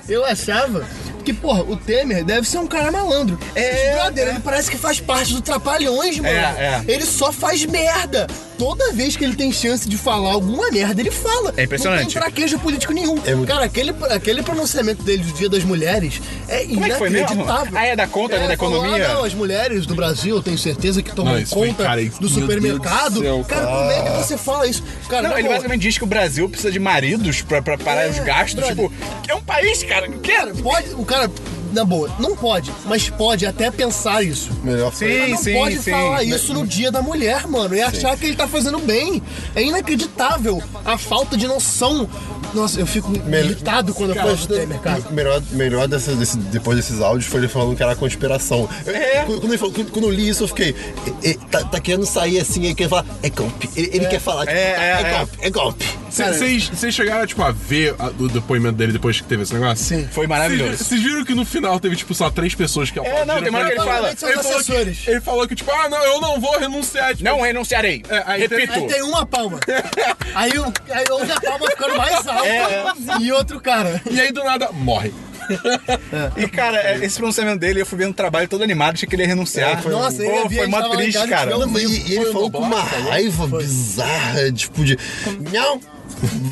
eu achava que, porra, o Temer deve ser um cara malandro.
É,
Mas, brother,
é.
ele parece que faz parte do Trapalhões, mano.
É, é.
Ele só faz merda. Toda vez que ele tem chance de falar alguma merda, ele fala.
É impressionante.
Não tem traquejo político nenhum.
É muito-
Cara, aquele, aquele pronunciamento dele do Dia das Mulheres é
Como é que foi mesmo?
inacreditável.
Ah, é da conta, né, da
falou,
economia?
ah, não, as mulheres do Brasil, eu tenho certeza que tomam
Não, isso foi,
conta
cara, isso-
do
meu
supermercado.
Deus do céu,
cara, como é que você fala isso? Cara,
Não,
na
ele
boa.
basicamente diz que o Brasil precisa de maridos pra, pra parar
É,
os gastos.
brother.
Tipo, que é um país, cara, que
Cara,
quero.
pode. O cara, na boa, não pode, mas pode até pensar isso.
melhor
Sim,
Não pode falar isso no dia da mulher, mano. E achar que ele tá fazendo bem. É inacreditável a falta de noção. Nossa, eu fico
Mel-
irritado quando eu
Cara,
falo do
é
Temer, cara.
o melhor, melhor dessa- desse- depois desses áudios foi ele falando que era conspiração. Eu-
É.
quando, quando ele falou- quando- quando eu li isso, eu fiquei. "E- e- tá, tá querendo sair assim, ele quer falar. É golpe. Ele, ele quer falar.
É,
tá,
é, é.
golpe. É golpe.
Cara-
Vocês vocês chegaram tipo, a ver a- o depoimento dele depois que teve esse negócio?
Sim.
Foi maravilhoso.
Vocês vocês viram que no final teve, tipo, só três pessoas que
É, não, tem uma hora que ele fala.
Provavelmente são os
falou
assessores.
que, ele falou que, tipo, ah, não, eu não vou renunciar. Tipo,
Não renunciarei.
É, aí tem-
Repito.
Aí tem uma palma. Aí, o- aí outra palma ficando mais alta.
É.
E outro cara.
E aí, do nada, morre.
E, cara, é, esse pronunciamento dele, eu fui vendo o trabalho todo animado, achei que ele ia renunciar.
foi-
Nossa, ele
Pô,
havia-
foi
ele
mó
tava lá em
triste,
casa,
cara.
tirou-
Não, mas e, e ele
Foi
falou
uma
com uma
bosta, né?
raiva bizarra, tipo, de. Não!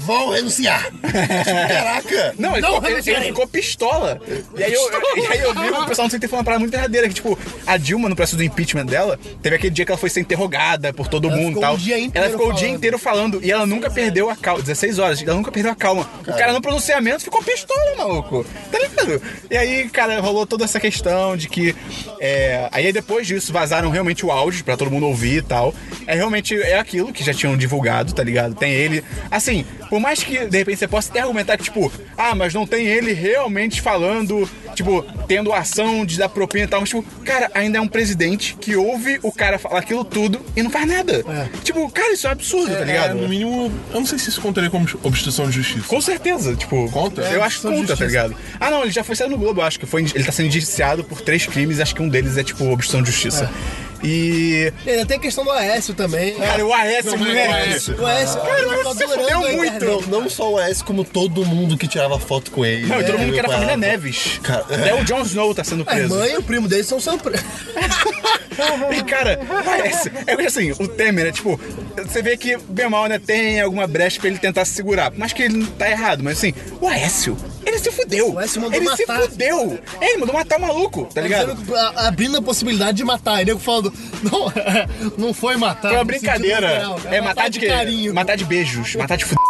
Vão renunciar! Caraca!
Não, ele,
Não,
ficou, ele- ele
renunciarei.
ficou pistola. E aí, eu, e aí eu vi o pessoal no Twitter falando uma parada muito verdadeira, que tipo, a Dilma, no processo do impeachment dela, teve aquele dia que ela foi ser interrogada por todo
Ela
mundo e
ficou
tal.
o dia
ela
inteiro
ficou o dia
falando.
inteiro falando e ela nunca perdeu a calma. 16 horas, ela nunca perdeu a calma. O cara no pronunciamento ficou pistola, maluco. Tá ligado? E aí, cara, rolou toda essa questão de que. é, aí depois disso vazaram realmente o áudio pra todo mundo ouvir e tal. É realmente é aquilo que já tinham divulgado, tá ligado? Tem ele. Assim, por mais que de repente você possa até argumentar que, tipo, ah, mas não tem ele realmente falando, tipo, tendo ação de dar propina e tal. Mas, tipo, cara, ainda é um presidente que ouve o cara falar aquilo tudo e não faz nada. Tipo, cara, isso é um absurdo, tá
É,
ligado?
no mínimo, eu não sei se isso contaria como obstrução de justiça.
Com certeza, tipo.
Conta?
Eu acho que
É,
conta,
justiça.
tá ligado? Ah, não, ele já foi sair no Globo, eu acho que foi. Ele tá sendo indiciado por três crimes, acho que um deles é, tipo, obstrução de justiça.
É.
E.
E ainda tem a questão do Aécio também.
Cara, o Aécio,
é
moleque.
O Aécio, tá cara,
o Aécio se fudeu muito.
Não, não só o S, como todo mundo que tirava foto com ele. É,
Não, e
É,
todo mundo que era a família
Parava.
Neves.
Cara- é,
Até o Jon Snow tá sendo
A
preso.
mãe e o primo dele são surpresos.
E, cara, parece. É porque, assim, o Temer é tipo. Você vê que bem ou mal, né? Tem alguma brecha pra ele tentar se segurar. Mas que ele não tá errado. Mas assim, o Aécio, ele se fudeu.
O Aécio mandou
ele
matar.
se fudeu. É, ele mandou matar o maluco, tá ligado?
Dizendo, a- Abrindo a possibilidade de matar. E nego falando, não, não foi matar.
Foi É uma
no sentido
brincadeira.
literal,
é matar de, quê?
carinho.
Matar de beijos, matar de f...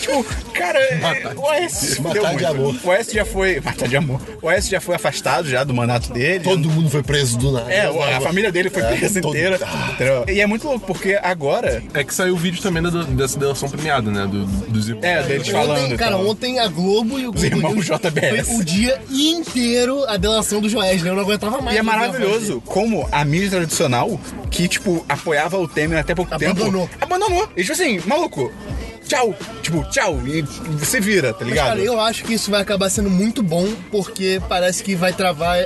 Tipo, cara, é, o Oeste se fudeu
Matar de
muito.
amor.
O Oeste já foi. Matar de amor. O Oeste já foi afastado já do mandato dele.
Todo mundo foi preso do nada.
É, o- a família dele foi
É,
presa
todo-
inteira.
Ah.
entendeu? E é muito louco, porque agora.
É que saiu o vídeo também da, dessa delação premiada, né? Do, dos irmãos.
É, deles falando.
Ontem, cara,
então.
ontem a Globo e o Globo
irmãos
News
JBS.
foi o dia inteiro a delação do Joés, né? Eu não aguentava mais.
E é
ouvir a voz dele.
maravilhoso como a mídia tradicional, que, tipo, apoiava o Temer até pouco
Abandonou.
tempo. Abandonou. E, tipo assim, maluco. tchau. Tipo, tchau. E você vira, tá
Mas,
ligado?
cara, eu acho que isso vai acabar sendo muito bom, porque parece que vai travar,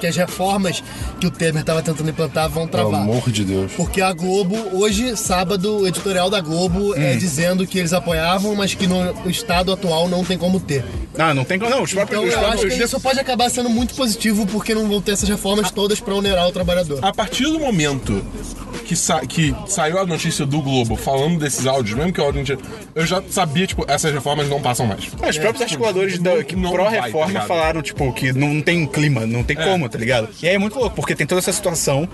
que as reformas que o Temer tava tentando implantar vão
Pelo
travar.
amor de Deus.
Porque a Globo, hoje, sábado, o editorial da Globo é
Hum.
dizendo que eles apoiavam, mas que no estado atual não tem como ter.
Ah, não tem como. Não, os próprios.
Então
os
eu
próprios-
acho que isso pode acabar sendo muito positivo, porque não vão ter essas reformas todas pra onerar o trabalhador.
A partir do momento que, sa- que saiu a notícia do Globo falando desses áudios, mesmo que o áudio não tinha, eu já sabia, tipo, essas reformas não passam mais. É, tipo,
Ah, Os próprios articuladores da, que
Não vai, tá
pró-reforma
ligado?
falaram, tipo, que não tem clima, não tem como, tá ligado? E aí é muito louco, porque tem toda essa situação.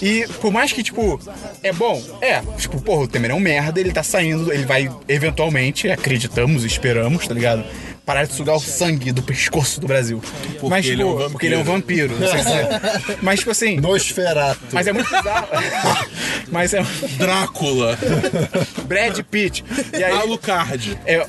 E por mais que, tipo, é bom, é, tipo, porra, o Temer é um merda, ele tá saindo, ele vai eventualmente, acreditamos, esperamos, tá ligado? Parar de sugar o sangue do pescoço do Brasil.
Porque
mas, tipo,
ele é um
porque ele é um vampiro. Não sei se é. Mas, tipo assim.
Nosferato.
Mas é muito bizarro. mas é.
Drácula,
Brad Pitt. E aí.
Alucard.
É, a-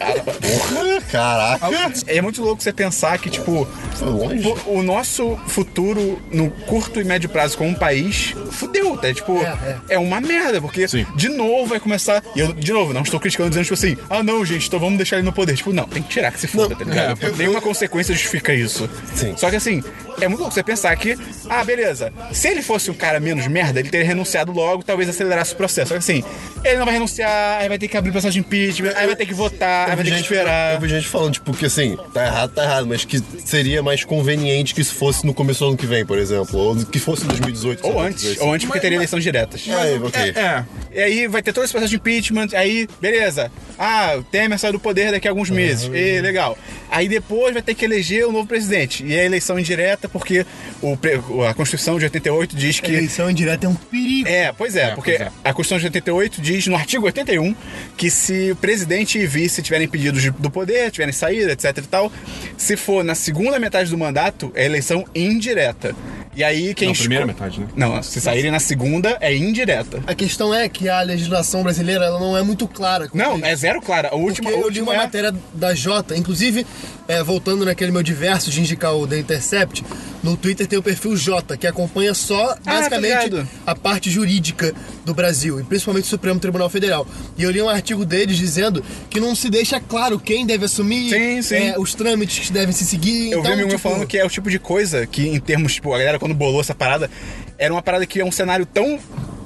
Caraca.
é muito louco você pensar que, tipo,
Foi longe.
o- o nosso futuro no curto e médio prazo como país fudeu, tá? Tipo, é,
É,
uma merda, porque
Sim.
de novo vai começar. E eu, de novo, não estou criticando dizendo, tipo assim, ah não, gente, então vamos deixar ele no poder. Tipo, não, tem que tirar que se foda, tá ligado?
é,
Nenhuma consequência justifica isso.
Sim.
Só que assim, é muito louco você pensar que, ah, beleza, se ele fosse um cara menos merda, ele teria renunciado logo, talvez acelerasse o processo. Só que assim, ele não vai renunciar, aí vai ter que abrir processo de impeachment, aí vai ter que votar, aí vai
Eu vi
ter que
gente-
esperar.
Eu vi gente falando, tipo, que assim, tá errado, tá errado, mas que seria mais conveniente que isso fosse no começo do ano que vem, por exemplo. Ou que fosse em 2018.
Ou
sabe? assim.
antes, ou antes porque teria eleições diretas.
Ah, é, ok.
É,
E aí vai ter todo esse processo de impeachment, aí, beleza. Ah, o Temer sai do poder daqui a alguns meses. E legal. Aí depois vai ter que eleger o novo presidente. E é eleição indireta, porque o, pre- a Constituição de 88 diz
A
que.
eleição indireta é um perigo.
É, pois é,
É,
porque
pois é.
a Constituição de 88 diz, no artigo 81, que se o presidente e vice tiverem pedidos de- do poder, tiverem saída, etc e tal, se for na segunda metade do mandato, é eleição indireta. E aí quem...
na primeira
esco-
metade, né?
Não, se saírem na segunda, é indireta.
A questão é que a legislação brasileira ela não é muito clara.
Não, é zero, Clara. A
Porque
última, a
eu li
última
uma
é...
matéria da Jota, inclusive, é, voltando naquele meu diverso de indicar o The Intercept, no Twitter tem o perfil Jota, que acompanha só, basicamente,
Ah, tá ligado.
a parte jurídica do Brasil, e principalmente o Supremo Tribunal Federal. E eu li um artigo deles dizendo que não se deixa claro quem deve assumir,
Sim, sim.
é, os trâmites que devem se seguir.
Eu
então,
vi um amigo meu
tipo,
falando que é o tipo de coisa que, em termos, tipo, a galera quando bolou essa parada, era uma parada que é um cenário tão,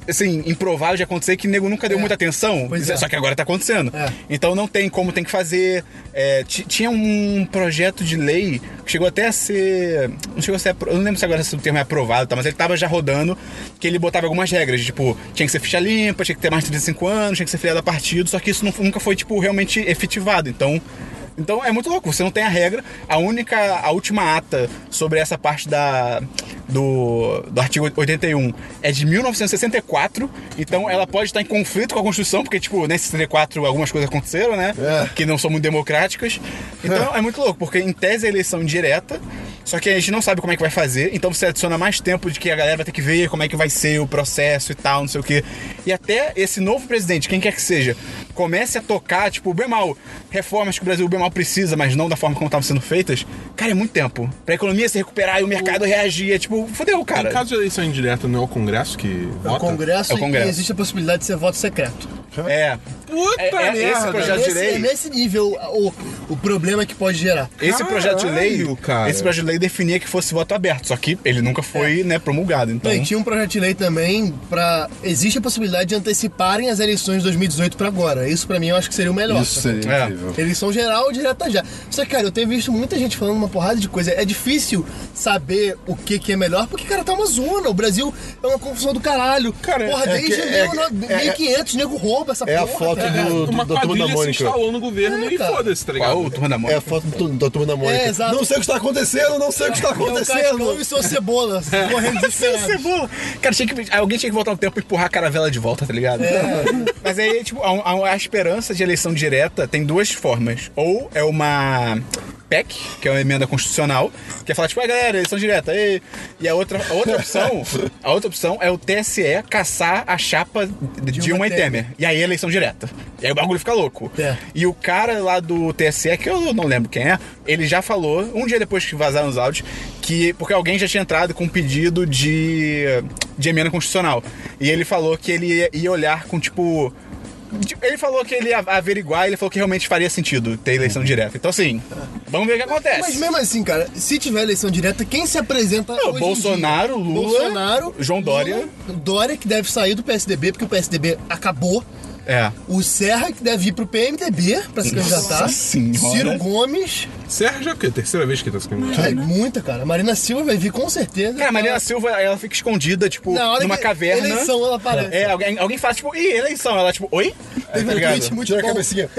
assim, improvável de acontecer que o nego nunca deu muita atenção.
Pois é.
Só que agora tá acontecendo.
É.
Então não tem como tem que fazer. É, ti- tinha um projeto de lei que chegou até a ser. Não chegou a ser. apro- Eu não lembro se agora se o termo é aprovado, tá? Mas ele tava já rodando que ele botava algumas regras, de, tipo, tinha que ser ficha limpa, tinha que ter mais de 35 anos, tinha que ser filiado a partido, só que isso não- nunca foi, tipo, realmente efetivado. Então. Então é muito louco, você não tem a regra. A única, a última ata sobre essa parte da, do, do artigo 81 é de 1964, então ela pode estar em conflito com a Constituição, porque, tipo, né, em 64 algumas coisas aconteceram, né?
É.
Que não são muito democráticas. Então é muito louco, porque em tese é eleição direta, só que a gente não sabe como é que vai fazer, então você adiciona mais tempo de que a galera vai ter que ver como é que vai ser o processo e tal, não sei o quê. E até esse novo presidente, quem quer que seja, comece a tocar, tipo, bem mal, reformas que o Brasil bem mal precisa, mas não da forma como estavam sendo feitas, cara, é muito tempo. Pra economia se recuperar e o mercado reagir, é tipo, fodeu, cara.
Em caso de eleição indireta, não é o Congresso que
É
vota?
o Congresso,
É o Congresso.
E existe a possibilidade de ser voto secreto.
É.
Puta
É- é-
merda!
esse projeto- Já
Esse-
direi.
é nesse nível o, o problema que pode gerar.
Esse projeto de lei,
Caralho, cara.
esse projeto de lei definia que fosse voto aberto, só que ele nunca foi, né, promulgado, então.
Não,
tipo,
e tinha um projeto de lei também para existe a possibilidade de anteciparem as eleições de 2018 para agora. Isso para mim eu acho que seria o melhor.
Isso seria
É.
incrível.
Eleição geral ou direta já. Só que, cara, eu tenho visto muita gente falando uma porrada de coisa. É difícil saber o que, que é melhor, porque, cara, tá uma zona. O Brasil é uma confusão do caralho.
Cara,
porra,
é
desde
que- é-
1900,
é-
1500, nego rouba essa
É a
porra.
foto
tá ligado?
do, do,
Uma
da turma da
quadrilha se
Mônica.
instalou no governo
É,
e
cara.
foda-se, tá ligado?
Qual o turma da
É
Mônica?
a foto do- da turma da Mônica.
É, exato.
Não sei o que está acontecendo, não sei o que está
É o Cascão
acontecendo.
e sua cebola,
É.
correndo desesperado.
Cebola. Cara, tinha que, alguém tinha que voltar um tempo e empurrar a caravela de volta, tá ligado? Mas aí, tipo, a, a- a esperança de eleição direta tem duas formas. Ou é uma PEC, que é uma emenda constitucional, que é falar, tipo, ah, galera, eleição direta. E, e a, outra, a outra opção, a outra opção é o TSE caçar a chapa de Dilma, e Temer. E aí é eleição direta. E aí o bagulho fica louco.
É.
E o cara lá do TSE, que eu não lembro quem é, ele já falou, um dia depois que vazaram os áudios, que. Porque alguém já tinha entrado com um pedido de, de emenda constitucional. E ele falou que ele ia- ia olhar com, tipo. tipo, ele falou que ele ia averiguar, ele falou que realmente faria sentido ter eleição direta. Então, assim, vamos ver o que acontece.
Mas mesmo assim, cara, se tiver eleição direta, quem se apresenta
Não,
hoje em
Bolsonaro,
dia?
Lula,
Bolsonaro,
João Dória.
Lula, Dória que deve sair do PSDB, porque o PSDB acabou.
É.
O Serra que deve ir pro PMDB pra se candidatar.
Senhora.
Ciro Gomes.
Serra já é o quê? Terceira vez que tá se candidatando.
Ai, muita, cara. Marina Silva vai vir com certeza.
Cara, a Marina
Ela-
Silva, ela fica escondida, tipo,
Na hora
numa
que-
caverna.
eleição, ela aparece.
É, alguém, alguém faz, tipo, ih, eleição. Ela, tipo, oi? É,
Teve
tá
um
ligado?
tweet muito
Tira a
bom.
cabecinha.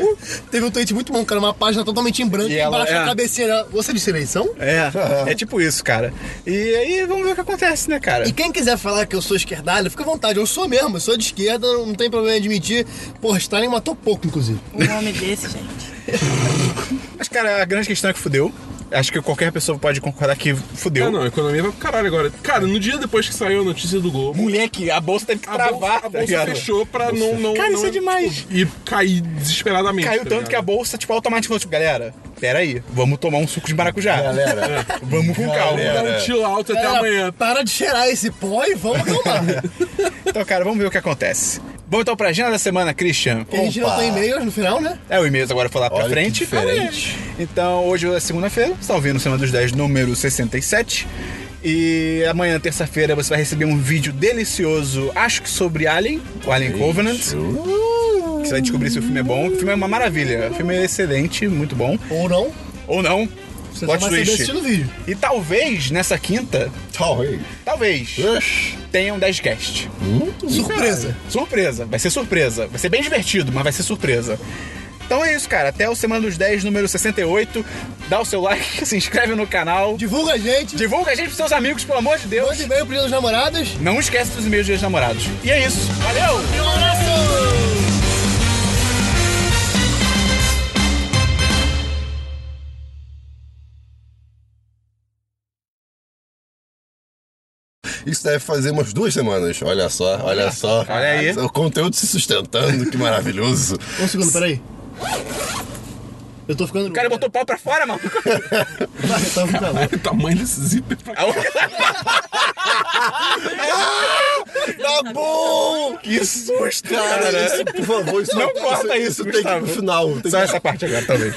Teve um tweet muito bom, cara. Uma página totalmente em branco
E
e
ela-
embaixo
é.
a cabecinha. dela. Você disse eleição?
É, é tipo isso, cara. E aí vamos ver o que acontece, né, cara?
E quem quiser falar que eu sou esquerdalho, fica à vontade. Eu sou mesmo, eu sou de esquerda, não tem problema em admitir. Pô, Stalin matou pouco, inclusive.
Um homem desse, gente.
Mas, cara, a grande questão é que fudeu. Acho que qualquer pessoa pode concordar que fudeu.
Ah, não, a economia vai pro caralho agora. Cara, no dia depois que saiu a notícia do Globo,
Moleque, a bolsa teve que
a
travar,
bolsa, a
tá
bolsa
ligado?
fechou pra não, não.
Cara, isso
não-
é demais.
E cair desesperadamente.
Caiu
tá
tanto que a
ligado?
bolsa, tipo, automaticamente falou, tipo, galera, peraí, vamos tomar um suco de maracujá.
Galera,
É, Vamos com calma.
Galera.
Dá um chill out até
É.
Galera,
amanhã.
Para de cheirar esse pó e vamos tomar.
Então, cara, vamos ver o que acontece. Vamos então pra agenda da semana, Christian.
Porque a gente não
Opa.
tem e-mails no final, né?
É, o e-mail agora foi lá pra
Olha que
frente.
diferente.
Então, hoje é segunda-feira, você tá ouvindo Semana dos 10, número 67. E amanhã, terça-feira, você vai receber um vídeo delicioso, acho que sobre Alien, o Alien Covenant. Que
Uh.
você vai descobrir se o filme é bom. O filme é uma maravilha. O filme é excelente, muito bom.
Ou não,
Ou não.
você só
plot
vai saber
twist.
assistindo o vídeo.
E talvez, nessa quinta,
talvez.
talvez, tenha um 10cast.
Hum,
Surpresa.
Surpresa, vai ser surpresa. Vai ser bem divertido, mas vai ser surpresa. Então é isso, cara. Até o Semana dos 10, número 68. Dá o seu like, se inscreve no canal.
Divulga a gente,
Divulga a gente pros seus amigos, pelo amor de Deus.
manda e-mail pros namoradas.
Não esquece dos e-mails dos namorados. E é isso. Valeu!
Um abraço!
Isso deve fazer umas duas semanas. Olha só, olha só.
Olha aí.
O conteúdo se sustentando, que maravilhoso.
Um segundo, peraí. Eu tô ficando.
O cara botou o pau pra fora, mano.
Eu tava com calor.
O tamanho desse zíper pra Ah,
Tá bom!
que susto,
Cara, isso, por favor, isso
né? Não corta isso,
tem que ir
Gustavo.
pro final. Tem
Só
que-
essa parte agora, talvez.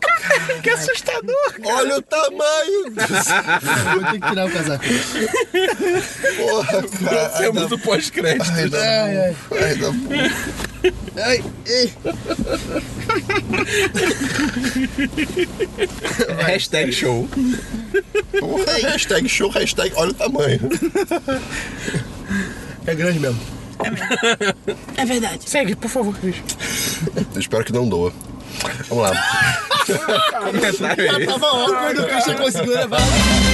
Cara, que assustador.
Olha o tamanho!
Eu Vou ter que tirar o casaco.
Porra, cara. Ai,
Temos o pós-crédito.
Ai,
Ai, ai.
dá- ai, dá-
Ai, ei.
Hashtag show.
Porra, hashtag show, hashtag olha o tamanho.
É grande mesmo.
É verdade.
Segue, por favor.
Eu espero que não doa. Vamos lá.
Comentário aí.
Tava óbvio quando o Christian conseguiu levar.